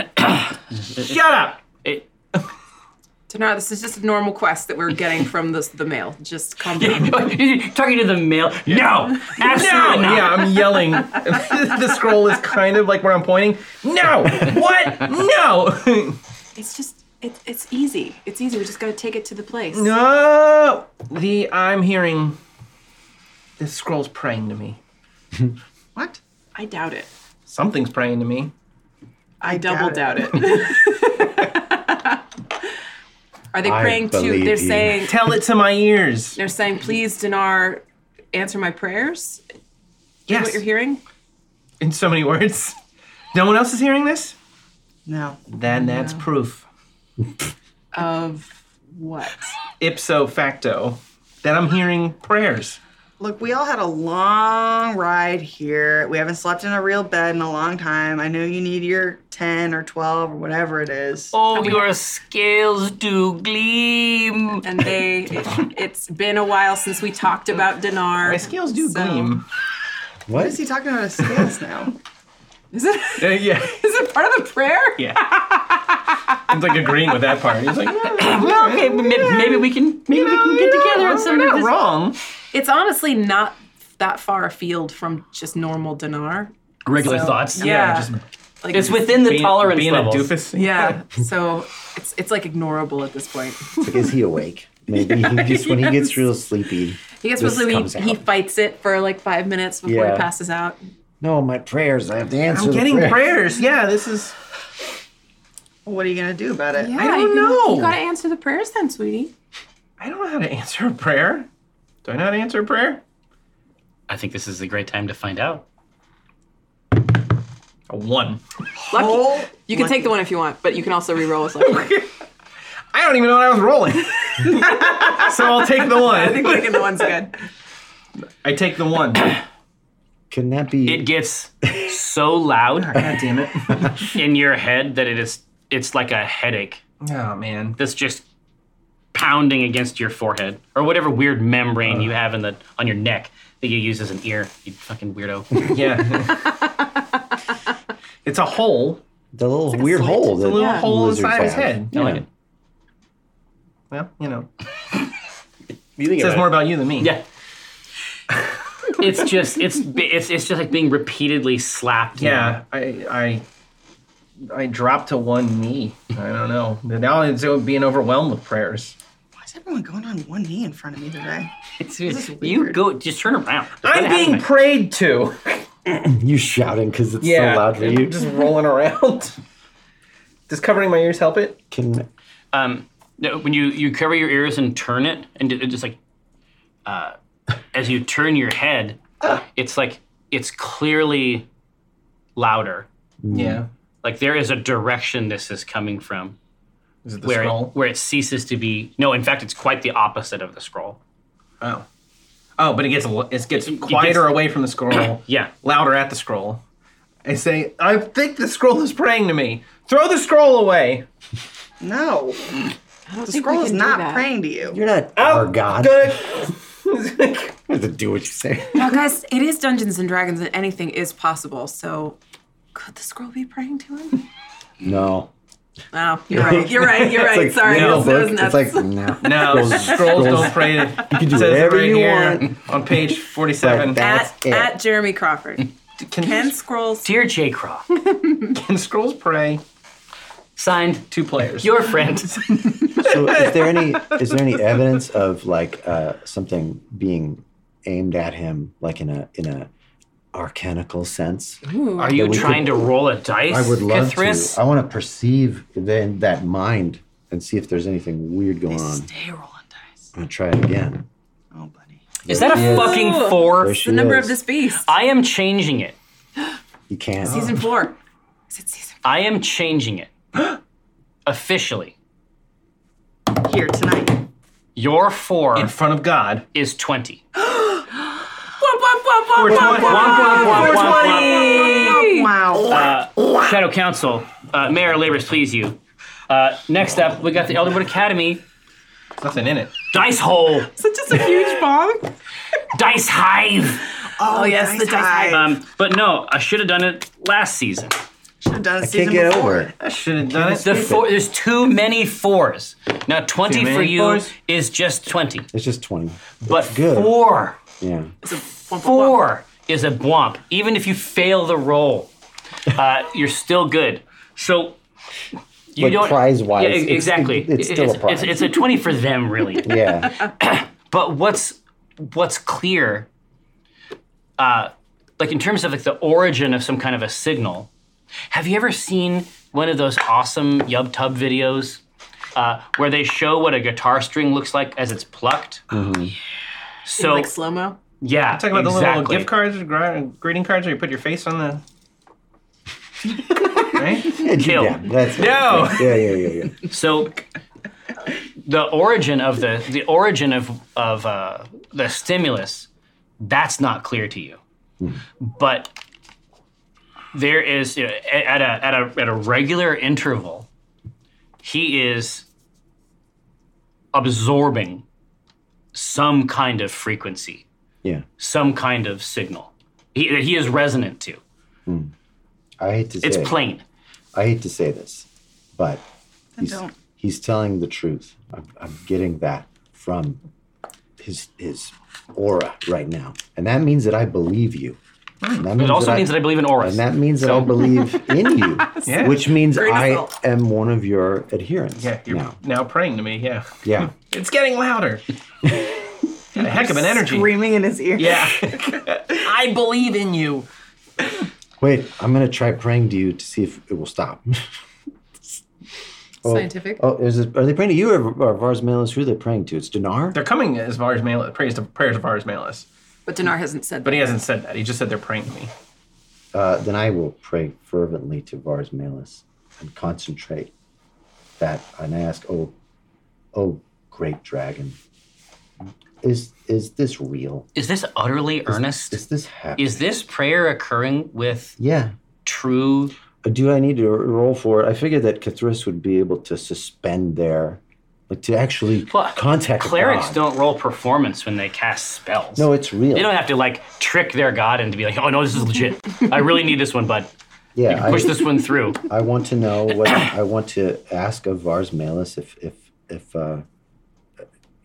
[SPEAKER 4] shut up.
[SPEAKER 3] It,
[SPEAKER 2] Dinar, this is just a normal quest that we're getting from the the mail. Just calm down.
[SPEAKER 3] talking to the male. No, absolutely
[SPEAKER 4] No,
[SPEAKER 3] not.
[SPEAKER 4] yeah, I'm yelling. the scroll is kind of like where I'm pointing. No, what? No,
[SPEAKER 2] It's just it, it's easy. It's easy. We just gotta take it to the place.
[SPEAKER 4] no. The I'm hearing. This scroll's praying to me.
[SPEAKER 6] What?
[SPEAKER 2] I doubt it.
[SPEAKER 4] Something's praying to me.
[SPEAKER 2] I, double doubt
[SPEAKER 6] doubt
[SPEAKER 2] it. Are they
[SPEAKER 5] I
[SPEAKER 2] praying to?
[SPEAKER 5] believe
[SPEAKER 2] They're
[SPEAKER 5] you.
[SPEAKER 2] saying
[SPEAKER 4] Tell it to my ears.
[SPEAKER 2] they're saying, please, Dinar, answer my prayers. Is
[SPEAKER 4] Yes.
[SPEAKER 2] What you're hearing?
[SPEAKER 4] in so many words. No one else is hearing this?
[SPEAKER 6] No.
[SPEAKER 4] Then that's proof.
[SPEAKER 2] Of what?
[SPEAKER 4] Ipso facto. That I'm hearing prayers.
[SPEAKER 6] Look, we all had a long ride here. We haven't slept in a real bed in a long time. I know you need your 10 or 12 or whatever it is.
[SPEAKER 3] Oh, your scales do gleam.
[SPEAKER 2] And they, it, has been a while since we talked about Dinar.
[SPEAKER 4] My scales do
[SPEAKER 2] so-
[SPEAKER 4] gleam.
[SPEAKER 5] what?
[SPEAKER 6] Is he talking about his scales now?
[SPEAKER 2] Is it?
[SPEAKER 4] Uh, yeah.
[SPEAKER 2] Is it part of the prayer?
[SPEAKER 4] Yeah. He's like agreeing with that part. He's like, yeah,
[SPEAKER 3] Well, okay, but may- maybe we can maybe we can get together on some
[SPEAKER 4] we're
[SPEAKER 3] of
[SPEAKER 4] not
[SPEAKER 3] this.
[SPEAKER 4] wrong.
[SPEAKER 2] It's honestly not that far afield from just normal Dinar.
[SPEAKER 3] Regular
[SPEAKER 2] So,
[SPEAKER 3] thoughts.
[SPEAKER 2] Yeah.
[SPEAKER 4] just
[SPEAKER 2] like,
[SPEAKER 3] It's within the
[SPEAKER 4] being,
[SPEAKER 3] tolerance
[SPEAKER 4] being
[SPEAKER 3] levels.
[SPEAKER 4] a doofus.
[SPEAKER 2] Yeah. So it's it's like ignorable at this point.
[SPEAKER 5] It's like, is he awake? Maybe he just when he gets real sleepy.
[SPEAKER 2] He gets
[SPEAKER 5] this
[SPEAKER 2] mostly
[SPEAKER 5] comes
[SPEAKER 2] he, he
[SPEAKER 5] out.
[SPEAKER 2] fights it for like five minutes before
[SPEAKER 5] Yeah.
[SPEAKER 2] he passes out.
[SPEAKER 5] No, my prayers. I have to answer.
[SPEAKER 4] I'm
[SPEAKER 5] the
[SPEAKER 4] getting
[SPEAKER 5] prayer.
[SPEAKER 4] prayers. Yeah, this is.
[SPEAKER 6] What are you going to do about it?
[SPEAKER 2] Yeah,
[SPEAKER 4] I don't
[SPEAKER 2] you,
[SPEAKER 4] know.
[SPEAKER 2] You gotta answer the prayers then, sweetie.
[SPEAKER 4] I don't know how to answer a prayer. Do I not answer a prayer?
[SPEAKER 3] I think this is a great time to find out.
[SPEAKER 4] A one.
[SPEAKER 2] Lucky.
[SPEAKER 6] Oh,
[SPEAKER 2] you can take the one if you want, but you can also re-roll as lucky.
[SPEAKER 4] I don't even know what I was rolling. so I'll take the
[SPEAKER 2] I think
[SPEAKER 4] one.
[SPEAKER 2] taking the one's good.
[SPEAKER 4] I take the one. God
[SPEAKER 5] Can that be?
[SPEAKER 3] It gets so loud
[SPEAKER 4] Ah, damn it.
[SPEAKER 3] in your head that it is it's like a headache
[SPEAKER 4] Oh man.
[SPEAKER 3] that's just pounding against your forehead or whatever weird membrane
[SPEAKER 4] Uh.
[SPEAKER 3] you have in the on your neck that you use as an ear. You fucking weirdo.
[SPEAKER 4] Yeah. it's a hole.
[SPEAKER 5] The little weird
[SPEAKER 2] slit.
[SPEAKER 5] hole.
[SPEAKER 2] It's
[SPEAKER 5] that
[SPEAKER 4] a little hole
[SPEAKER 5] lizards
[SPEAKER 4] inside his
[SPEAKER 5] have.
[SPEAKER 4] head.
[SPEAKER 5] Yeah.
[SPEAKER 3] I like it.
[SPEAKER 4] Well, you know,
[SPEAKER 7] You think
[SPEAKER 4] it
[SPEAKER 7] about
[SPEAKER 4] says
[SPEAKER 7] it.
[SPEAKER 4] more about you than me.
[SPEAKER 3] Yeah. it's just it's it's it's just like being repeatedly slapped.
[SPEAKER 4] Yeah, I I I dropped to one knee. I don't know. Now it's being overwhelmed with prayers.
[SPEAKER 6] Why is everyone going on one knee in front of me today?
[SPEAKER 3] It's, you go just turn around.
[SPEAKER 4] I'm being prayed to.
[SPEAKER 5] You shouting because it's
[SPEAKER 4] Yeah,
[SPEAKER 5] so loud for you.
[SPEAKER 4] just rolling around. Does covering my ears help it?
[SPEAKER 5] Can
[SPEAKER 3] um, no, when you you cover your ears and turn it, and it it just like, uh, as you turn your head,
[SPEAKER 4] Uh.
[SPEAKER 3] it's like it's clearly louder.
[SPEAKER 4] Yeah.
[SPEAKER 3] Like there is a direction this is coming from,
[SPEAKER 4] Is it the
[SPEAKER 3] where it,
[SPEAKER 4] scroll?
[SPEAKER 3] where it ceases to be. No, in fact, it's quite the opposite of the scroll.
[SPEAKER 4] Oh. Oh, but it gets a lo- it gets
[SPEAKER 3] It- it
[SPEAKER 4] quieter
[SPEAKER 3] gets-
[SPEAKER 4] away from the scroll.
[SPEAKER 3] Yeah.
[SPEAKER 4] Louder at the scroll. I say, I think the scroll is praying to me. Throw the scroll away.
[SPEAKER 6] No, the scroll is not praying to you.
[SPEAKER 5] you're not our god.
[SPEAKER 4] Good.
[SPEAKER 5] You have to do what you say.
[SPEAKER 2] Now, guys, it is Dungeons and Dragons, and anything is possible. So, could the scroll be praying to him?
[SPEAKER 5] No.
[SPEAKER 2] Oh, you're right. You're right. You're right.
[SPEAKER 5] It's like,
[SPEAKER 2] Sorry,
[SPEAKER 5] no,
[SPEAKER 2] that was- that was
[SPEAKER 5] book.
[SPEAKER 2] nuts.
[SPEAKER 5] It's like no.
[SPEAKER 4] no,
[SPEAKER 5] Scrolls-
[SPEAKER 4] scrolls don't pray. You
[SPEAKER 5] can do whatever you want.
[SPEAKER 4] on page forty-seven.
[SPEAKER 5] But that-
[SPEAKER 2] at,
[SPEAKER 5] that's it.
[SPEAKER 2] at Jeremy Crawford. Can scrolls?
[SPEAKER 3] Dear J. Croft,
[SPEAKER 4] Can scrolls pray?
[SPEAKER 3] signed
[SPEAKER 4] Two players.
[SPEAKER 3] your friend.
[SPEAKER 5] So is there any is there any evidence of like uh, something being aimed at him like in a in a arcanical sense?
[SPEAKER 3] Are you
[SPEAKER 5] we could-
[SPEAKER 3] trying to roll a dice?
[SPEAKER 5] I would love
[SPEAKER 3] Cthulhu?
[SPEAKER 5] to. I want to perceive then that mind and see if there's anything weird going on.
[SPEAKER 6] Stay rolling dice.
[SPEAKER 5] I'm gonna try it again.
[SPEAKER 6] Oh, buddy.
[SPEAKER 3] Is that a fucking four?
[SPEAKER 5] There she
[SPEAKER 2] The number of
[SPEAKER 5] is.
[SPEAKER 2] this
[SPEAKER 5] Oh.
[SPEAKER 2] beast.
[SPEAKER 3] I am changing it.
[SPEAKER 5] You can't.
[SPEAKER 2] Season four. Is it season?
[SPEAKER 3] I am changing it. Officially.
[SPEAKER 6] Here tonight.
[SPEAKER 3] Your four
[SPEAKER 4] in front of God.
[SPEAKER 3] is 20.
[SPEAKER 2] Womp, womp, womp, womp, womp,
[SPEAKER 3] Womp, womp, womp,
[SPEAKER 6] Oh, Wow.
[SPEAKER 3] womp. Shadow Council, uh, Mayor Labors, please you. Uh, next up, we got the Elderwood Academy.
[SPEAKER 4] There's nothing in it.
[SPEAKER 3] Dice Hole,
[SPEAKER 2] Such just a huge bomb.
[SPEAKER 3] Dice Hive.
[SPEAKER 2] Oh, yes, the dice.
[SPEAKER 6] high.
[SPEAKER 3] Um, but no, I should have done it last season.
[SPEAKER 6] Should have done a
[SPEAKER 5] I
[SPEAKER 6] season
[SPEAKER 5] can't get
[SPEAKER 6] before.
[SPEAKER 5] over it.
[SPEAKER 4] I should have done it.
[SPEAKER 3] The four, there's too many fours. Now, 20
[SPEAKER 4] Too many
[SPEAKER 3] for you
[SPEAKER 4] fours?
[SPEAKER 3] is just 20.
[SPEAKER 5] It's just twenty.
[SPEAKER 3] But
[SPEAKER 5] good.
[SPEAKER 3] four.
[SPEAKER 5] Yeah.
[SPEAKER 3] Four is a bwomp. Even if you fail the roll, uh, you're still good. So you
[SPEAKER 5] Like
[SPEAKER 3] don't
[SPEAKER 5] prize-wise,
[SPEAKER 3] Yeah, e-
[SPEAKER 5] it's-
[SPEAKER 3] exactly.
[SPEAKER 5] it- it's still a prize.
[SPEAKER 3] It's, a twenty for them, really.
[SPEAKER 5] Yeah.
[SPEAKER 3] But what's what's clear, uh, like in terms of like the origin of some kind of a signal. Have you ever seen one of those awesome Yub Tub videos uh, where they show what a guitar string looks like as it's plucked?
[SPEAKER 4] Mm.
[SPEAKER 5] Mm-hmm.
[SPEAKER 3] So
[SPEAKER 2] Like slow mo.
[SPEAKER 3] yeah,
[SPEAKER 4] Talk about
[SPEAKER 3] exactly.
[SPEAKER 4] the little gift cards, or gra- greeting cards, where you put your face on the. right?
[SPEAKER 3] Kill.
[SPEAKER 5] Yeah. That's it.
[SPEAKER 4] No.
[SPEAKER 5] Yeah. Yeah. Yeah. Yeah.
[SPEAKER 3] So the origin of the the origin of of uh, the stimulus that's not clear to you, but there is you know, a- at a at a at a regular interval, he is absorbing some kind of frequency
[SPEAKER 5] yeah.
[SPEAKER 3] some kind of signal he, that he is resonant to
[SPEAKER 5] I hate to say.
[SPEAKER 3] it's
[SPEAKER 5] it.
[SPEAKER 3] plain
[SPEAKER 5] I hate to say this, but he's,
[SPEAKER 6] don't.
[SPEAKER 5] he's telling the truth. I'm, I'm getting that from his his aura right now, and that means that I believe you. And that
[SPEAKER 3] it
[SPEAKER 5] means
[SPEAKER 3] also
[SPEAKER 5] that I-
[SPEAKER 3] means that i believe in auras
[SPEAKER 5] and that means that I believe in you,
[SPEAKER 4] Yeah.
[SPEAKER 5] which means
[SPEAKER 2] Grain of
[SPEAKER 5] I
[SPEAKER 2] salt.
[SPEAKER 5] am one of your adherents.
[SPEAKER 4] Yeah, you're
[SPEAKER 5] now.
[SPEAKER 4] now praying to me. Yeah.
[SPEAKER 5] Yeah.
[SPEAKER 4] It's getting louder. Got a heck of an energy.
[SPEAKER 6] Screaming in his ear.
[SPEAKER 4] Yeah. I believe in you.
[SPEAKER 5] Wait, I'm gonna try praying to you to see if it will stop. Oh,
[SPEAKER 2] Scientific.
[SPEAKER 5] Oh, is it, are they praying to you or, or Vars Malus? Who are they praying to? It's Dinar.
[SPEAKER 4] They're coming as far as Malus, praise to, prayers to far as Malus.
[SPEAKER 2] But Dinar hasn't said
[SPEAKER 4] But
[SPEAKER 2] that.
[SPEAKER 4] he hasn't said that. He just said they're praying to me.
[SPEAKER 5] Uh, then I will pray fervently to Vars Malus and concentrate that and ask, oh, oh, great dragon, is is this real?
[SPEAKER 3] is this utterly earnest
[SPEAKER 5] Is this happening?
[SPEAKER 3] Is this prayer occurring with
[SPEAKER 5] yeah.
[SPEAKER 3] true?
[SPEAKER 5] Do I need to roll for it? I figured that Cathris would be able to suspend their Like to actually contact a
[SPEAKER 12] Clerics
[SPEAKER 5] god.
[SPEAKER 12] don't roll performance when they cast spells.
[SPEAKER 5] No, it's real.
[SPEAKER 12] They don't have to like trick their god into be like, oh no, this is legit. I really need this one, bud.
[SPEAKER 5] Yeah,
[SPEAKER 12] you can push
[SPEAKER 5] I-
[SPEAKER 12] this one through.
[SPEAKER 5] I want to know what I want to ask of Vars Malus if if if uh,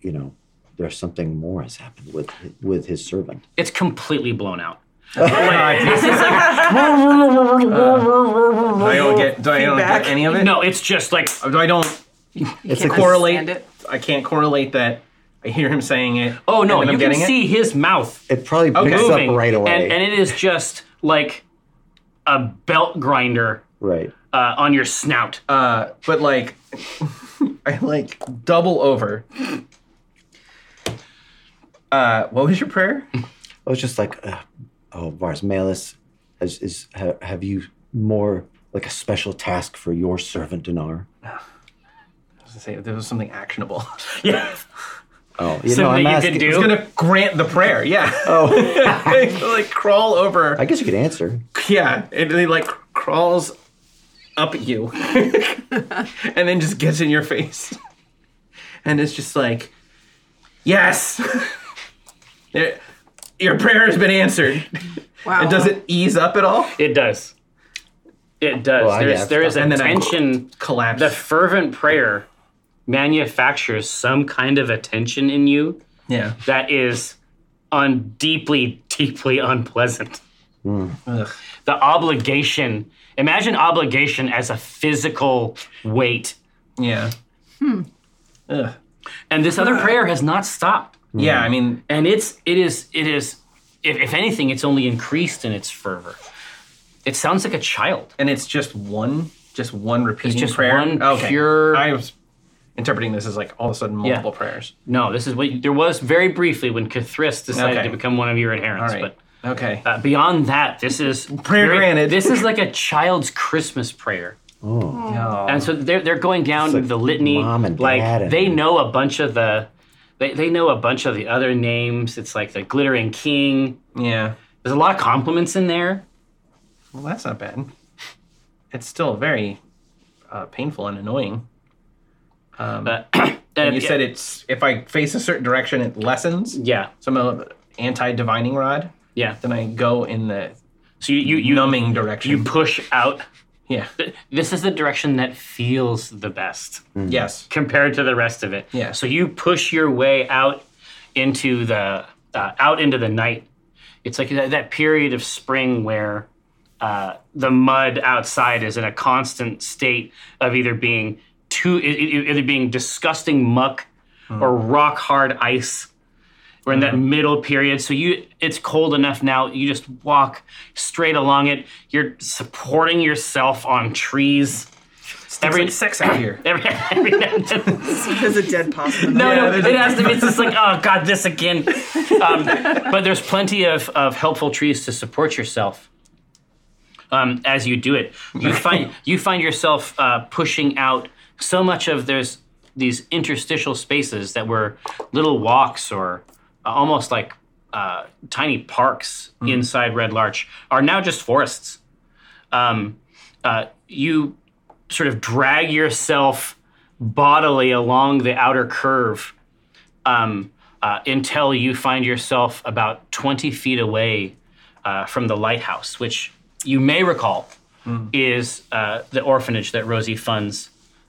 [SPEAKER 5] you know there's something more has happened with with his servant.
[SPEAKER 12] It's completely blown out.
[SPEAKER 4] I don't get. Do I don't
[SPEAKER 12] Feedback.
[SPEAKER 4] get any of it?
[SPEAKER 12] No, it's just like
[SPEAKER 4] I don't.
[SPEAKER 12] It's
[SPEAKER 4] It's
[SPEAKER 12] like-
[SPEAKER 4] correlate.
[SPEAKER 12] understand it.
[SPEAKER 4] I can't correlate that. I hear him saying it.
[SPEAKER 12] Oh no,
[SPEAKER 4] and
[SPEAKER 12] you
[SPEAKER 4] I'm
[SPEAKER 12] can
[SPEAKER 4] getting it.
[SPEAKER 12] see his mouth.
[SPEAKER 5] It probably
[SPEAKER 4] Okay.
[SPEAKER 5] picks
[SPEAKER 12] moving,
[SPEAKER 5] up right away.
[SPEAKER 12] and, and it is just like a belt grinder
[SPEAKER 5] right.
[SPEAKER 12] uh, on your snout.
[SPEAKER 4] Uh, but like, I like double over. Uh, what was your prayer?
[SPEAKER 5] I was just like, uh, oh, Vars Malus, has is ha, have you more like a special task for your servant Dinar?
[SPEAKER 4] I was gonna say there was something actionable.
[SPEAKER 12] yeah.
[SPEAKER 5] Oh, you know,
[SPEAKER 4] Something
[SPEAKER 5] I'm
[SPEAKER 4] you
[SPEAKER 5] asking.
[SPEAKER 4] could do. I was gonna grant the prayer. Yeah. Oh. like crawl over.
[SPEAKER 5] I guess you could answer.
[SPEAKER 4] Yeah, and he like crawls up at you, and then just gets in your face, and it's just like, yes, There- your prayer has been answered.
[SPEAKER 2] Wow.
[SPEAKER 4] And does it ease up at all?
[SPEAKER 12] It does. It does.
[SPEAKER 4] Well, I
[SPEAKER 12] There's
[SPEAKER 4] guess.
[SPEAKER 12] there is a
[SPEAKER 4] And then I
[SPEAKER 12] tension.
[SPEAKER 4] collapse.
[SPEAKER 12] The fervent prayer manufactures some kind of attention in you
[SPEAKER 4] Yeah.
[SPEAKER 12] that is un- deeply, deeply unpleasant.
[SPEAKER 4] Ugh.
[SPEAKER 12] The obligation. Imagine obligation as a physical weight.
[SPEAKER 4] Yeah. Ugh.
[SPEAKER 12] And this other prayer has not stopped.
[SPEAKER 4] Yeah, I mean,
[SPEAKER 12] And it's it is it is if, if anything, it's only increased in its fervor. It sounds like a child.
[SPEAKER 4] and it's just one, just one repeating
[SPEAKER 12] just
[SPEAKER 4] prayer.
[SPEAKER 12] one pure-
[SPEAKER 4] I was interpreting this as like all of a sudden multiple prayers.
[SPEAKER 12] No, this is what you, there was very briefly when Cathris decided
[SPEAKER 4] Okay.
[SPEAKER 12] to become one of your inherents.
[SPEAKER 4] All right. Okay.
[SPEAKER 12] But uh, beyond that, this is
[SPEAKER 4] Prayer granted.
[SPEAKER 12] This is like a child's Christmas prayer.
[SPEAKER 5] Oh,
[SPEAKER 4] No.
[SPEAKER 12] And so they're they're going down the litany.
[SPEAKER 5] mom and
[SPEAKER 12] like
[SPEAKER 5] dad and-
[SPEAKER 12] they know a bunch of the they, they know a bunch of the other names. It's like the glittering king.
[SPEAKER 4] yeah.
[SPEAKER 12] There's a lot of compliments in there.
[SPEAKER 4] Well, that's not bad. It's still very uh, painful and annoying. Um,
[SPEAKER 12] But uh,
[SPEAKER 4] and you said it's if I face a certain direction, it lessens.
[SPEAKER 12] Yeah.
[SPEAKER 4] So I'm a anti-divining rod.
[SPEAKER 12] Yeah.
[SPEAKER 4] Then I go in the
[SPEAKER 12] So you you, you
[SPEAKER 4] numbing direction.
[SPEAKER 12] you push out.
[SPEAKER 4] yeah.
[SPEAKER 12] This is the direction that feels the best.
[SPEAKER 4] Yes.
[SPEAKER 12] compared to the rest of it.
[SPEAKER 4] Yeah.
[SPEAKER 12] So you push your way out into the uh, out into the night. It's like that, that period of spring where uh, the mud outside is in a constant state of either being too i- i- either being disgusting muck or rock hard ice. We're in that middle period, so you it's cold enough now. You just walk straight along it. You're supporting yourself on trees.
[SPEAKER 4] Every sex out here.
[SPEAKER 12] Every, every now and then-
[SPEAKER 6] There's a dead possum.
[SPEAKER 12] no,
[SPEAKER 4] Yeah,
[SPEAKER 12] no,
[SPEAKER 4] there's
[SPEAKER 12] it has to be. It's just like, oh god, this again. Um, but there's plenty of, of helpful trees to support yourself um, as you do it. You find you find yourself uh, pushing out so much of there's these interstitial spaces that were little walks or uh, almost like uh, tiny parks inside Red Larch are now just forests. Um, uh, you sort of drag yourself bodily along the outer curve um, uh, until you find yourself about 20 feet away uh, from the lighthouse, which you may recall
[SPEAKER 4] Hmm.
[SPEAKER 12] is uh, the orphanage that Rosie funds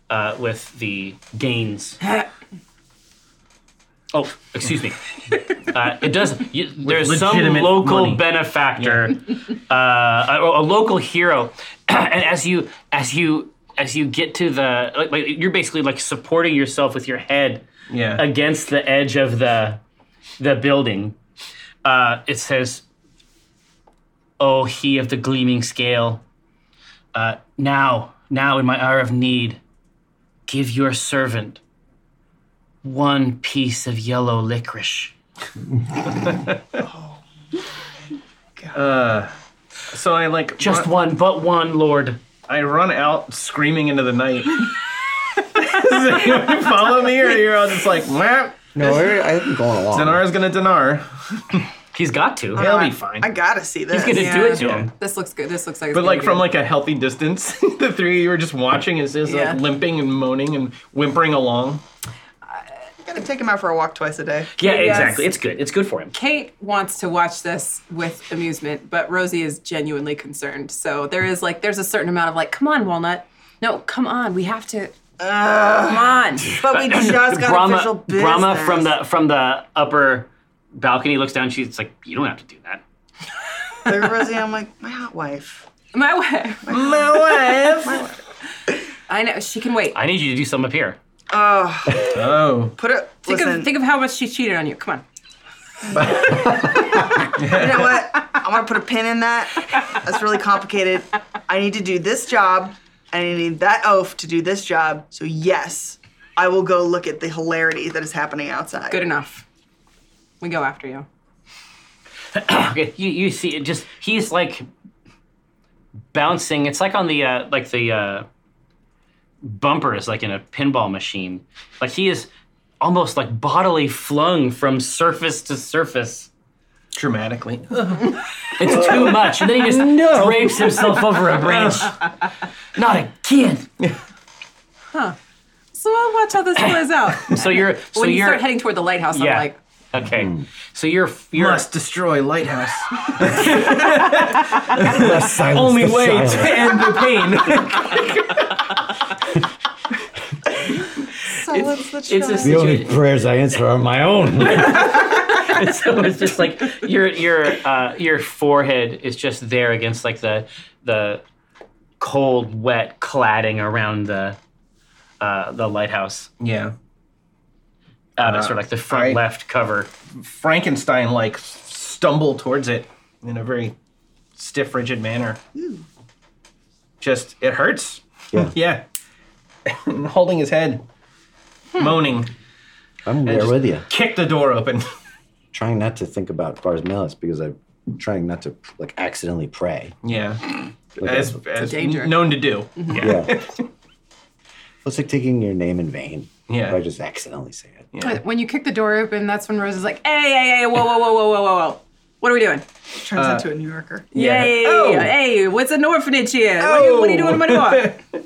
[SPEAKER 12] uh, with the gains. Oh, excuse me. Uh, it does. You, there's some
[SPEAKER 4] legitimate
[SPEAKER 12] local
[SPEAKER 4] money.
[SPEAKER 12] benefactor, uh, a, a local hero, and as you as you as you get to the, like, like, you're basically like supporting yourself with your head
[SPEAKER 4] Yeah.
[SPEAKER 12] against the edge of the the building. Uh, it says, "O he of the gleaming scale, uh, now, now in my hour of need, give your servant one piece of yellow licorice."
[SPEAKER 4] So I like
[SPEAKER 12] Just
[SPEAKER 4] run-
[SPEAKER 12] one, but one, Lord.
[SPEAKER 4] I run out screaming into the night. So you follow me, or you're all just like, "Meh."
[SPEAKER 5] No, I, I'm going along.
[SPEAKER 4] Dinar's gonna dinar.
[SPEAKER 12] He's got to.
[SPEAKER 4] He'll be fine.
[SPEAKER 6] I gotta see this.
[SPEAKER 12] He's gonna do it to
[SPEAKER 4] Yeah.
[SPEAKER 12] him.
[SPEAKER 2] This looks good. This looks like. It's
[SPEAKER 4] But
[SPEAKER 2] gonna
[SPEAKER 4] like
[SPEAKER 2] be
[SPEAKER 4] from
[SPEAKER 2] good.
[SPEAKER 4] like a healthy distance, the three of you were just watching as this
[SPEAKER 2] Yeah.
[SPEAKER 4] like limping and moaning and whimpering along.
[SPEAKER 6] I'm gonna take him out for a walk twice a day.
[SPEAKER 12] Yeah,
[SPEAKER 2] Yes.
[SPEAKER 12] exactly. It's good. It's good for him.
[SPEAKER 2] Kate wants to watch this with amusement, but Rosie is genuinely concerned. So there is like, there's a certain amount of like, come on, Walnut. No, come on. We have to. come on.
[SPEAKER 6] But we just got
[SPEAKER 12] Brahma,
[SPEAKER 6] official business.
[SPEAKER 12] Brahma from the from the upper balcony looks down. She's like, "You don't have to do that."
[SPEAKER 6] Like, Rosie, I'm like my hot wife.
[SPEAKER 2] My wife.
[SPEAKER 6] My wife.
[SPEAKER 2] I know. She can wait.
[SPEAKER 12] I need you to do some up here.
[SPEAKER 6] Oh,
[SPEAKER 4] Oh.
[SPEAKER 6] put it.
[SPEAKER 2] Think
[SPEAKER 6] listen,
[SPEAKER 2] of, think of how much she cheated on you. Come on.
[SPEAKER 6] you know what? I'm gonna put a pin in that. That's really complicated. I need to do this job, and I need that oaf to do this job. So yes, I will go look at the hilarity that is happening outside.
[SPEAKER 2] Good enough. We go after you.
[SPEAKER 12] Okay, you you see it just he's like bouncing. It's like on the uh, like the uh, bumper is like in a pinball machine. Like he is almost like bodily flung from surface to surface.
[SPEAKER 4] Dramatically.
[SPEAKER 12] It's too much, and then he just drapes himself over a branch. Not again.
[SPEAKER 2] So I'll watch how this plays out.
[SPEAKER 12] So you're so
[SPEAKER 2] when you Mm.
[SPEAKER 12] you're
[SPEAKER 2] start heading toward the lighthouse, I'm
[SPEAKER 12] yeah.
[SPEAKER 2] like,
[SPEAKER 12] okay. So you're you're
[SPEAKER 4] Must destroy lighthouse.
[SPEAKER 5] Silence
[SPEAKER 4] Only
[SPEAKER 5] the
[SPEAKER 4] way
[SPEAKER 5] silence.
[SPEAKER 4] to end the pain.
[SPEAKER 6] Silence the
[SPEAKER 12] it's a
[SPEAKER 6] child.
[SPEAKER 5] The only
[SPEAKER 12] situation.
[SPEAKER 5] prayers I answer are my own.
[SPEAKER 12] so it's just like your your uh, your forehead is just there against like the the cold wet cladding around the uh, the lighthouse.
[SPEAKER 4] yeah.
[SPEAKER 12] Uh, that's sort of like the front
[SPEAKER 4] I-
[SPEAKER 12] left cover.
[SPEAKER 4] Frankenstein like stumble towards it in a very stiff, rigid manner. Just it hurts.
[SPEAKER 5] Yeah.
[SPEAKER 4] yeah. Holding his head, moaning.
[SPEAKER 5] I'm there with you.
[SPEAKER 4] Kick the door open.
[SPEAKER 5] Trying not to think about Barzmelis because I'm trying not to like accidentally pray.
[SPEAKER 4] yeah.
[SPEAKER 5] Like,
[SPEAKER 4] As, as
[SPEAKER 2] danger.
[SPEAKER 4] known to do.
[SPEAKER 5] yeah. Well, it's like taking your name in vain.
[SPEAKER 4] Yeah.
[SPEAKER 5] If I just accidentally say it.
[SPEAKER 4] Yeah.
[SPEAKER 2] when you kick the door open, that's when Rose is like, hey, hey, hey, whoa, whoa, whoa, whoa, whoa, whoa, whoa. What are we doing?
[SPEAKER 6] Turns into a New Yorker.
[SPEAKER 4] Yeah.
[SPEAKER 2] Yay!
[SPEAKER 4] Oh.
[SPEAKER 2] Hey, what's an orphanage here? What, are you, what are you doing in my door?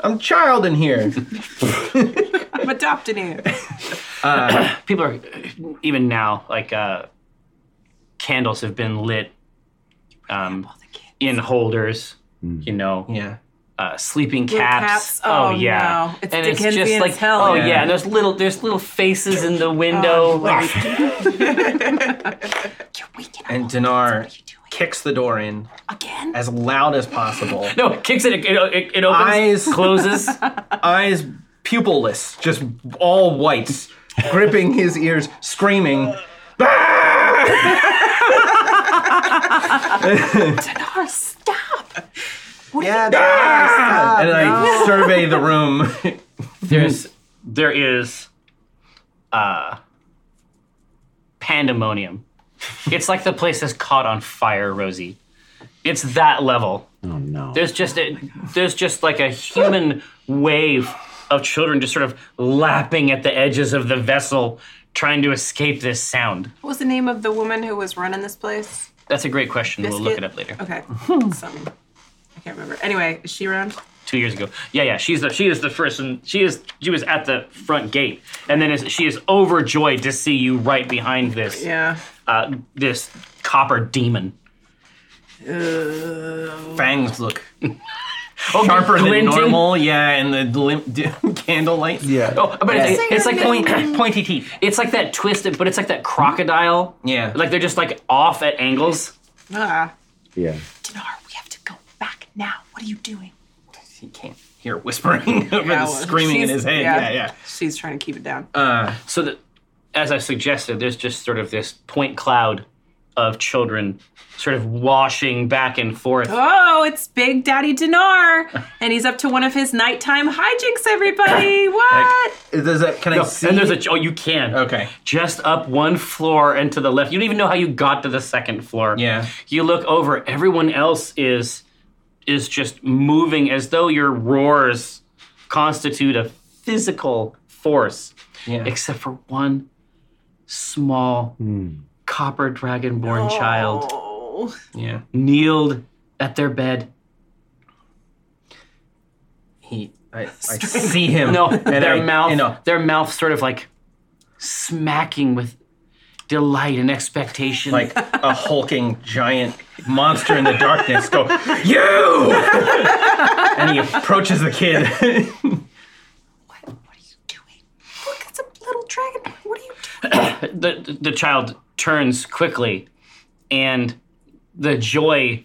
[SPEAKER 4] I'm child in here.
[SPEAKER 2] I'm adopting you.
[SPEAKER 12] People are even now like uh, candles have been lit um, in holders.
[SPEAKER 4] Hmm.
[SPEAKER 12] You know.
[SPEAKER 4] yeah.
[SPEAKER 12] uh, sleeping
[SPEAKER 2] Little
[SPEAKER 12] caps.
[SPEAKER 2] caps.
[SPEAKER 12] Oh,
[SPEAKER 2] Oh,
[SPEAKER 12] yeah,
[SPEAKER 2] no. It's
[SPEAKER 12] and it's
[SPEAKER 2] Dickensian
[SPEAKER 12] just
[SPEAKER 2] as
[SPEAKER 12] like
[SPEAKER 2] hell. Oh,
[SPEAKER 12] oh yeah.
[SPEAKER 4] Yeah.
[SPEAKER 12] and there's little there's little faces in the window.
[SPEAKER 4] And Dinar kicks the door in
[SPEAKER 2] Again?
[SPEAKER 4] as loud as possible.
[SPEAKER 12] no, it kicks it. It, it, it opens,
[SPEAKER 4] Eyes-
[SPEAKER 12] closes.
[SPEAKER 4] eyes pupilless, just all whites, gripping his ears, screaming.
[SPEAKER 2] Dinar, stop!
[SPEAKER 6] Yeah. Stop.
[SPEAKER 4] Ah! and I survey the room.
[SPEAKER 12] There's there is uh, pandemonium. It's like the place is caught on fire, Rosie. It's that level.
[SPEAKER 5] Oh no.
[SPEAKER 12] There's just a, there's just like a human wave of children just sort of lapping at the edges of the vessel, trying to escape this sound.
[SPEAKER 2] What was the name of the woman who was running this place?
[SPEAKER 12] That's a great question. We'll look
[SPEAKER 2] Biscuit?
[SPEAKER 12] it up later.
[SPEAKER 2] Okay. Something. I can't remember. Anyway, is she around?
[SPEAKER 12] Two years ago. Yeah, yeah. She's the she is the first and she is she was at the front gate, and then is, she is overjoyed to see you right behind this
[SPEAKER 2] Yeah.
[SPEAKER 12] uh, this copper demon.
[SPEAKER 4] Fangs look
[SPEAKER 12] Oh,
[SPEAKER 4] sharper than
[SPEAKER 12] glinting.
[SPEAKER 4] normal. Yeah, and the lim- d- candlelight. Yeah.
[SPEAKER 12] Oh, but it's, it's like
[SPEAKER 4] Point,
[SPEAKER 12] point.
[SPEAKER 4] pointy teeth.
[SPEAKER 12] It's like that twisted, but it's like that crocodile.
[SPEAKER 4] Yeah.
[SPEAKER 12] Like they're just like off at angles.
[SPEAKER 2] Ah.
[SPEAKER 5] yeah.
[SPEAKER 2] Dinar, we have to go back now. What are you doing?
[SPEAKER 4] He can't hear whispering over
[SPEAKER 2] Yeah,
[SPEAKER 4] the
[SPEAKER 2] well,
[SPEAKER 4] screaming in
[SPEAKER 2] she's-
[SPEAKER 4] his head.
[SPEAKER 2] yeah.
[SPEAKER 4] Yeah, yeah.
[SPEAKER 2] She's trying to keep it down.
[SPEAKER 4] Uh,
[SPEAKER 12] So that, as I suggested, there's just sort of this point cloud of children sort of washing back and forth.
[SPEAKER 2] Oh, it's Big Daddy Dinar, and he's up to one of his nighttime hijinks. Everybody, what?
[SPEAKER 4] does that? Can I
[SPEAKER 12] No,
[SPEAKER 4] see?
[SPEAKER 12] and there's a oh you can
[SPEAKER 4] Okay.
[SPEAKER 12] just up one floor and to the left. You don't even know how you got to the second floor.
[SPEAKER 4] Yeah.
[SPEAKER 12] You look over. Everyone else is is just moving as though your roars constitute a physical force,
[SPEAKER 4] Yeah.
[SPEAKER 12] except for one small copper dragonborn child.
[SPEAKER 2] Oh,
[SPEAKER 4] yeah.
[SPEAKER 12] kneeled at their bed.
[SPEAKER 4] He. I, I see him.
[SPEAKER 12] No,
[SPEAKER 4] and
[SPEAKER 12] their
[SPEAKER 4] I-
[SPEAKER 12] mouth,
[SPEAKER 4] You know,
[SPEAKER 12] their mouth sort of like smacking with delight and expectation.
[SPEAKER 4] Like a hulking giant monster in the darkness go, You! and he approaches the kid.
[SPEAKER 2] Look, it's a little dragon. boy. What are you?
[SPEAKER 12] the the child turns quickly, and the joy,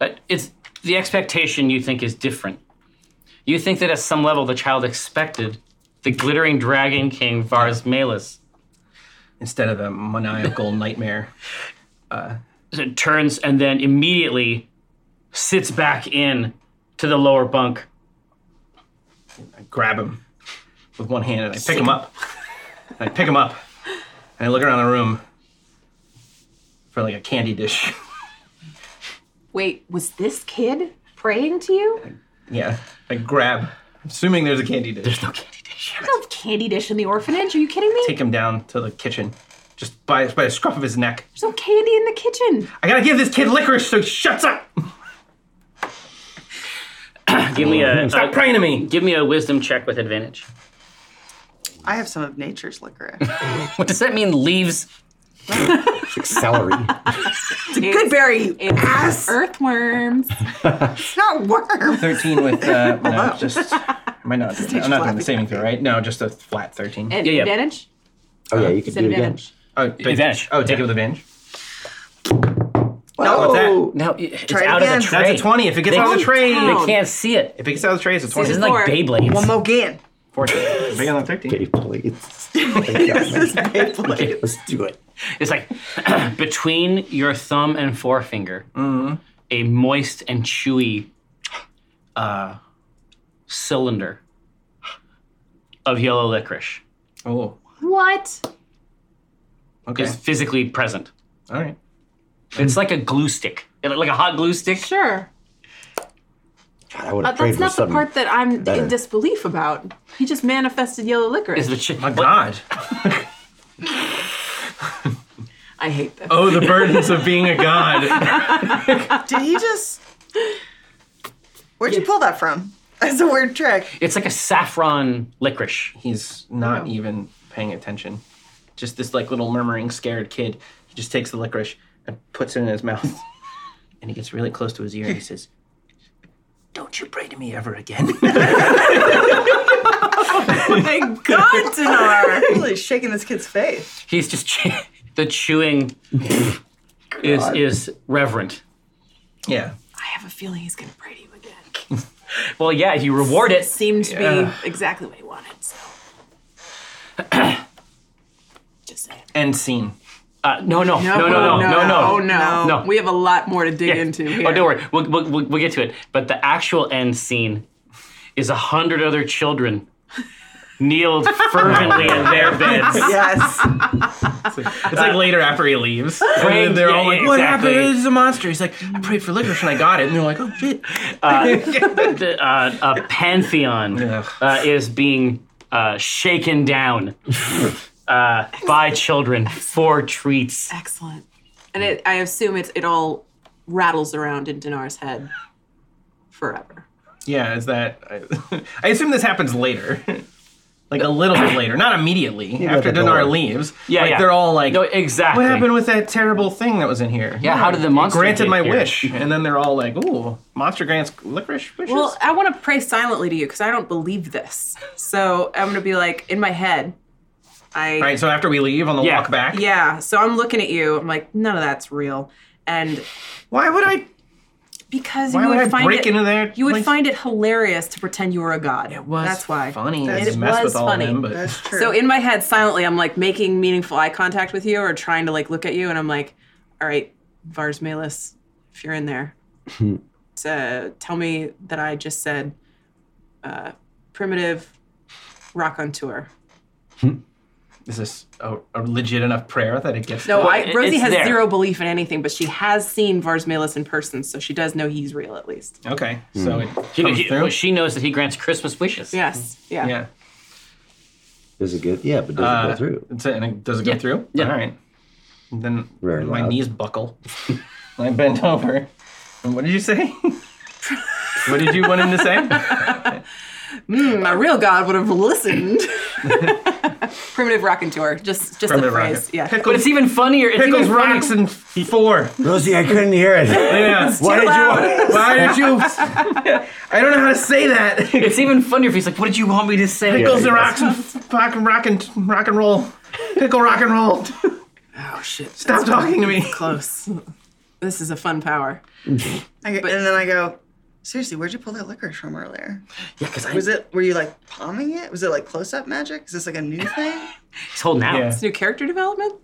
[SPEAKER 12] uh, it's the expectation you think is different. You think that at some level the child expected the glittering dragon king Vars Malus
[SPEAKER 4] instead of a maniacal nightmare.
[SPEAKER 12] It turns and then immediately sits back in to the lower bunk.
[SPEAKER 4] I grab him with one hand and I pick him up. I pick him up and I look around the room for like a candy dish.
[SPEAKER 2] Wait, was this kid praying to you?
[SPEAKER 4] yeah, I grab, assuming there's a candy dish.
[SPEAKER 12] There's no candy dish.
[SPEAKER 2] There's no candy dish in the orphanage. Are you kidding me?
[SPEAKER 4] Take him down to the kitchen, just by by the scruff of his neck.
[SPEAKER 2] There's no candy in the kitchen.
[SPEAKER 4] I gotta give this kid licorice so he shuts up.
[SPEAKER 12] Give me a,
[SPEAKER 4] Stop
[SPEAKER 12] a
[SPEAKER 4] praying to me.
[SPEAKER 12] give me a wisdom check with advantage.
[SPEAKER 6] I have some of nature's licorice.
[SPEAKER 12] What does that mean? Leaves.
[SPEAKER 5] It's like celery.
[SPEAKER 6] Good berry.
[SPEAKER 2] It's earthworms.
[SPEAKER 6] It's not worm.
[SPEAKER 4] Thirteen with uh, no,
[SPEAKER 6] wow.
[SPEAKER 4] just. Am I not? I'm not doing the saving throw, right? No, just a flat thirteen.
[SPEAKER 2] And
[SPEAKER 12] Yeah, yeah.
[SPEAKER 2] advantage?
[SPEAKER 5] Oh yeah, you can
[SPEAKER 2] It's
[SPEAKER 5] do it again.
[SPEAKER 2] advantage.
[SPEAKER 4] Oh,
[SPEAKER 12] Advantage.
[SPEAKER 4] Oh, take it with advantage.
[SPEAKER 6] No,
[SPEAKER 4] What's
[SPEAKER 12] No, it's
[SPEAKER 6] Try it
[SPEAKER 12] out
[SPEAKER 6] again.
[SPEAKER 12] of the tray.
[SPEAKER 4] That's a twenty. If it gets
[SPEAKER 12] They-
[SPEAKER 4] out of the tray,
[SPEAKER 2] Hometown.
[SPEAKER 12] They can't see it.
[SPEAKER 4] if it gets out of the tray, it's a
[SPEAKER 12] This
[SPEAKER 4] twenty.
[SPEAKER 12] isn't
[SPEAKER 2] Four.
[SPEAKER 12] like Beyblades.
[SPEAKER 6] one more again.
[SPEAKER 4] Fourteen. Bigger than thirteen.
[SPEAKER 5] Okay, please. Okay, let's do it.
[SPEAKER 12] It's like between your thumb and forefinger,
[SPEAKER 4] Mm-hmm.
[SPEAKER 12] a moist and chewy uh, cylinder of yellow licorice
[SPEAKER 4] Oh,
[SPEAKER 2] What?
[SPEAKER 4] okay.
[SPEAKER 12] is physically present.
[SPEAKER 4] All right.
[SPEAKER 12] It's like a glue stick, like a hot glue stick.
[SPEAKER 2] Sure.
[SPEAKER 5] God, I would
[SPEAKER 2] Uh,
[SPEAKER 5] have prayed
[SPEAKER 2] that's
[SPEAKER 5] for
[SPEAKER 2] not the
[SPEAKER 5] something.
[SPEAKER 2] part that I'm
[SPEAKER 5] better.
[SPEAKER 2] in disbelief about. He just manifested yellow licorice.
[SPEAKER 12] Is the chi-
[SPEAKER 4] My God.
[SPEAKER 2] I hate this.
[SPEAKER 4] Oh, the burdens of being a god.
[SPEAKER 6] Did he just? Where'd you pull that from? That's a weird trick.
[SPEAKER 12] It's like a saffron licorice.
[SPEAKER 4] He's not even paying attention. Just this like little murmuring, scared kid. He just takes the licorice and puts it in his mouth. And he gets really close to his ear and he says, Don't you pray to me ever again.
[SPEAKER 2] Thank God, Dinar.
[SPEAKER 6] Really shaking this kid's face.
[SPEAKER 12] He's just che- the chewing is is reverent.
[SPEAKER 4] yeah.
[SPEAKER 2] I have a feeling he's going to pray to you again.
[SPEAKER 12] Well, yeah, you reward it.
[SPEAKER 2] Seemed to
[SPEAKER 4] Yeah.
[SPEAKER 2] be exactly what he wanted, so. just saying.
[SPEAKER 4] End scene.
[SPEAKER 12] Uh, no, no, no, no, no, no,
[SPEAKER 2] no,
[SPEAKER 12] no,
[SPEAKER 2] no,
[SPEAKER 12] no.
[SPEAKER 2] We have a lot more to dig
[SPEAKER 12] Yeah.
[SPEAKER 2] into here.
[SPEAKER 12] Oh, don't worry. We'll, we'll, we'll, we'll get to it. But the actual end scene is a hundred other children kneeled fervently in their beds.
[SPEAKER 6] Yes.
[SPEAKER 4] It's like later after he leaves. And
[SPEAKER 12] Praying-
[SPEAKER 4] then they're all
[SPEAKER 12] yeah,
[SPEAKER 4] like,
[SPEAKER 12] yeah,
[SPEAKER 4] What
[SPEAKER 12] exactly.
[SPEAKER 4] happened? This is a monster. He's like, I prayed for licorice and I got it. And they're like, Oh shit.
[SPEAKER 12] The, uh, a pantheon uh, is being uh, shaken down uh, by children for treats.
[SPEAKER 2] Excellent. And it, I assume it, it all rattles around in Dinar's head forever.
[SPEAKER 4] Yeah, is that? I, I assume this happens later, like a little bit later, not immediately after
[SPEAKER 5] let it go
[SPEAKER 4] Dinar
[SPEAKER 5] on.
[SPEAKER 4] leaves.
[SPEAKER 12] Yeah,
[SPEAKER 4] like
[SPEAKER 12] yeah.
[SPEAKER 4] they're all like,
[SPEAKER 12] No, exactly.
[SPEAKER 4] "What happened with that terrible thing that was in here?"
[SPEAKER 12] Yeah, how did the
[SPEAKER 4] it
[SPEAKER 12] monster
[SPEAKER 4] Granted
[SPEAKER 12] get
[SPEAKER 4] my
[SPEAKER 12] here?
[SPEAKER 4] wish, and then they're all like, "Ooh, monster grants licorice wishes."
[SPEAKER 2] Well, I want to pray silently to you because I don't believe this. So I'm gonna be like in my head. I
[SPEAKER 4] all right, so after we leave on the
[SPEAKER 12] Yeah.
[SPEAKER 4] walk back,
[SPEAKER 2] yeah. So I'm looking at you. I'm like, none of that's real. And
[SPEAKER 4] why would I?
[SPEAKER 2] because
[SPEAKER 4] Why
[SPEAKER 2] you
[SPEAKER 4] would
[SPEAKER 2] would,
[SPEAKER 4] I
[SPEAKER 2] find
[SPEAKER 4] break
[SPEAKER 2] it,
[SPEAKER 4] into there?
[SPEAKER 2] you would find it hilarious to pretend you were a god. It
[SPEAKER 4] was
[SPEAKER 2] that's why.
[SPEAKER 4] funny.
[SPEAKER 6] It
[SPEAKER 4] to mess
[SPEAKER 2] was
[SPEAKER 4] with all
[SPEAKER 2] funny.
[SPEAKER 4] Of them, but
[SPEAKER 6] That's true.
[SPEAKER 2] So in my head, silently, I'm like making meaningful eye contact with you or trying to like look at you, and I'm like, all right, Vars Malus, if you're in there, uh, tell me that I just said uh, primitive rock on tour.
[SPEAKER 4] is this a, a legit enough prayer that it gets?
[SPEAKER 2] No,
[SPEAKER 12] Well,
[SPEAKER 2] I,
[SPEAKER 12] it-
[SPEAKER 2] Rosie
[SPEAKER 12] it's
[SPEAKER 2] has
[SPEAKER 12] there.
[SPEAKER 2] zero belief in anything, but she has seen Vars Malus in person, so she does know he's real at least.
[SPEAKER 4] okay, so it comes
[SPEAKER 12] She,
[SPEAKER 4] through.
[SPEAKER 12] she, she knows that he grants Christmas wishes.
[SPEAKER 2] Yes. Yeah.
[SPEAKER 4] yeah,
[SPEAKER 5] Does it good? Yeah, but does it
[SPEAKER 4] uh,
[SPEAKER 5] go through?
[SPEAKER 4] it's- and it- does it go
[SPEAKER 12] Yeah.
[SPEAKER 4] through?
[SPEAKER 12] Yeah.
[SPEAKER 4] all right. And then
[SPEAKER 5] Very
[SPEAKER 4] my
[SPEAKER 5] loud.
[SPEAKER 4] knees buckle. I bent over. And what did you say? what did you want him to say?
[SPEAKER 2] My real God would have listened.
[SPEAKER 8] Primitive rockin' tour. Just just
[SPEAKER 4] Primitive
[SPEAKER 8] the phrase.
[SPEAKER 4] rockin'.
[SPEAKER 8] Yeah.
[SPEAKER 4] Pickles- But it's
[SPEAKER 12] even funnier. It's
[SPEAKER 4] Pickles, rocks, and four.
[SPEAKER 5] Rosie, I couldn't hear it.
[SPEAKER 4] Yeah.
[SPEAKER 5] Why did you?
[SPEAKER 4] Why did you? I don't know how to say that.
[SPEAKER 12] it's even funnier if he's like, "What did you want me to say?"
[SPEAKER 4] Pickles and rocks and f- rock and rock and rock and roll. Pickle rock and roll.
[SPEAKER 8] Oh shit!
[SPEAKER 4] Stop
[SPEAKER 8] That's
[SPEAKER 4] talking to me.
[SPEAKER 8] Close. This is a fun power.
[SPEAKER 6] I go, and then I go, seriously, where'd you pull that licorice from earlier?
[SPEAKER 4] Yeah, because I
[SPEAKER 6] was it. Were you like palming it? Was it like close-up magic? Is this like a new thing?
[SPEAKER 12] He's holding out.
[SPEAKER 4] Yeah.
[SPEAKER 8] It's new character development.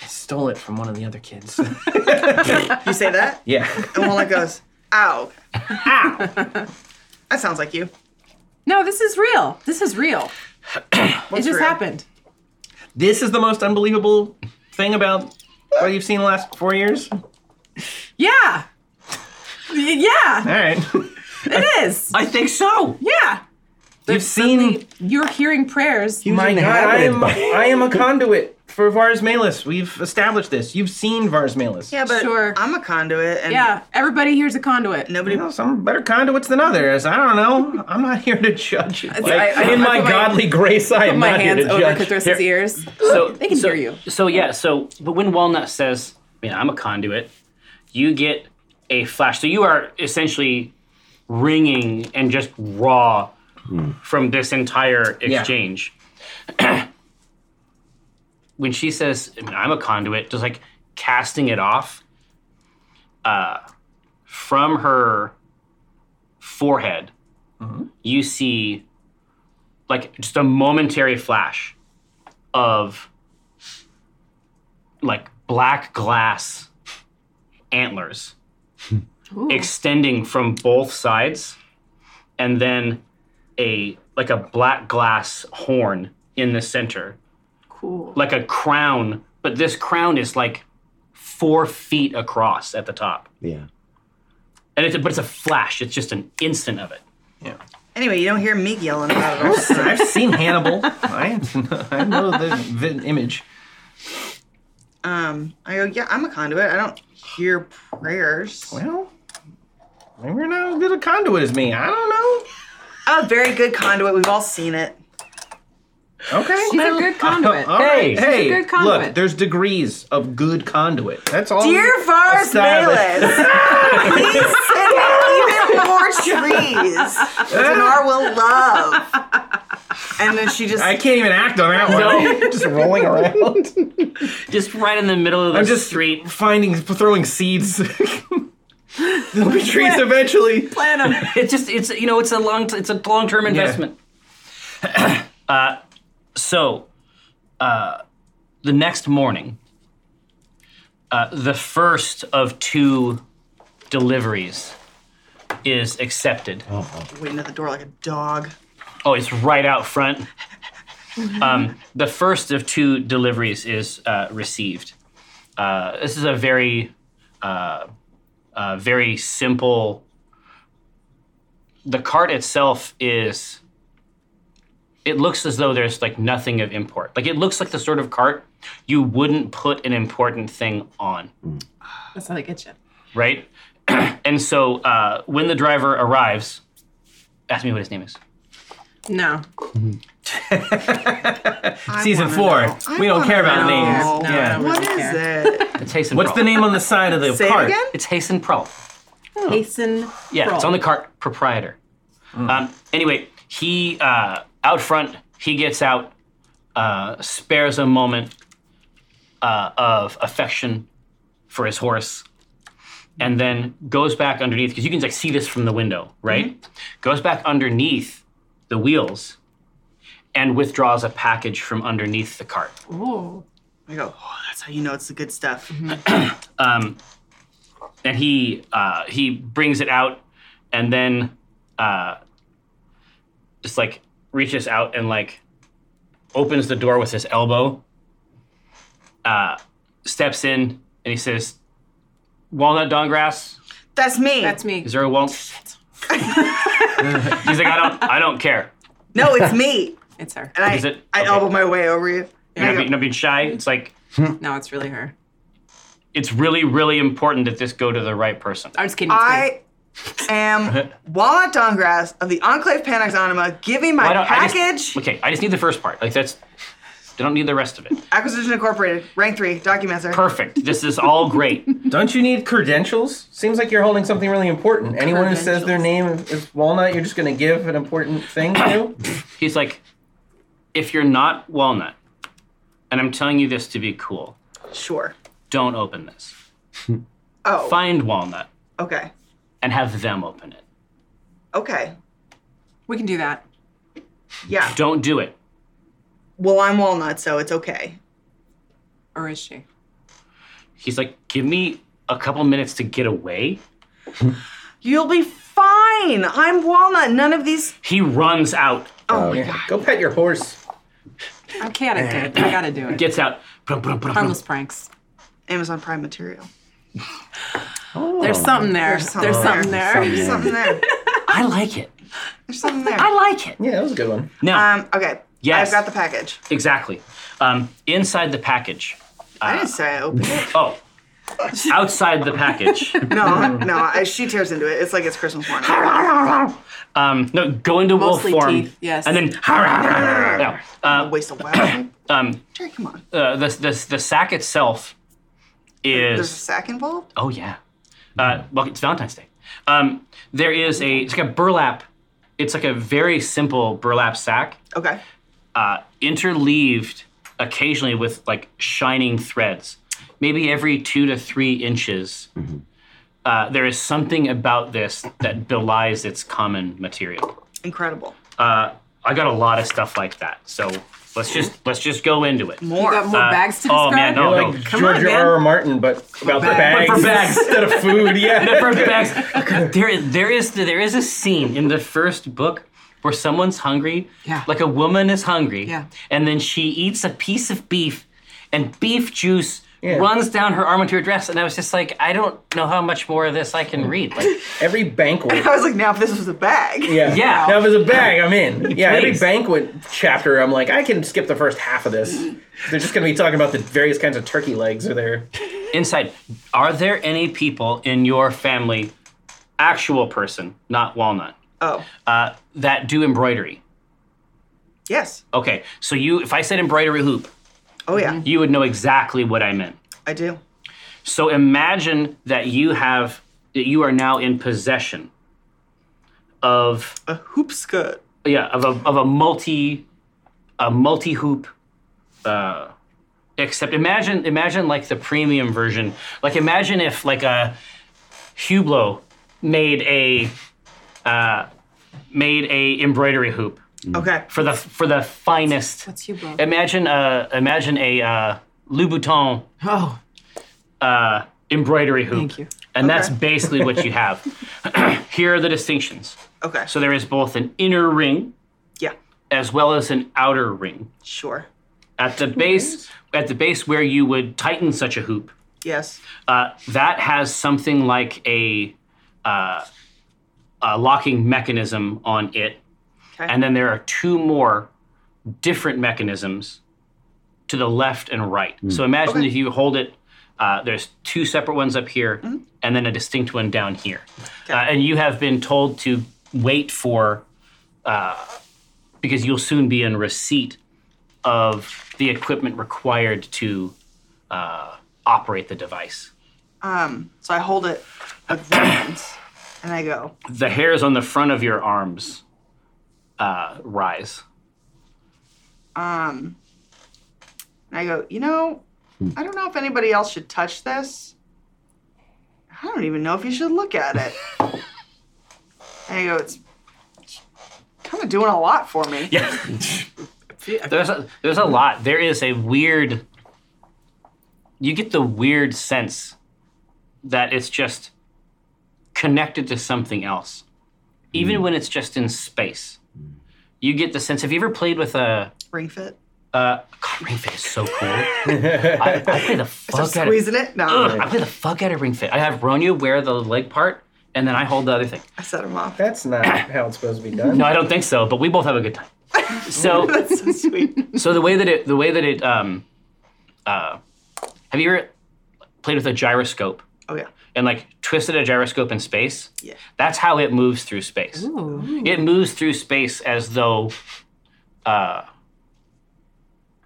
[SPEAKER 12] I stole it from one of the other kids.
[SPEAKER 6] you say that,
[SPEAKER 4] Yeah.
[SPEAKER 6] and Walnut goes, "Ow, ow." that sounds like you.
[SPEAKER 8] No, this is real. This is real. it just
[SPEAKER 6] real?
[SPEAKER 8] happened.
[SPEAKER 4] This is the most unbelievable thing about what you've seen the last four years. All
[SPEAKER 8] Yeah. Yeah,
[SPEAKER 4] right.
[SPEAKER 8] it is.
[SPEAKER 12] I think so.
[SPEAKER 8] Yeah.
[SPEAKER 4] You've seen.
[SPEAKER 8] You're hearing prayers.
[SPEAKER 5] was
[SPEAKER 4] My God, I
[SPEAKER 5] inhabited
[SPEAKER 4] am.
[SPEAKER 5] by-
[SPEAKER 4] I am a conduit for Vars Malus. We've established this. You've seen Vars Malus.
[SPEAKER 6] Yeah, but
[SPEAKER 8] Sure.
[SPEAKER 6] I'm a conduit, and
[SPEAKER 8] Yeah, everybody here's a conduit.
[SPEAKER 6] nobody.
[SPEAKER 4] You know, some better conduits than others. I don't know. I'm not here to judge. Like,
[SPEAKER 8] I- I-
[SPEAKER 4] in
[SPEAKER 8] I
[SPEAKER 4] my
[SPEAKER 8] put my-
[SPEAKER 4] godly grace, I am
[SPEAKER 8] My
[SPEAKER 4] not
[SPEAKER 8] hands
[SPEAKER 4] here to
[SPEAKER 8] over
[SPEAKER 4] judge.
[SPEAKER 8] Cthulhu's ears.
[SPEAKER 12] So
[SPEAKER 8] They can
[SPEAKER 12] so,
[SPEAKER 8] hear you.
[SPEAKER 12] So yeah. So but when Walnut says, "Man, I'm a conduit," you get a flash. So you are essentially ringing and just raw from this entire
[SPEAKER 4] Yeah.
[SPEAKER 12] exchange. when she says, I mean, "I'm a conduit," just like casting it off uh, from her forehead, you see like just a momentary flash of like black glass antlers extending from both sides and then a like a black glass horn in the center
[SPEAKER 8] Cool.
[SPEAKER 12] like a crown but this crown is like four feet across at the top
[SPEAKER 5] Yeah.
[SPEAKER 12] and it's a, but it's a flash it's just an instant of it
[SPEAKER 6] Anyway, you don't hear me yelling about it. all the time.
[SPEAKER 4] I've seen Hannibal. I, I know the vi- image.
[SPEAKER 6] Um, I go, yeah, I'm a conduit. I don't hear prayers.
[SPEAKER 4] Well, maybe you're not as good a conduit as me. I don't
[SPEAKER 6] A very good conduit. We've all seen it.
[SPEAKER 4] know. Okay.
[SPEAKER 8] She's a good conduit.
[SPEAKER 4] All right. Hey,
[SPEAKER 12] Hey,
[SPEAKER 8] good conduit.
[SPEAKER 4] look, there's degrees of good conduit. That's all.
[SPEAKER 6] Dear
[SPEAKER 4] we
[SPEAKER 6] Vars
[SPEAKER 4] established.
[SPEAKER 6] Malus, please send even more trees. Dinar will love. And then she just,
[SPEAKER 4] I can't even act on that one. just rolling around.
[SPEAKER 12] just right in the middle of the
[SPEAKER 4] I'm just
[SPEAKER 12] street
[SPEAKER 4] finding, throwing seeds. There'll be trees eventually.
[SPEAKER 8] Plan 'em.
[SPEAKER 12] it's just it's you know it's a long it's a long term investment. uh, so, uh, the next morning, uh, the first of two deliveries is accepted. Oh,
[SPEAKER 6] waiting at the door like a dog.
[SPEAKER 12] it's right out front. um, the first of two deliveries is uh, received. Uh, this is a very, uh, uh, very simple the cart itself is it looks as though there's like nothing of import like it looks like the sort of cart you wouldn't put an important thing on
[SPEAKER 8] Mm. That's how they get you.
[SPEAKER 12] right and so uh, when the driver arrives ask me what his name is
[SPEAKER 8] No.
[SPEAKER 4] Season four.
[SPEAKER 6] I
[SPEAKER 4] We don't
[SPEAKER 6] wanna
[SPEAKER 4] care about
[SPEAKER 6] know.
[SPEAKER 4] names.
[SPEAKER 6] No,
[SPEAKER 4] yeah.
[SPEAKER 8] no.
[SPEAKER 6] What
[SPEAKER 8] Don't
[SPEAKER 6] is it?
[SPEAKER 12] it's Hasten
[SPEAKER 4] What's
[SPEAKER 12] Prowl.
[SPEAKER 4] the name on the side of the
[SPEAKER 6] Say it
[SPEAKER 4] cart?
[SPEAKER 6] again?
[SPEAKER 12] it's Hasten Prowl.
[SPEAKER 4] Oh.
[SPEAKER 8] Hasten.
[SPEAKER 12] Yeah,
[SPEAKER 8] Kroll.
[SPEAKER 12] it's on the cart proprietor. Um, anyway, he uh, out front. He gets out, uh, spares a moment uh, of affection for his horse, and then goes back underneath because you can like see this from the window, right? Goes back underneath the wheels, and withdraws a package from underneath the cart.
[SPEAKER 8] Ooh.
[SPEAKER 6] I go, oh, that's how you know it's the good stuff.
[SPEAKER 12] um, and he uh, he brings it out and then uh, just like reaches out and like opens the door with his elbow uh, steps in and he says walnut dongrass
[SPEAKER 6] That's me.
[SPEAKER 8] That's me.
[SPEAKER 12] is there a walnut he's like i don't i don't care
[SPEAKER 6] No, it's me.
[SPEAKER 8] It's her.
[SPEAKER 6] And I,
[SPEAKER 12] Is it?
[SPEAKER 6] I
[SPEAKER 12] Okay.
[SPEAKER 6] elbow my way over you.
[SPEAKER 12] you're not,
[SPEAKER 6] I
[SPEAKER 12] being, not being shy it's like
[SPEAKER 8] No, it's really her.
[SPEAKER 12] it's really really important that this go to the right person
[SPEAKER 8] I'm just kidding. It's
[SPEAKER 6] I
[SPEAKER 8] me.
[SPEAKER 6] am Walnut Dongrass of the Enclave Panaxonema giving my
[SPEAKER 12] Why don't I just-
[SPEAKER 6] package
[SPEAKER 12] okay, I just need the first part. Like that's. I don't need the rest of it.
[SPEAKER 6] Acquisition Incorporated, rank three, documenter.
[SPEAKER 12] Perfect. This is all great.
[SPEAKER 4] Don't you need credentials? Seems like you're holding something really important. Anyone who says their name is Walnut, you're just going to give an important thing to?
[SPEAKER 12] He's like, if you're not walnut, and I'm telling you this to be cool,
[SPEAKER 6] Sure.
[SPEAKER 12] don't open this.
[SPEAKER 6] Oh.
[SPEAKER 12] Find walnut
[SPEAKER 6] Okay.
[SPEAKER 12] and have them open it.
[SPEAKER 6] Okay.
[SPEAKER 2] We can do that.
[SPEAKER 6] Yeah.
[SPEAKER 12] Don't do it.
[SPEAKER 6] Well, I'm Walnut, so it's okay.
[SPEAKER 2] Or is she?
[SPEAKER 12] He's like, give me a couple minutes to get away.
[SPEAKER 6] You'll be fine. I'm Walnut. None of these.
[SPEAKER 12] He runs out.
[SPEAKER 6] Oh,
[SPEAKER 4] my God. Go pet your horse.
[SPEAKER 2] I can't do it. I gotta do it.
[SPEAKER 12] Gets out. Brum, brum, brum, brum.
[SPEAKER 2] Harmless pranks.
[SPEAKER 6] Amazon Prime material.
[SPEAKER 2] There's something there. There's
[SPEAKER 6] There's
[SPEAKER 2] something, there.
[SPEAKER 6] There's something there.
[SPEAKER 12] I like it.
[SPEAKER 6] There's something there.
[SPEAKER 12] I like it.
[SPEAKER 4] Yeah, that was a good one.
[SPEAKER 12] No,
[SPEAKER 6] Um, okay.
[SPEAKER 12] Yes.
[SPEAKER 6] I've got the package.
[SPEAKER 12] exactly. Um, inside the package.
[SPEAKER 6] I didn't say I opened it.
[SPEAKER 12] Oh, outside the package.
[SPEAKER 6] No, no. I, she tears into it. It's like it's Christmas morning.
[SPEAKER 12] Um, no, go into
[SPEAKER 2] Mostly
[SPEAKER 12] wolf form.
[SPEAKER 2] teeth, yes.
[SPEAKER 12] And then. No. Uh,
[SPEAKER 6] Waste of wax.
[SPEAKER 12] um,
[SPEAKER 6] Jerry, come on.
[SPEAKER 12] uh, the, the, the sack itself
[SPEAKER 6] There's a
[SPEAKER 12] is.
[SPEAKER 6] sack involved?
[SPEAKER 12] Oh yeah. Uh, well, it's Valentine's Day. Um, there is a it's like a burlap. It's like a very simple burlap sack,
[SPEAKER 6] Okay.
[SPEAKER 12] uh, interleaved occasionally with like shining threads. Maybe every two to three inches, uh, there is something about this that belies its common material.
[SPEAKER 6] Incredible.
[SPEAKER 12] Uh, I got a lot of stuff like that, so let's just let's just go into it.
[SPEAKER 2] You
[SPEAKER 6] More.
[SPEAKER 2] got more
[SPEAKER 12] Uh,
[SPEAKER 2] bags to
[SPEAKER 12] oh,
[SPEAKER 2] describe?
[SPEAKER 12] man, no.
[SPEAKER 4] You're like
[SPEAKER 12] Come
[SPEAKER 2] on,
[SPEAKER 4] George
[SPEAKER 2] man.
[SPEAKER 4] R. R. Martin, but about the
[SPEAKER 2] bags.
[SPEAKER 4] bags,
[SPEAKER 12] But for bags.
[SPEAKER 4] instead of food. Yeah.
[SPEAKER 12] Pepper bags. There is there is there is a scene in the first book where someone's hungry.
[SPEAKER 2] Yeah.
[SPEAKER 12] Like a woman is hungry.
[SPEAKER 2] Yeah.
[SPEAKER 12] And then she eats a piece of beef, and beef juice runs down her arm into her dress. And I was just like, I don't know how much more of this I can read. Like,
[SPEAKER 4] Every banquet.
[SPEAKER 6] I was like, now if this was a bag.
[SPEAKER 4] Yeah.
[SPEAKER 12] Yeah.
[SPEAKER 4] Now, if it's a bag, I'm in. Yeah, every
[SPEAKER 12] Please.
[SPEAKER 4] banquet chapter, I'm like, I can skip the first half of this. They're just going to be talking about the various kinds of turkey legs are there.
[SPEAKER 12] inside, are there any people in your family, actual person, not walnut,
[SPEAKER 6] Oh,
[SPEAKER 12] uh, that do embroidery?
[SPEAKER 6] yes.
[SPEAKER 12] Okay, so you, if I said embroidery hoop,
[SPEAKER 6] Oh, yeah.
[SPEAKER 12] you would know exactly what I meant.
[SPEAKER 6] I do.
[SPEAKER 12] So imagine that you have that you are now in possession of
[SPEAKER 6] A hoop skirt.
[SPEAKER 12] yeah of a of a multi a multi hoop uh except imagine imagine like the premium version like imagine if like a Hublot made a uh made a embroidery hoop
[SPEAKER 6] Okay.
[SPEAKER 12] for the for the finest
[SPEAKER 2] What's you, bro?
[SPEAKER 12] imagine uh imagine a uh Louboutin
[SPEAKER 2] Oh,
[SPEAKER 12] uh, embroidery hoop.
[SPEAKER 2] Thank you.
[SPEAKER 12] And that's
[SPEAKER 6] Okay.
[SPEAKER 12] basically what you have. Here are the distinctions.
[SPEAKER 6] Okay.
[SPEAKER 12] So there is both an inner ring
[SPEAKER 6] Yeah.
[SPEAKER 12] as well as an outer ring.
[SPEAKER 6] Sure.
[SPEAKER 12] At the base, at the base where you would tighten such a hoop,
[SPEAKER 6] Yes.
[SPEAKER 12] uh, that has something like a, uh, a locking mechanism on it,
[SPEAKER 6] Okay.
[SPEAKER 12] and then there are two more different mechanisms to the left and right. So imagine
[SPEAKER 6] Okay.
[SPEAKER 12] if you hold it, uh, there's two separate ones up here,
[SPEAKER 6] Mm-hmm.
[SPEAKER 12] and then a distinct one down here. Uh, and you have been told to wait for, uh, because you'll soon be in receipt of the equipment required to uh, operate the device.
[SPEAKER 6] Um, so I hold it with reverence and I go,
[SPEAKER 12] the hairs on the front of your arms uh, rise.
[SPEAKER 6] um, and I go, you know,
[SPEAKER 12] Hmm.
[SPEAKER 6] I don't know if anybody else should touch this. I don't even know if you should look at it. and I go, it's kind of doing a lot for me.
[SPEAKER 12] Yeah. there's a, there's a lot. There is a weird. You get the weird sense that it's just connected to something else, even when it's just in space. You get the sense. Have you ever played with a?
[SPEAKER 6] Ring fit.
[SPEAKER 12] Uh, God, Ring Fit is so cool. I, I play the
[SPEAKER 6] Stop
[SPEAKER 12] fuck out of.
[SPEAKER 6] squeezing it. No,
[SPEAKER 12] Ugh, I play the fuck out of Ring Fit. I have Ronya wear the leg part, and then I hold the other thing.
[SPEAKER 6] I set him off.
[SPEAKER 4] That's not how it's supposed to be done.
[SPEAKER 12] No, I don't think so. But we both have a good time. So,
[SPEAKER 6] That's so sweet.
[SPEAKER 12] so the way that it, the way that it, um, uh, have you ever played with a gyroscope
[SPEAKER 6] Oh yeah.
[SPEAKER 12] and like twisted a gyroscope in space.
[SPEAKER 6] Yeah.
[SPEAKER 12] That's how it moves through space. It moves through space as though uh,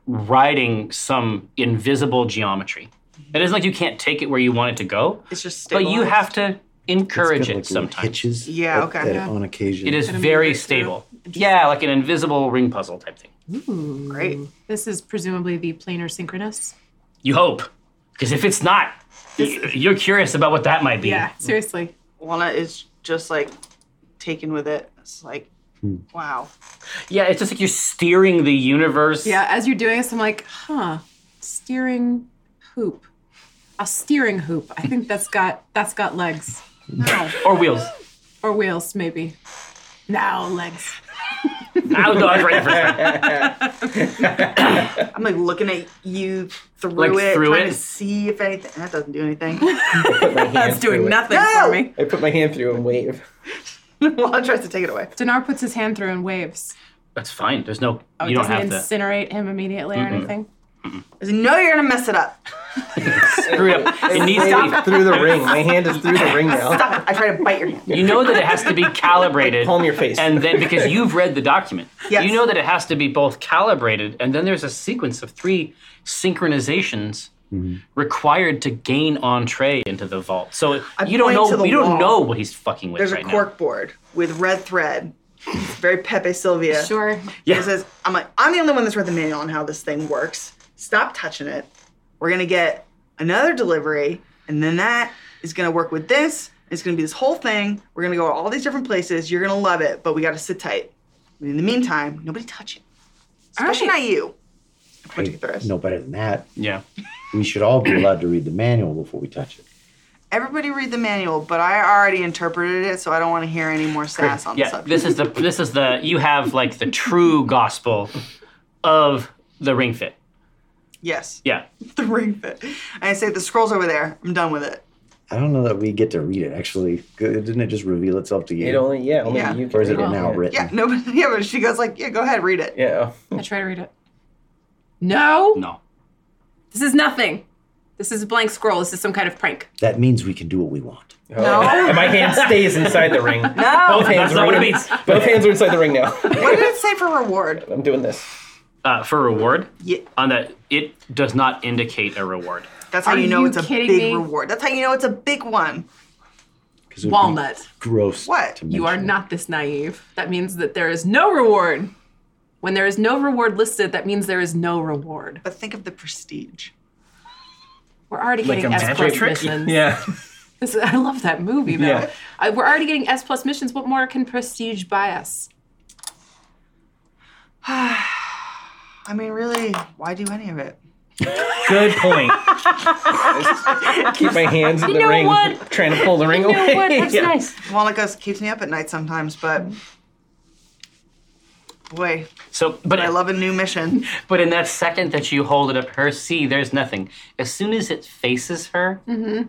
[SPEAKER 12] riding some invisible geometry. It isn't like you can't take it where you want it to go,
[SPEAKER 6] It's just
[SPEAKER 12] but
[SPEAKER 6] stabilized.
[SPEAKER 12] you have to
[SPEAKER 5] It's
[SPEAKER 12] encourage
[SPEAKER 5] got, like,
[SPEAKER 12] it
[SPEAKER 5] little
[SPEAKER 12] sometimes.
[SPEAKER 5] Hitches.
[SPEAKER 6] Yeah,
[SPEAKER 5] that-
[SPEAKER 6] okay.
[SPEAKER 5] that
[SPEAKER 6] Yeah.
[SPEAKER 5] on occasion.
[SPEAKER 12] It is very stable. Yeah, like an invisible ring puzzle type thing.
[SPEAKER 6] Great.
[SPEAKER 2] This is presumably the planar synchronous.
[SPEAKER 12] You hope, because if it's not, y- you're curious about what that might be.
[SPEAKER 2] Yeah, seriously.
[SPEAKER 6] Walnut is just like taken with it. It's like, wow.
[SPEAKER 12] Yeah, it's just like you're steering the universe.
[SPEAKER 2] Yeah, as you're doing this, I'm like, huh, steering hoop. A steering hoop. I think that's got that's got legs. No.
[SPEAKER 12] Or wheels.
[SPEAKER 2] Or wheels, maybe. Now legs.
[SPEAKER 12] Now dodge right the first time.
[SPEAKER 6] I'm like looking at you through
[SPEAKER 12] Like,
[SPEAKER 6] it,
[SPEAKER 12] through
[SPEAKER 6] trying
[SPEAKER 12] it?
[SPEAKER 6] to see if anything. That doesn't do anything.
[SPEAKER 2] That's doing nothing for me.
[SPEAKER 4] I put my hand through and wave.
[SPEAKER 6] Walnut tries to take it away.
[SPEAKER 2] Dinar puts his hand through and waves.
[SPEAKER 12] That's fine. There's no.
[SPEAKER 2] Oh,
[SPEAKER 12] you don't
[SPEAKER 2] doesn't
[SPEAKER 12] have to
[SPEAKER 2] incinerate him immediately or anything.
[SPEAKER 6] I said, no, you're gonna mess it up.
[SPEAKER 12] screw it up. It needs to
[SPEAKER 4] through the ring. My hand is through the ring now.
[SPEAKER 6] Stop it. I try to bite your hand.
[SPEAKER 12] be. You know that it has to be calibrated.
[SPEAKER 4] Palm your face.
[SPEAKER 12] And then because you've read the document,
[SPEAKER 6] Yes.
[SPEAKER 12] you know that it has to be both calibrated and then there's a sequence of three synchronizations
[SPEAKER 4] Mm-hmm.
[SPEAKER 12] required to gain entree into the vault. So
[SPEAKER 6] I
[SPEAKER 12] you don't
[SPEAKER 6] point to
[SPEAKER 12] know.
[SPEAKER 6] the
[SPEAKER 12] You don't
[SPEAKER 6] wall.
[SPEAKER 12] know what he's fucking with
[SPEAKER 6] There's
[SPEAKER 12] right
[SPEAKER 6] a
[SPEAKER 12] now.
[SPEAKER 6] cork board with red thread. It's very Pepe Sylvia.
[SPEAKER 2] Sure.
[SPEAKER 6] It says, I'm like, I'm the only one that's read the manual on how this thing works. Stop touching it. We're gonna get another delivery, and then that is gonna work with this. It's gonna be this whole thing. We're gonna go to all these different places. You're gonna love it, but we gotta sit tight. And in the meantime, nobody touch it. Especially
[SPEAKER 2] right.
[SPEAKER 6] not you. I point to
[SPEAKER 5] Hey,
[SPEAKER 6] Guthrus.
[SPEAKER 5] no better than that.
[SPEAKER 12] Yeah.
[SPEAKER 5] We should all be allowed to read the manual before we touch it.
[SPEAKER 6] Everybody read the manual, but I already interpreted it, so I don't want to hear any more sass on the
[SPEAKER 12] Yeah.
[SPEAKER 6] subject.
[SPEAKER 12] This is the. This is the. You have like the true gospel of the ring fit.
[SPEAKER 6] yes,
[SPEAKER 12] Yeah.
[SPEAKER 6] the ring fit. And I say the scroll's over there. I'm done with it.
[SPEAKER 5] I don't know that we get to read it actually. Didn't it just reveal itself to you?
[SPEAKER 4] It only yeah, only
[SPEAKER 6] Yeah.
[SPEAKER 4] you can
[SPEAKER 5] or is it
[SPEAKER 4] read
[SPEAKER 5] now written?
[SPEAKER 12] Mm.
[SPEAKER 6] Yeah, no, but, yeah, but she goes like, yeah, go ahead, read it.
[SPEAKER 4] Yeah.
[SPEAKER 2] I try to read it. No,
[SPEAKER 12] No.
[SPEAKER 2] this is nothing. This is a blank scroll. This is some kind of prank.
[SPEAKER 5] That means we can do what we want.
[SPEAKER 4] No. Oh. And my hand stays inside the ring.
[SPEAKER 6] No.
[SPEAKER 4] Both hands
[SPEAKER 12] That's
[SPEAKER 4] are
[SPEAKER 12] not what it
[SPEAKER 4] in-
[SPEAKER 12] means.
[SPEAKER 4] Both hands are inside the ring now.
[SPEAKER 6] What did it say for reward?
[SPEAKER 4] I'm doing this.
[SPEAKER 12] Uh, for reward.
[SPEAKER 6] Yeah,
[SPEAKER 12] on that it does not indicate a reward.
[SPEAKER 6] that's how
[SPEAKER 2] Are
[SPEAKER 6] you know
[SPEAKER 2] you
[SPEAKER 6] it's a
[SPEAKER 2] kidding
[SPEAKER 6] big
[SPEAKER 2] me?
[SPEAKER 6] reward. That's how you know it's a big one.
[SPEAKER 5] 'Cause it would be
[SPEAKER 2] Walnut.
[SPEAKER 5] Gross.
[SPEAKER 6] What?
[SPEAKER 5] to
[SPEAKER 2] You are
[SPEAKER 5] mention.
[SPEAKER 2] not this naive. That means that there is no reward. When there is no reward listed, that means there is no reward.
[SPEAKER 6] But think of the prestige.
[SPEAKER 2] We're already getting S plus missions.
[SPEAKER 4] Yeah.
[SPEAKER 2] This is- I love that movie though.
[SPEAKER 4] Yeah.
[SPEAKER 2] I, we're already getting S plus missions. What more can prestige buy us?
[SPEAKER 6] I mean, really, why do any of it?
[SPEAKER 4] Good point. Keep my hands in the
[SPEAKER 2] know
[SPEAKER 4] ring,
[SPEAKER 2] what?
[SPEAKER 4] trying to pull the ring away. Yeah.
[SPEAKER 6] Walnut goes keeps me up at night sometimes, but boy,
[SPEAKER 12] So, but
[SPEAKER 6] I love a new mission.
[SPEAKER 12] but in that second that you hold it up her see, there's nothing. As soon as it faces her,
[SPEAKER 5] Mm-hmm.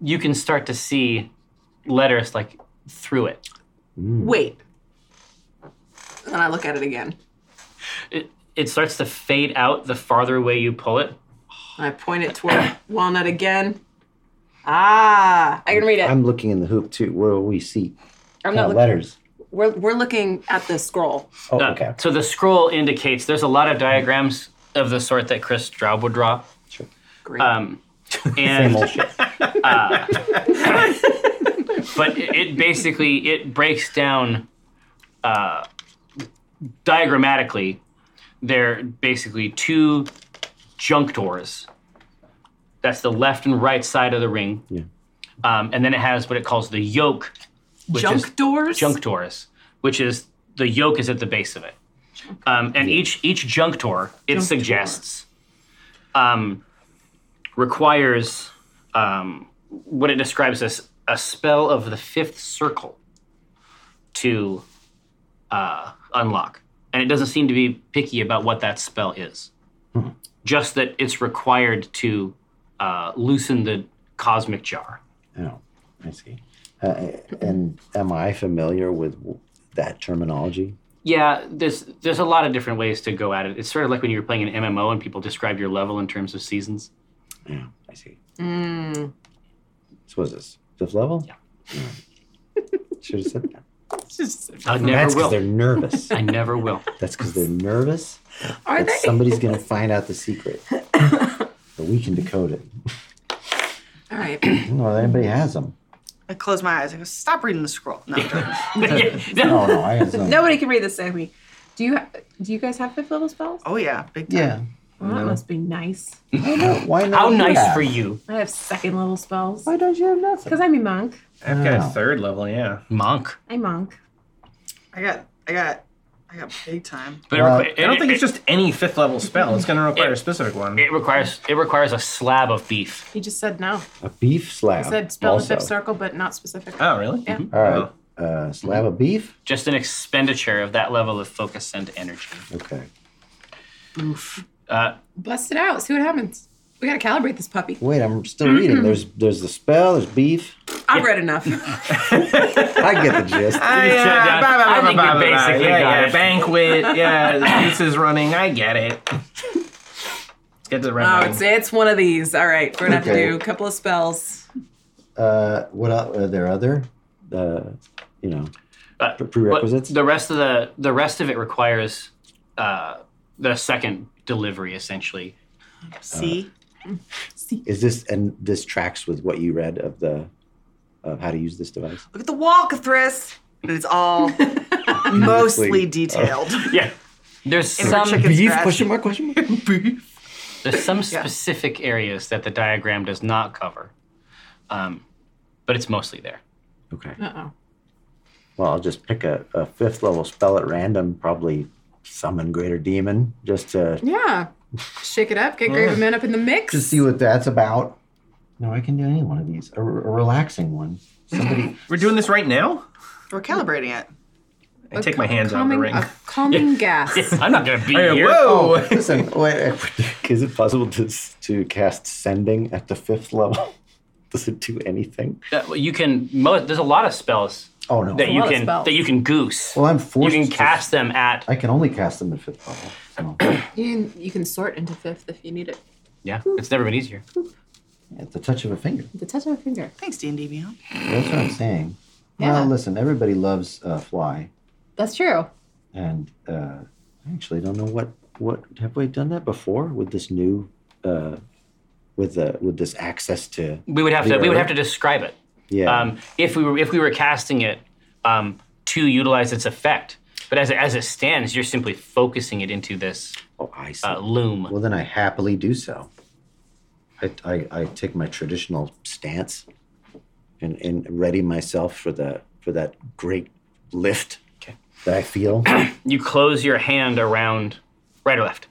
[SPEAKER 12] you can start to see letters like through it.
[SPEAKER 2] Wait. And I look at it again.
[SPEAKER 12] It, it starts to fade out the farther away you pull it.
[SPEAKER 2] And I point it toward Walnut again. Ah, I can read it.
[SPEAKER 5] I'm looking in the hoop too. Where will we see?
[SPEAKER 2] I'm
[SPEAKER 5] Kind
[SPEAKER 2] not
[SPEAKER 5] of
[SPEAKER 2] looking.
[SPEAKER 5] letters.
[SPEAKER 2] We're, we're looking at the scroll.
[SPEAKER 5] Oh,
[SPEAKER 12] Uh,
[SPEAKER 5] okay.
[SPEAKER 12] So the scroll indicates there's a lot of diagrams of the sort that Chris Straub would draw.
[SPEAKER 2] Great.
[SPEAKER 12] Um, and
[SPEAKER 5] Same old shit.
[SPEAKER 12] but it- it basically it breaks down uh, diagrammatically they're basically two junctors that's the left and right side of the ring
[SPEAKER 5] Yeah.
[SPEAKER 12] um, and then it has what it calls the yoke which
[SPEAKER 2] junk
[SPEAKER 12] is
[SPEAKER 2] doors?
[SPEAKER 12] junctors which is the yoke is at the base of it um, and each each junctor it suggests um, requires um, what it describes as a spell of the fifth circle to uh, unlock. And it doesn't seem to be picky about what that spell is,
[SPEAKER 5] Hmm.
[SPEAKER 12] just that it's required to uh, loosen the cosmic jar.
[SPEAKER 5] Oh, I see. Uh, and am I familiar with w- that terminology?
[SPEAKER 12] Yeah, there's there's a lot of different ways to go at it. It's sort of like when you're playing an MMO and people describe your level in terms of seasons.
[SPEAKER 5] Yeah, I see.
[SPEAKER 2] Mm.
[SPEAKER 5] It's was this? Fifth level? Yeah. Should have said that.
[SPEAKER 12] I never
[SPEAKER 5] Oh, That's 'cause
[SPEAKER 12] will.
[SPEAKER 5] they're nervous.
[SPEAKER 12] I never will.
[SPEAKER 5] That's because they're nervous.
[SPEAKER 2] Are
[SPEAKER 5] that
[SPEAKER 2] they?
[SPEAKER 5] Somebody's going to find out the secret. but we can decode it.
[SPEAKER 6] All right.
[SPEAKER 5] I don't know if anybody has them.
[SPEAKER 6] I close my eyes. I go, stop reading the scroll. No, I'm joking.
[SPEAKER 5] No, no, I have some.
[SPEAKER 13] Nobody can read this save me. Do you ha- do you guys have fifth level spells?
[SPEAKER 6] oh yeah, big time.
[SPEAKER 5] Yeah.
[SPEAKER 2] Well, that must be nice.
[SPEAKER 5] Why not? Why not?
[SPEAKER 12] How
[SPEAKER 5] you
[SPEAKER 12] nice
[SPEAKER 5] have?
[SPEAKER 12] for you,
[SPEAKER 2] I have second level spells
[SPEAKER 5] Why don't you have nothing?
[SPEAKER 13] Because I'm a monk.
[SPEAKER 4] I've got
[SPEAKER 5] Wow.
[SPEAKER 4] a third level, yeah.
[SPEAKER 12] monk.
[SPEAKER 13] I'm monk.
[SPEAKER 6] I got, I got, I got big time.
[SPEAKER 12] But
[SPEAKER 5] Well,
[SPEAKER 12] it, requi-
[SPEAKER 4] I don't
[SPEAKER 12] it-
[SPEAKER 4] think
[SPEAKER 12] it-
[SPEAKER 4] it's just any fifth level spell. It's going to require a specific one.
[SPEAKER 12] It requires it requires a slab of beef.
[SPEAKER 2] he just said no
[SPEAKER 5] A beef slab.
[SPEAKER 2] he said spell
[SPEAKER 5] Uh, also.
[SPEAKER 2] the fifth circle but not specific
[SPEAKER 4] Oh, really?
[SPEAKER 2] Yeah.
[SPEAKER 5] All right.
[SPEAKER 12] Oh.
[SPEAKER 5] Uh, slab of beef.
[SPEAKER 12] Just an expenditure of that level of focus and energy.
[SPEAKER 5] Okay.
[SPEAKER 12] Uh,
[SPEAKER 2] bust it out see what happens we gotta calibrate this puppy
[SPEAKER 5] Wait, I'm still
[SPEAKER 2] Mm-hmm.
[SPEAKER 5] reading. There's there's the spell. There's beef.
[SPEAKER 2] i've read enough
[SPEAKER 5] I get the gist.
[SPEAKER 12] said
[SPEAKER 4] yeah,
[SPEAKER 12] that.
[SPEAKER 4] blah, blah,
[SPEAKER 12] I
[SPEAKER 4] blah, blah,
[SPEAKER 12] think we
[SPEAKER 4] blah, blah.
[SPEAKER 12] basically
[SPEAKER 4] yeah,
[SPEAKER 12] got
[SPEAKER 4] yeah,
[SPEAKER 12] it.
[SPEAKER 4] banquet. Yeah, this is running. I get it. Let's get to the red
[SPEAKER 2] Oh,
[SPEAKER 4] line.
[SPEAKER 2] it's it's one of these. All right, we're gonna have
[SPEAKER 5] Okay.
[SPEAKER 2] to do a couple of spells.
[SPEAKER 5] Uh, what el- are there other? Uh, you know,
[SPEAKER 12] Uh,
[SPEAKER 5] pre- prerequisites.
[SPEAKER 12] But the rest of the the rest of it requires uh, the second delivery essentially.
[SPEAKER 6] See,
[SPEAKER 5] Is this and this tracks with what you read of the of how to use this device?
[SPEAKER 6] look at the wall, Cathris. And it's all mostly
[SPEAKER 5] Beautifully.
[SPEAKER 6] detailed.
[SPEAKER 12] Yeah. There's
[SPEAKER 6] Every
[SPEAKER 12] some
[SPEAKER 6] chicken scratch.
[SPEAKER 5] mark? Question mark?
[SPEAKER 12] there's some specific areas that the diagram does not cover, um, but it's mostly there.
[SPEAKER 5] Okay.
[SPEAKER 2] Uh
[SPEAKER 5] Well, I'll just pick a, a fifth level spell at random. Probably summon greater demon just to
[SPEAKER 2] Yeah, shake it up. Get Graven Man up in the mix.
[SPEAKER 5] to see what that's about. No, I can do any one of these. A, re- a relaxing one. Somebody.
[SPEAKER 4] We're doing this right now?
[SPEAKER 6] We're calibrating it.
[SPEAKER 4] I take my hands out of the
[SPEAKER 2] calming,
[SPEAKER 4] ring.
[SPEAKER 2] A calming gas.
[SPEAKER 12] I'm not gonna be
[SPEAKER 4] Hey,
[SPEAKER 12] here. Oh.
[SPEAKER 4] whoa!
[SPEAKER 5] Oh, Listen, wait, is it possible to s- to cast sending at the fifth level? Does it do anything?
[SPEAKER 12] Uh, well, you can. Mo- there's a lot of spells
[SPEAKER 5] Oh no.
[SPEAKER 12] that you
[SPEAKER 2] lot of
[SPEAKER 12] can
[SPEAKER 2] spells.
[SPEAKER 12] that you can goose.
[SPEAKER 5] well, I'm forced.
[SPEAKER 12] you can
[SPEAKER 5] to-
[SPEAKER 12] cast them at.
[SPEAKER 5] I can only cast them at fifth level. So,
[SPEAKER 2] you can you can sort into fifth if you need it.
[SPEAKER 12] Yeah, it's never been easier.
[SPEAKER 5] at the touch of a finger.
[SPEAKER 2] The touch of a finger.
[SPEAKER 6] Thanks, D and D Beyond.
[SPEAKER 5] That's what I'm saying.
[SPEAKER 2] Yeah.
[SPEAKER 5] Well, listen, everybody loves uh, Fly,
[SPEAKER 2] That's true.
[SPEAKER 5] and uh, I actually don't know what what have we done that before with this new uh, with the with this access to
[SPEAKER 12] We would have to.
[SPEAKER 5] The
[SPEAKER 12] We would
[SPEAKER 5] error?
[SPEAKER 12] have to describe it.
[SPEAKER 5] yeah.
[SPEAKER 12] um, if we were if we were casting it um, to utilize its effect. But as it, as it stands, you're simply focusing it into this
[SPEAKER 5] oh, I see.
[SPEAKER 12] uh, loom.
[SPEAKER 5] well, then I happily do so. I, I, I take my traditional stance and, and ready myself for the for that great lift that I feel.
[SPEAKER 12] You close your hand around right or left.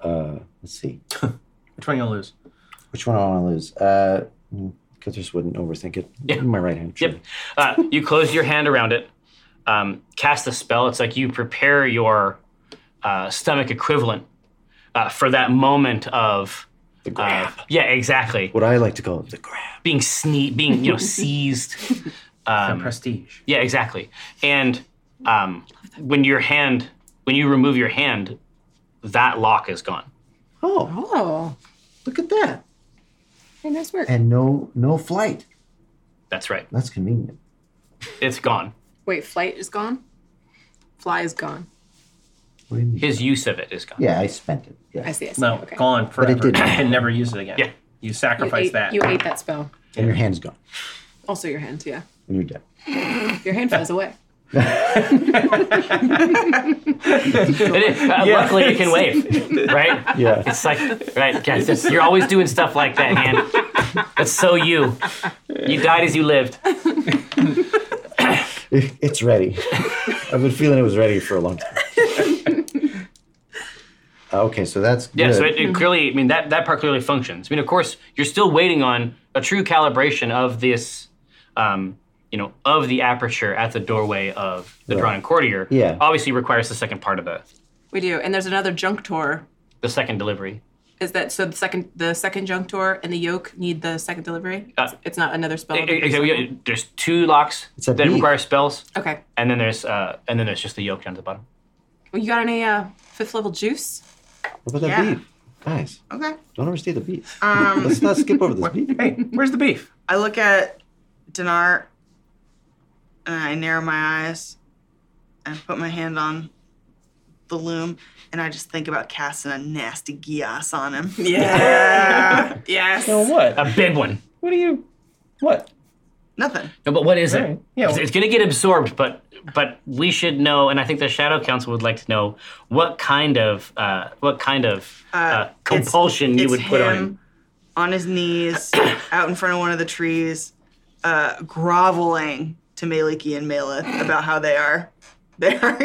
[SPEAKER 5] uh, let's see.
[SPEAKER 4] Which one you gonna lose?
[SPEAKER 5] Which one do I want to lose? Uh, Kithers wouldn't overthink it.
[SPEAKER 12] Yeah.
[SPEAKER 5] My right hand. sure.
[SPEAKER 12] Yep. Uh, you close your hand around it. Um, cast the spell. It's like you prepare your uh, stomach equivalent uh, for that moment of.
[SPEAKER 5] The grab.
[SPEAKER 12] Uh, yeah, exactly.
[SPEAKER 5] what I like to call the grab.
[SPEAKER 12] Being sne- being you know seized. Um,
[SPEAKER 4] prestige.
[SPEAKER 12] Yeah, exactly. And um, when your hand, when you remove your hand, that lock is gone.
[SPEAKER 5] Oh,
[SPEAKER 2] Oh,
[SPEAKER 5] look at that!
[SPEAKER 2] hey, nice work.
[SPEAKER 5] And no, no flight.
[SPEAKER 12] That's right.
[SPEAKER 5] That's convenient.
[SPEAKER 12] It's gone.
[SPEAKER 2] Wait, flight is gone. Fly is gone.
[SPEAKER 5] What do you mean?
[SPEAKER 12] His use of it is gone.
[SPEAKER 5] yeah, I spent it. Yeah,
[SPEAKER 2] I see. I see.
[SPEAKER 4] No,
[SPEAKER 2] okay.
[SPEAKER 4] gone
[SPEAKER 5] But
[SPEAKER 4] forever.
[SPEAKER 5] it didn't.
[SPEAKER 4] I can never use it again.
[SPEAKER 12] Yeah.
[SPEAKER 4] You
[SPEAKER 2] You
[SPEAKER 4] sacrifice
[SPEAKER 2] ate,
[SPEAKER 4] that.
[SPEAKER 2] you ate that spell.
[SPEAKER 5] and your hand's gone,
[SPEAKER 2] Also your hand, yeah.
[SPEAKER 5] and you're dead.
[SPEAKER 2] Your hand flies away.
[SPEAKER 12] It is- uh,
[SPEAKER 4] Yeah.
[SPEAKER 12] Luckily, it can wave. Right?
[SPEAKER 5] Yeah,
[SPEAKER 12] It's like right. Guys, this- you're always doing stuff like that, hand. That's so you. You died as you lived.
[SPEAKER 5] it's ready. I've been feeling it was ready for a long time. Uh, okay, so that's good.
[SPEAKER 12] Yeah. So it, it clearly, I mean, that that part clearly functions. I mean, of course, you're still waiting on a true calibration of this, um, you know, of the aperture at the doorway of the drawn courtier.
[SPEAKER 5] Yeah.
[SPEAKER 12] Obviously, requires the second part of the
[SPEAKER 2] We do, and there's another junctor.
[SPEAKER 12] the second delivery.
[SPEAKER 2] Is that so? The second, the second junctor and the yoke need the second delivery.
[SPEAKER 12] Uh,
[SPEAKER 2] It's- it's not another spell.
[SPEAKER 12] E- e- e- There's two locks
[SPEAKER 5] It's a
[SPEAKER 12] that
[SPEAKER 5] beef.
[SPEAKER 12] require spells,
[SPEAKER 2] Okay.
[SPEAKER 12] and then there's uh, and then there's just the yoke down at the bottom.
[SPEAKER 2] Well, you got any uh, fifth level juice?
[SPEAKER 5] what about that
[SPEAKER 6] Yeah.
[SPEAKER 5] beef? Guys,
[SPEAKER 6] Okay.
[SPEAKER 5] don't overstay the beef.
[SPEAKER 6] Um,
[SPEAKER 5] Let's not skip over this beef.
[SPEAKER 4] Hey, where's the beef?
[SPEAKER 6] I look at Dinar and I narrow my eyes and put my hand on the loom and I just think about casting a nasty gias on him.
[SPEAKER 2] Yeah. yes.
[SPEAKER 4] Oh, what?
[SPEAKER 12] A big one.
[SPEAKER 4] What are you? What?
[SPEAKER 6] Nothing.
[SPEAKER 12] No, but what is
[SPEAKER 4] Right.
[SPEAKER 12] it?
[SPEAKER 4] Yeah,
[SPEAKER 12] it's,
[SPEAKER 4] well-
[SPEAKER 12] it's going to get absorbed, but but we should know, and I think the Shadow Council would like to know what kind of uh, what kind of uh,
[SPEAKER 6] it's-
[SPEAKER 12] compulsion you
[SPEAKER 6] It's
[SPEAKER 12] would put on
[SPEAKER 6] him
[SPEAKER 12] him.
[SPEAKER 6] on his knees, out in front of one of the trees, uh, groveling to Maliki and Malith about how they are. They're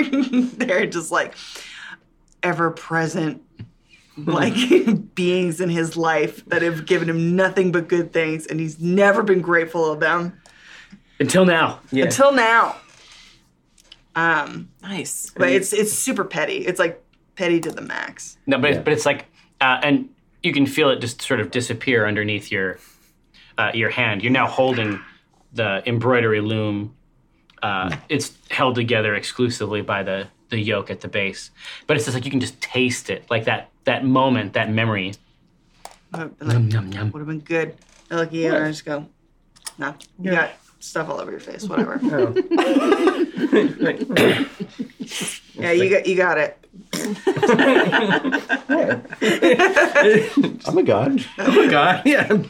[SPEAKER 6] they're just like ever present like beings in his life that have given him nothing but good things and he's never been grateful of them
[SPEAKER 12] until now.
[SPEAKER 4] Yeah.
[SPEAKER 6] until now. Um,
[SPEAKER 2] Nice.
[SPEAKER 6] but it's it's super petty. It's like petty to the max.
[SPEAKER 12] No, but it's, but it's like, uh, and you can feel it just sort of disappear underneath your uh, your hand. You're now holding the embroidery loom. Uh, it's held together exclusively by the the yoke at the base, but it's just like you can just taste it, like that that moment, that memory.
[SPEAKER 6] Would have been good. I look at you and I just go, no, you got stuff all over your face, whatever. yeah, you got you got it.
[SPEAKER 5] I'm a god.
[SPEAKER 4] Oh my god. Yeah.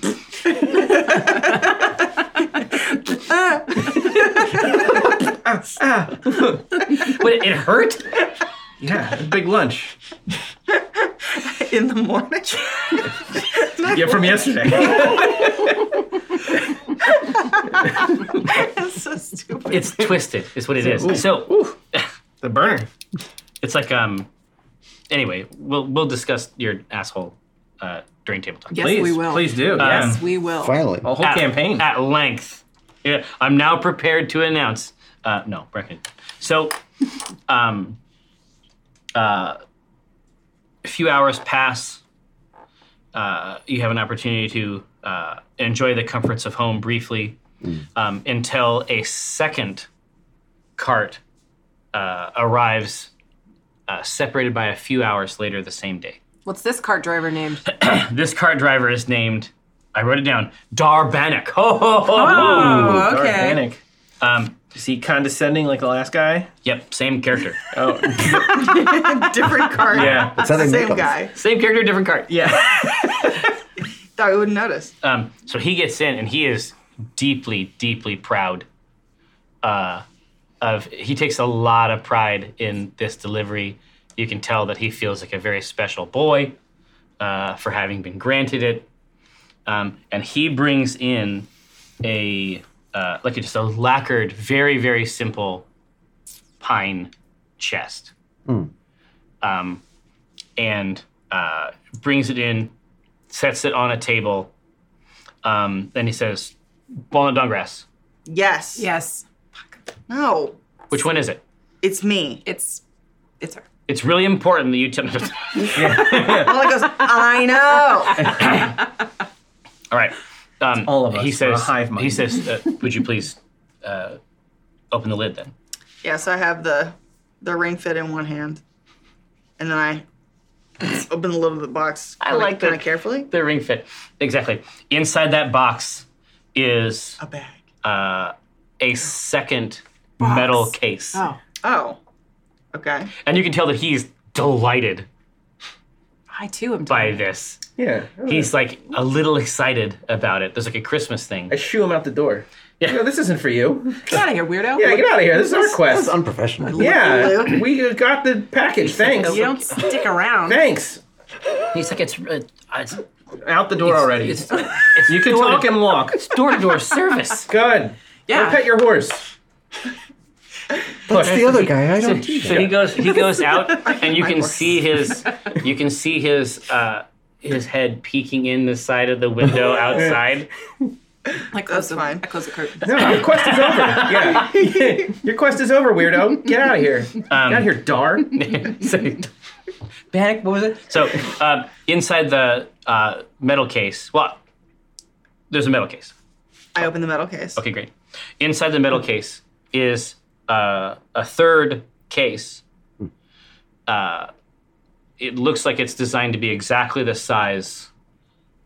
[SPEAKER 12] But it, it hurt.
[SPEAKER 4] Yeah. Big lunch.
[SPEAKER 6] In the morning.
[SPEAKER 4] Yeah, from yesterday.
[SPEAKER 6] That's so stupid.
[SPEAKER 12] It's twisted. Is what it is. So
[SPEAKER 4] the burner.
[SPEAKER 12] it's like um. Anyway, we'll we'll discuss your asshole uh, during table talk.
[SPEAKER 2] Yes,
[SPEAKER 4] Please,
[SPEAKER 2] we will.
[SPEAKER 4] Please do.
[SPEAKER 2] Yes,
[SPEAKER 4] yeah.
[SPEAKER 2] we will.
[SPEAKER 5] Finally.
[SPEAKER 4] A whole
[SPEAKER 12] at,
[SPEAKER 4] campaign.
[SPEAKER 12] at length. Yeah, I'm now prepared to announce. Uh, no, we're not gonna- so, um, uh, a few hours pass. Uh, you have an opportunity to uh, enjoy the comforts of home briefly um, until a second cart uh, arrives, uh, separated by a few hours later the same day.
[SPEAKER 2] What's this cart driver named?
[SPEAKER 12] This cart driver is named. I wrote it down. Darbanek. Ho ho ho! ho.
[SPEAKER 2] Oh, okay.
[SPEAKER 4] Organic. Um, is he condescending like the last guy?
[SPEAKER 12] Yep, same character.
[SPEAKER 4] Oh,
[SPEAKER 6] different card.
[SPEAKER 4] yeah.
[SPEAKER 5] It's nothing
[SPEAKER 6] Same
[SPEAKER 5] Nichols.
[SPEAKER 6] guy.
[SPEAKER 12] same character, different cart.
[SPEAKER 4] Yeah.
[SPEAKER 6] Thought we wouldn't notice.
[SPEAKER 12] Um, so he gets in, and he is deeply, deeply proud. Uh, of he takes a lot of pride in this delivery. You can tell that he feels like a very special boy uh, for having been granted it, um, and he brings in a uh, like just a lacquered, very, very simple pine chest, um, and uh, brings it in, sets it on a table. Um, then he says, "Walnut grass.
[SPEAKER 6] Yes.
[SPEAKER 2] Yes.
[SPEAKER 6] No.
[SPEAKER 12] Which one is it?
[SPEAKER 6] It's me.
[SPEAKER 2] It's it's her.
[SPEAKER 12] It's really important that you tell."
[SPEAKER 6] Well, it goes, I know.
[SPEAKER 12] All right. Um,
[SPEAKER 4] all of us.
[SPEAKER 12] He
[SPEAKER 4] We're a
[SPEAKER 12] says.
[SPEAKER 4] hive
[SPEAKER 12] he
[SPEAKER 4] mind.
[SPEAKER 12] says, uh, "Would you please uh, open the lid then?"
[SPEAKER 6] Yeah, so I have the the ring fit in one hand. And then I open the lid of the box.
[SPEAKER 12] I like
[SPEAKER 6] kind
[SPEAKER 12] that.
[SPEAKER 6] of carefully.
[SPEAKER 12] The ring fit exactly. Inside that box is
[SPEAKER 6] A bag.
[SPEAKER 12] uh, a second metal case,
[SPEAKER 2] Oh,
[SPEAKER 6] Oh. Okay.
[SPEAKER 12] and you can tell that he's delighted
[SPEAKER 2] I too am.
[SPEAKER 12] by
[SPEAKER 2] doing it.
[SPEAKER 12] this.
[SPEAKER 4] Yeah.
[SPEAKER 12] He's like a little excited about it. There's like a Christmas thing.
[SPEAKER 4] I shoo him out the door. Yeah. No, this isn't for you.
[SPEAKER 2] Get out of here, weirdo.
[SPEAKER 4] Yeah, get out of here. This is our
[SPEAKER 5] That's
[SPEAKER 4] quest.
[SPEAKER 5] unprofessional.
[SPEAKER 4] Yeah. We got the package. Thanks.
[SPEAKER 2] You don't stick around.
[SPEAKER 4] Thanks.
[SPEAKER 12] He's like, "It's, uh, it's,
[SPEAKER 4] Out the door already.
[SPEAKER 12] it's, it's
[SPEAKER 4] you can
[SPEAKER 12] door to-
[SPEAKER 4] talk and walk.
[SPEAKER 12] It's door to door service."
[SPEAKER 4] Good. Go
[SPEAKER 2] Yeah.
[SPEAKER 4] pet your horse.
[SPEAKER 5] That's the other guy. I don't do
[SPEAKER 12] So he goes he goes out and you can see his you can see his uh his head peeking in the side of the window outside.
[SPEAKER 2] I close the,
[SPEAKER 6] fine.
[SPEAKER 2] I close the curtain.
[SPEAKER 4] No, your quest is over. Yeah. your quest is over, weirdo. Get out of here. Get out of here, Dar.
[SPEAKER 12] so, Back, what was it? So uh, inside the uh, metal case, well, there's a metal case.
[SPEAKER 6] I open the metal case.
[SPEAKER 12] Okay, great. Inside the metal case is uh, a third case, uh, it looks like it's designed to be exactly the size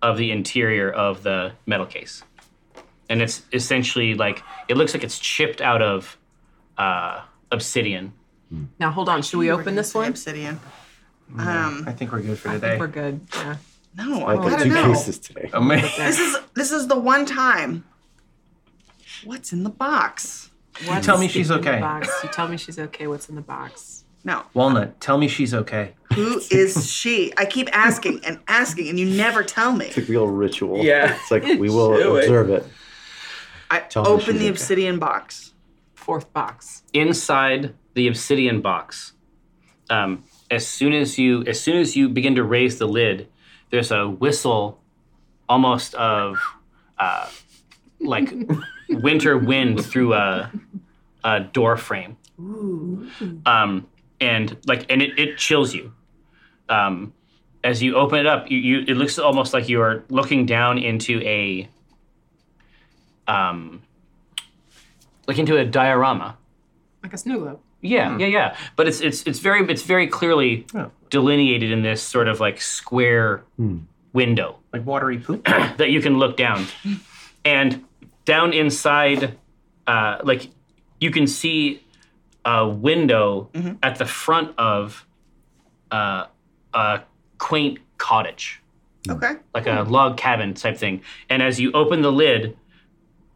[SPEAKER 12] of the interior of the metal case, and it's essentially like it looks like it's chipped out of uh, obsidian.
[SPEAKER 2] Now hold on. Should we open this one?
[SPEAKER 6] Obsidian. Um,
[SPEAKER 4] I think we're good for
[SPEAKER 2] I
[SPEAKER 4] today.
[SPEAKER 2] think we're good. Yeah.
[SPEAKER 6] no, I
[SPEAKER 5] Like the
[SPEAKER 6] gotta
[SPEAKER 5] two
[SPEAKER 6] know.
[SPEAKER 5] cases today.
[SPEAKER 4] Amazing.
[SPEAKER 6] This is this is the one time. What's in the box?
[SPEAKER 2] What's
[SPEAKER 4] tell me she's
[SPEAKER 2] in the
[SPEAKER 4] okay.
[SPEAKER 2] box? You tell me she's okay. What's in the box?
[SPEAKER 6] No.
[SPEAKER 4] Walnut, tell me she's okay.
[SPEAKER 6] Who is she? I keep asking and asking, and you never tell me.
[SPEAKER 5] It's a real ritual.
[SPEAKER 4] Yeah.
[SPEAKER 5] It's like we
[SPEAKER 4] Do
[SPEAKER 5] will
[SPEAKER 4] it.
[SPEAKER 5] observe it.
[SPEAKER 6] I
[SPEAKER 5] Tell me she's
[SPEAKER 6] open the
[SPEAKER 5] okay.
[SPEAKER 6] obsidian box.
[SPEAKER 2] Fourth box.
[SPEAKER 12] inside the obsidian box. Um, as soon as you as soon as you begin to raise the lid, there's a whistle, almost of uh, like winter wind through a, a door frame, um, and like and it, it chills you. Um, as you open it up, you, you it looks almost like you are looking down into a um, like into a diorama.
[SPEAKER 2] Like a snow globe.
[SPEAKER 12] Yeah, yeah, yeah. But it's it's it's very it's very clearly
[SPEAKER 4] Oh.
[SPEAKER 12] delineated in this sort of like square window
[SPEAKER 4] Like watery poop.
[SPEAKER 12] that you can look down, and down inside, uh, like you can see a window at the front of uh, a quaint cottage
[SPEAKER 5] Hmm.
[SPEAKER 6] Okay.
[SPEAKER 12] like a log cabin type thing. And as you open the lid,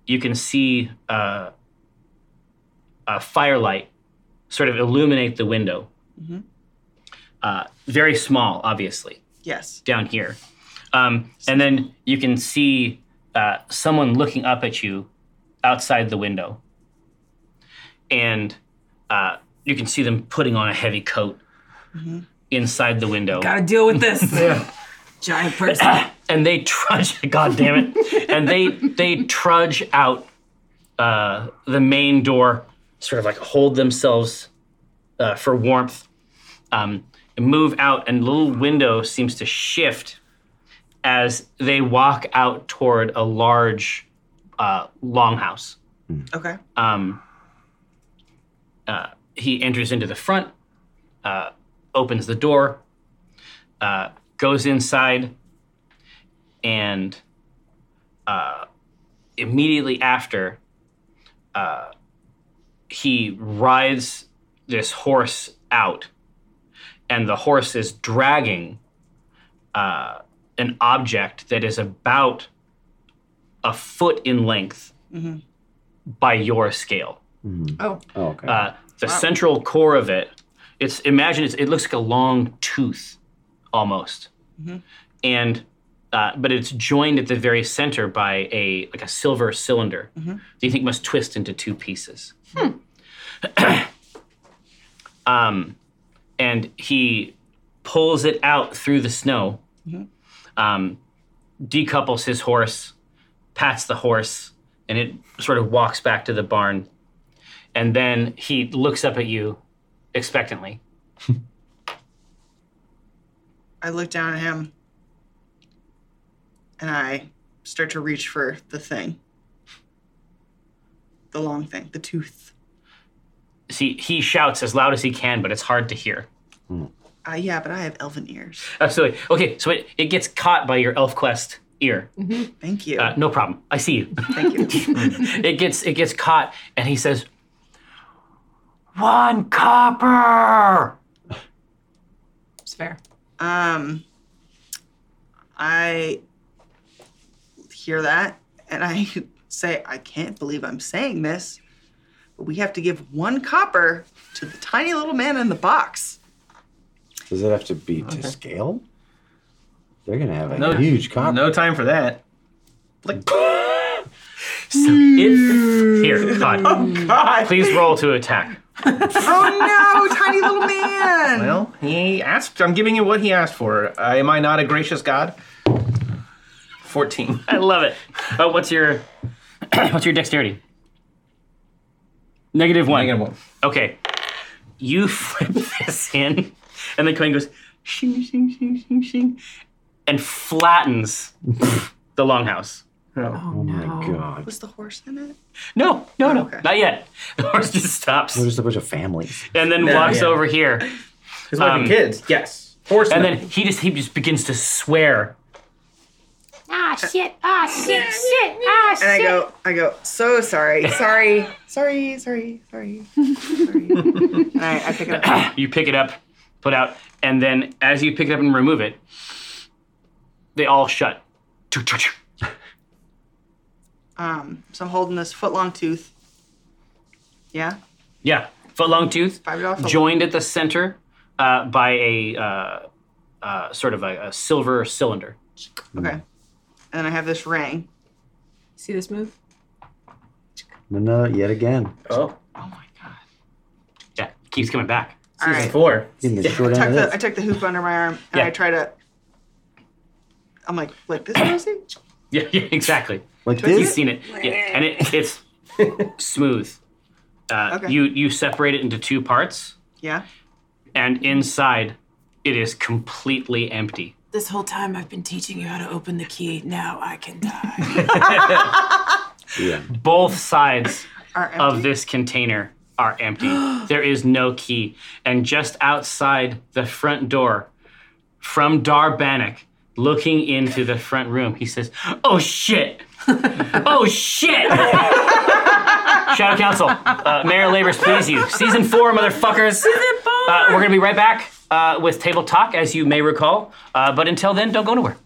[SPEAKER 12] you can see uh, a firelight sort of illuminate the window. Uh, very small, obviously,
[SPEAKER 6] Yes.
[SPEAKER 12] down here. Um, and then you can see uh, someone looking up at you outside the window. And uh, you can see them putting on a heavy coat inside the window.
[SPEAKER 2] Gotta deal with this. Giant person.
[SPEAKER 12] and they trudge god damn it and they they trudge out uh, the main door sort of like hold themselves uh, for warmth um, and move out and the little window seems to shift as they walk out toward a large uh, longhouse
[SPEAKER 6] Okay.
[SPEAKER 12] um, uh, he enters into the front, uh, opens the door, uh, goes inside, and uh, immediately after, uh, he rides this horse out, and the horse is dragging uh, an object that is about a foot in length by your scale.
[SPEAKER 5] Oh, okay.
[SPEAKER 12] Uh, the central core of it, it's imagine it's, it looks like a long tooth, almost, and uh, but it's joined at the very center by a like a silver cylinder that you think must twist into two pieces. um, and he pulls it out through the snow, um, decouples his horse, pats the horse, and it sort of walks back to the barn and then he looks up at you expectantly.
[SPEAKER 6] I look down at him and I start to reach for the thing. The long thing, the tooth.
[SPEAKER 12] See, he shouts as loud as he can, but it's hard to hear.
[SPEAKER 6] Uh, yeah, but I have elven ears.
[SPEAKER 12] Absolutely. Okay, so it, it gets caught by your elf quest ear.
[SPEAKER 6] Thank you.
[SPEAKER 12] Uh, no problem. I see you.
[SPEAKER 6] Thank you.
[SPEAKER 12] it gets it gets caught, and he says, "One copper."
[SPEAKER 2] It's fair.
[SPEAKER 6] Um, I hear that and I say, I can't believe I'm saying this, but we have to give one copper to the tiny little man in the box.
[SPEAKER 5] Does it have to be to scale? They're gonna have a
[SPEAKER 4] No.
[SPEAKER 5] huge copy.
[SPEAKER 4] No time for that.
[SPEAKER 12] So it, here, Oh, God,
[SPEAKER 4] God.
[SPEAKER 12] please roll to attack.
[SPEAKER 6] Oh no, tiny little man!
[SPEAKER 4] Well, he asked. I'm giving you what he asked for. Uh, am I not a gracious God? 14.
[SPEAKER 12] I love it. Oh, what's your what's your dexterity? Negative one.
[SPEAKER 4] Negative one.
[SPEAKER 12] Okay. You flip this in, and the coin goes shing, shing, shing, shing, shing, and flattens the longhouse.
[SPEAKER 4] No.
[SPEAKER 5] Oh my god.
[SPEAKER 6] Was the horse in it?
[SPEAKER 12] No, no, no,
[SPEAKER 6] Okay.
[SPEAKER 12] not yet. The horse just stops
[SPEAKER 5] There's just a bunch of families.
[SPEAKER 12] and then
[SPEAKER 4] No,
[SPEAKER 12] walks
[SPEAKER 4] yeah.
[SPEAKER 12] over here.
[SPEAKER 4] His wife
[SPEAKER 12] Um,
[SPEAKER 4] and kids. Yes.
[SPEAKER 12] and then he just he just begins to swear.
[SPEAKER 14] Ah shit! Ah shit! Shit! Ah shit!
[SPEAKER 6] And I go, I go, so sorry, sorry, sorry, sorry, sorry. and I, I pick it up.
[SPEAKER 12] You pick it up, put out, and then as you pick it up and remove it, they all shut.
[SPEAKER 6] Um, so I'm holding this foot long tooth. Yeah.
[SPEAKER 12] Yeah, foot long tooth,
[SPEAKER 6] Five dollar foot
[SPEAKER 12] joined at the center uh, by a uh, uh, sort of a, a silver cylinder.
[SPEAKER 6] Okay. And then I have this ring.
[SPEAKER 8] See this move?
[SPEAKER 5] Manila uh, yet again.
[SPEAKER 15] Oh,
[SPEAKER 12] Yeah, keeps coming back.
[SPEAKER 6] All
[SPEAKER 15] season
[SPEAKER 6] right.
[SPEAKER 15] four.
[SPEAKER 5] Getting the short
[SPEAKER 6] Tuck
[SPEAKER 5] end
[SPEAKER 6] the,
[SPEAKER 5] of
[SPEAKER 6] I
[SPEAKER 5] this.
[SPEAKER 6] took the hoop under my arm and
[SPEAKER 12] Yeah.
[SPEAKER 6] I try to. I'm like, like this, Rosie?
[SPEAKER 12] Yeah, yeah exactly.
[SPEAKER 5] Like
[SPEAKER 12] You've
[SPEAKER 5] this?
[SPEAKER 12] seen it, yeah, and it, it's smooth. Uh,
[SPEAKER 6] Okay.
[SPEAKER 12] You you separate it into two parts,
[SPEAKER 6] Yeah.
[SPEAKER 12] and inside it is completely empty.
[SPEAKER 8] This whole time I've been teaching you how to open the key. Now I can die.
[SPEAKER 5] Yeah.
[SPEAKER 12] Both sides
[SPEAKER 6] Are empty.
[SPEAKER 12] of this container are empty. there is no key, and just outside the front door, from Darbanek, looking into the front room, he says, "Oh shit! oh shit!" Shadow Council, uh, Mayor Labors, please you. Season four, motherfuckers. Uh, we're gonna be right back uh, with table talk, as you may recall. Uh, but until then, don't go nowhere.